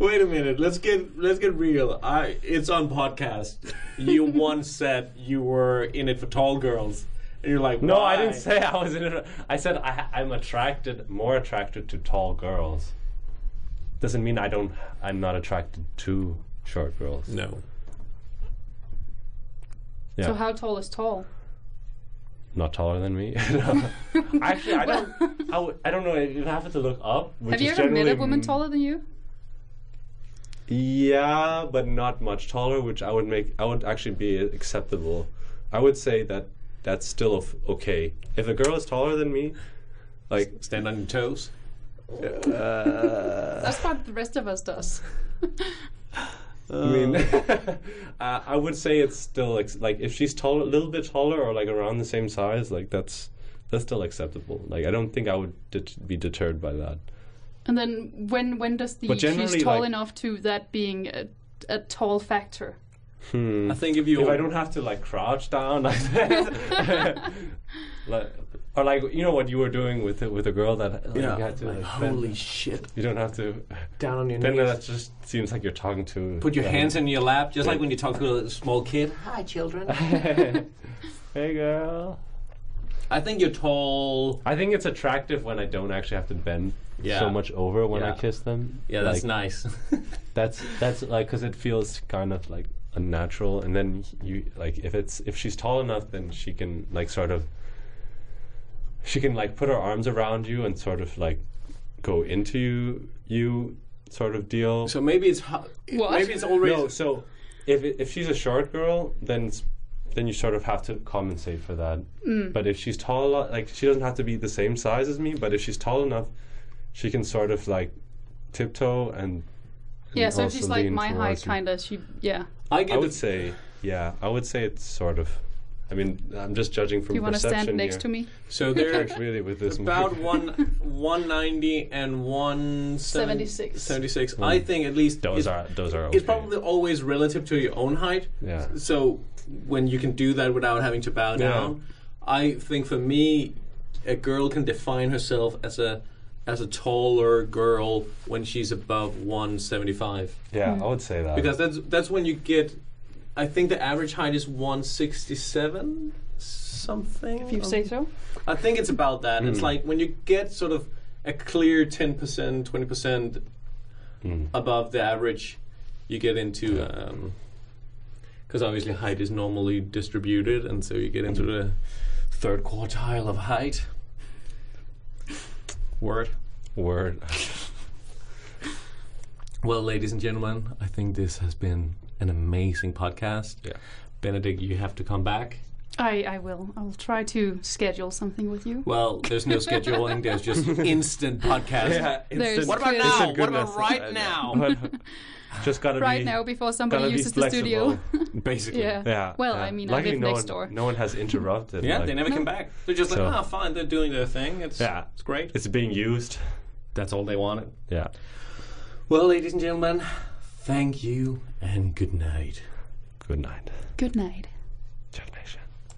[SPEAKER 2] Wait a minute. Let's get let's get real. I it's on podcast. *laughs* You once said you were in it for tall girls, and you're like,
[SPEAKER 1] No,
[SPEAKER 2] Why?
[SPEAKER 1] I didn't say I was in it. I said I, ha- I'm attracted, more attracted to tall girls. Doesn't mean I don't, I'm not attracted to short girls.
[SPEAKER 2] No.
[SPEAKER 3] So
[SPEAKER 1] Yeah.
[SPEAKER 3] how tall is tall?
[SPEAKER 1] Not taller than me. *laughs* No. Actually, I don't. I, w- I don't know. You have to look up. Which
[SPEAKER 3] Have you
[SPEAKER 1] is
[SPEAKER 3] ever met a
[SPEAKER 1] generally-
[SPEAKER 3] woman taller than
[SPEAKER 1] *sighs*
[SPEAKER 3] you?
[SPEAKER 1] Yeah, but not much taller, which I would make. I would actually be acceptable. I would say that that's still of- okay. If a girl is taller than me, like
[SPEAKER 2] Stand on your toes.
[SPEAKER 3] That's what the rest of us does.
[SPEAKER 1] I mean, uh, I would say it's still ex- like if she's tall, a little bit taller or like around the same size, like that's that's still acceptable. Like I don't think I would det- be deterred by that.
[SPEAKER 3] And then when when does the
[SPEAKER 1] But
[SPEAKER 3] she's
[SPEAKER 1] generally,
[SPEAKER 3] tall
[SPEAKER 1] like-
[SPEAKER 3] enough to that being a, a tall factor?
[SPEAKER 2] I think if you
[SPEAKER 1] if I don't have to like crouch down *laughs* like that, like, or like you know what you were doing with with a girl that like,
[SPEAKER 4] Yeah.
[SPEAKER 1] you had to
[SPEAKER 4] Like,
[SPEAKER 1] like,
[SPEAKER 4] holy
[SPEAKER 1] bend.
[SPEAKER 4] shit.
[SPEAKER 1] you don't have to.
[SPEAKER 4] Down on your
[SPEAKER 1] Then
[SPEAKER 4] knees.
[SPEAKER 1] that just seems like you're talking to.
[SPEAKER 2] put your
[SPEAKER 1] them.
[SPEAKER 2] hands in your lap, just like when you talk to a small kid.
[SPEAKER 4] Hi, children.
[SPEAKER 1] *laughs* Hey girl.
[SPEAKER 2] I think you're tall.
[SPEAKER 1] I think it's attractive when I don't actually have to bend
[SPEAKER 2] Yeah.
[SPEAKER 1] so much over when I
[SPEAKER 2] Yeah.
[SPEAKER 1] kiss them.
[SPEAKER 2] Yeah, that's
[SPEAKER 1] Like,
[SPEAKER 2] nice.
[SPEAKER 1] That's that's like because it feels kind of like unnatural, and then you like if it's if she's tall enough, then she can like sort of she can like put her arms around you and sort of like go into you you sort of deal.
[SPEAKER 2] So maybe it's ho-
[SPEAKER 3] What?
[SPEAKER 2] maybe it's already
[SPEAKER 1] no, so if it- if she's a short girl, then it's- then you sort of have to compensate for that. But if she's tall, like she doesn't have to be the same size as me, but if she's tall enough, she can sort of like tiptoe and
[SPEAKER 3] Yeah, so if
[SPEAKER 1] also
[SPEAKER 3] she's like
[SPEAKER 1] lean
[SPEAKER 3] my height,
[SPEAKER 1] towards you.
[SPEAKER 3] kind of. She, yeah.
[SPEAKER 2] I get
[SPEAKER 1] I
[SPEAKER 2] the-
[SPEAKER 1] would say, yeah, I would say it's sort of. I mean, I'm just judging from
[SPEAKER 3] You want to
[SPEAKER 1] perception
[SPEAKER 3] stand next
[SPEAKER 1] here.
[SPEAKER 3] to me?
[SPEAKER 2] so *laughs* they're
[SPEAKER 1] Really, with this *laughs*
[SPEAKER 2] about
[SPEAKER 1] movie.
[SPEAKER 2] one 190 and 176.
[SPEAKER 3] 76.
[SPEAKER 2] 76. I think at least
[SPEAKER 1] Mm. Those
[SPEAKER 2] it's,
[SPEAKER 1] are those are. Okay.
[SPEAKER 2] it's probably always relative to your own height.
[SPEAKER 1] Yeah.
[SPEAKER 2] So when you can do that without having to bow down, I think for me, a girl can define herself as a as a taller girl when she's above 175
[SPEAKER 1] yeah. I would say that
[SPEAKER 2] because that's that's when you get. I think the average height is 167 something.
[SPEAKER 3] If you say so.
[SPEAKER 2] I think it's about that.
[SPEAKER 1] Hmm.
[SPEAKER 2] It's like when you get sort of a clear 10%, 20%
[SPEAKER 1] Hmm.
[SPEAKER 2] above the average, you get into. Because obviously, height is normally distributed, and so you get into
[SPEAKER 1] Hmm.
[SPEAKER 2] the third quartile of height. Word. *laughs*
[SPEAKER 1] word.
[SPEAKER 2] Well, ladies and gentlemen, I think this has been an amazing podcast.
[SPEAKER 1] Yeah.
[SPEAKER 2] Benedict, you have to come back.
[SPEAKER 3] I, I will. I'll try to schedule something with you.
[SPEAKER 2] Well, there's no scheduling, there's
[SPEAKER 1] *laughs*
[SPEAKER 2] just instant podcast.
[SPEAKER 3] There's
[SPEAKER 1] What
[SPEAKER 2] What about now?
[SPEAKER 3] Good.
[SPEAKER 1] Instant
[SPEAKER 2] What
[SPEAKER 1] goodness.
[SPEAKER 2] about right now?
[SPEAKER 1] just gotta
[SPEAKER 3] Right
[SPEAKER 1] be
[SPEAKER 3] now, before
[SPEAKER 1] gotta
[SPEAKER 3] somebody
[SPEAKER 1] be
[SPEAKER 3] uses
[SPEAKER 1] flexible.
[SPEAKER 3] the studio.
[SPEAKER 2] Basically.
[SPEAKER 3] *laughs* yeah.
[SPEAKER 1] Yeah.
[SPEAKER 3] Well,
[SPEAKER 1] yeah.
[SPEAKER 3] I mean,
[SPEAKER 1] Luckily
[SPEAKER 3] I live
[SPEAKER 1] no
[SPEAKER 3] next
[SPEAKER 1] one,
[SPEAKER 3] door.
[SPEAKER 1] No one has interrupted.
[SPEAKER 2] Yeah,
[SPEAKER 1] like,
[SPEAKER 2] they never come back. They're just
[SPEAKER 1] So-
[SPEAKER 2] like, ah, fine, they're doing their thing. It's
[SPEAKER 1] Yeah.
[SPEAKER 2] it's great.
[SPEAKER 1] It's being used.
[SPEAKER 2] That's all they wanted.
[SPEAKER 1] Yeah.
[SPEAKER 2] Well, ladies and gentlemen, thank you and good night.
[SPEAKER 1] Good night.
[SPEAKER 3] Good night.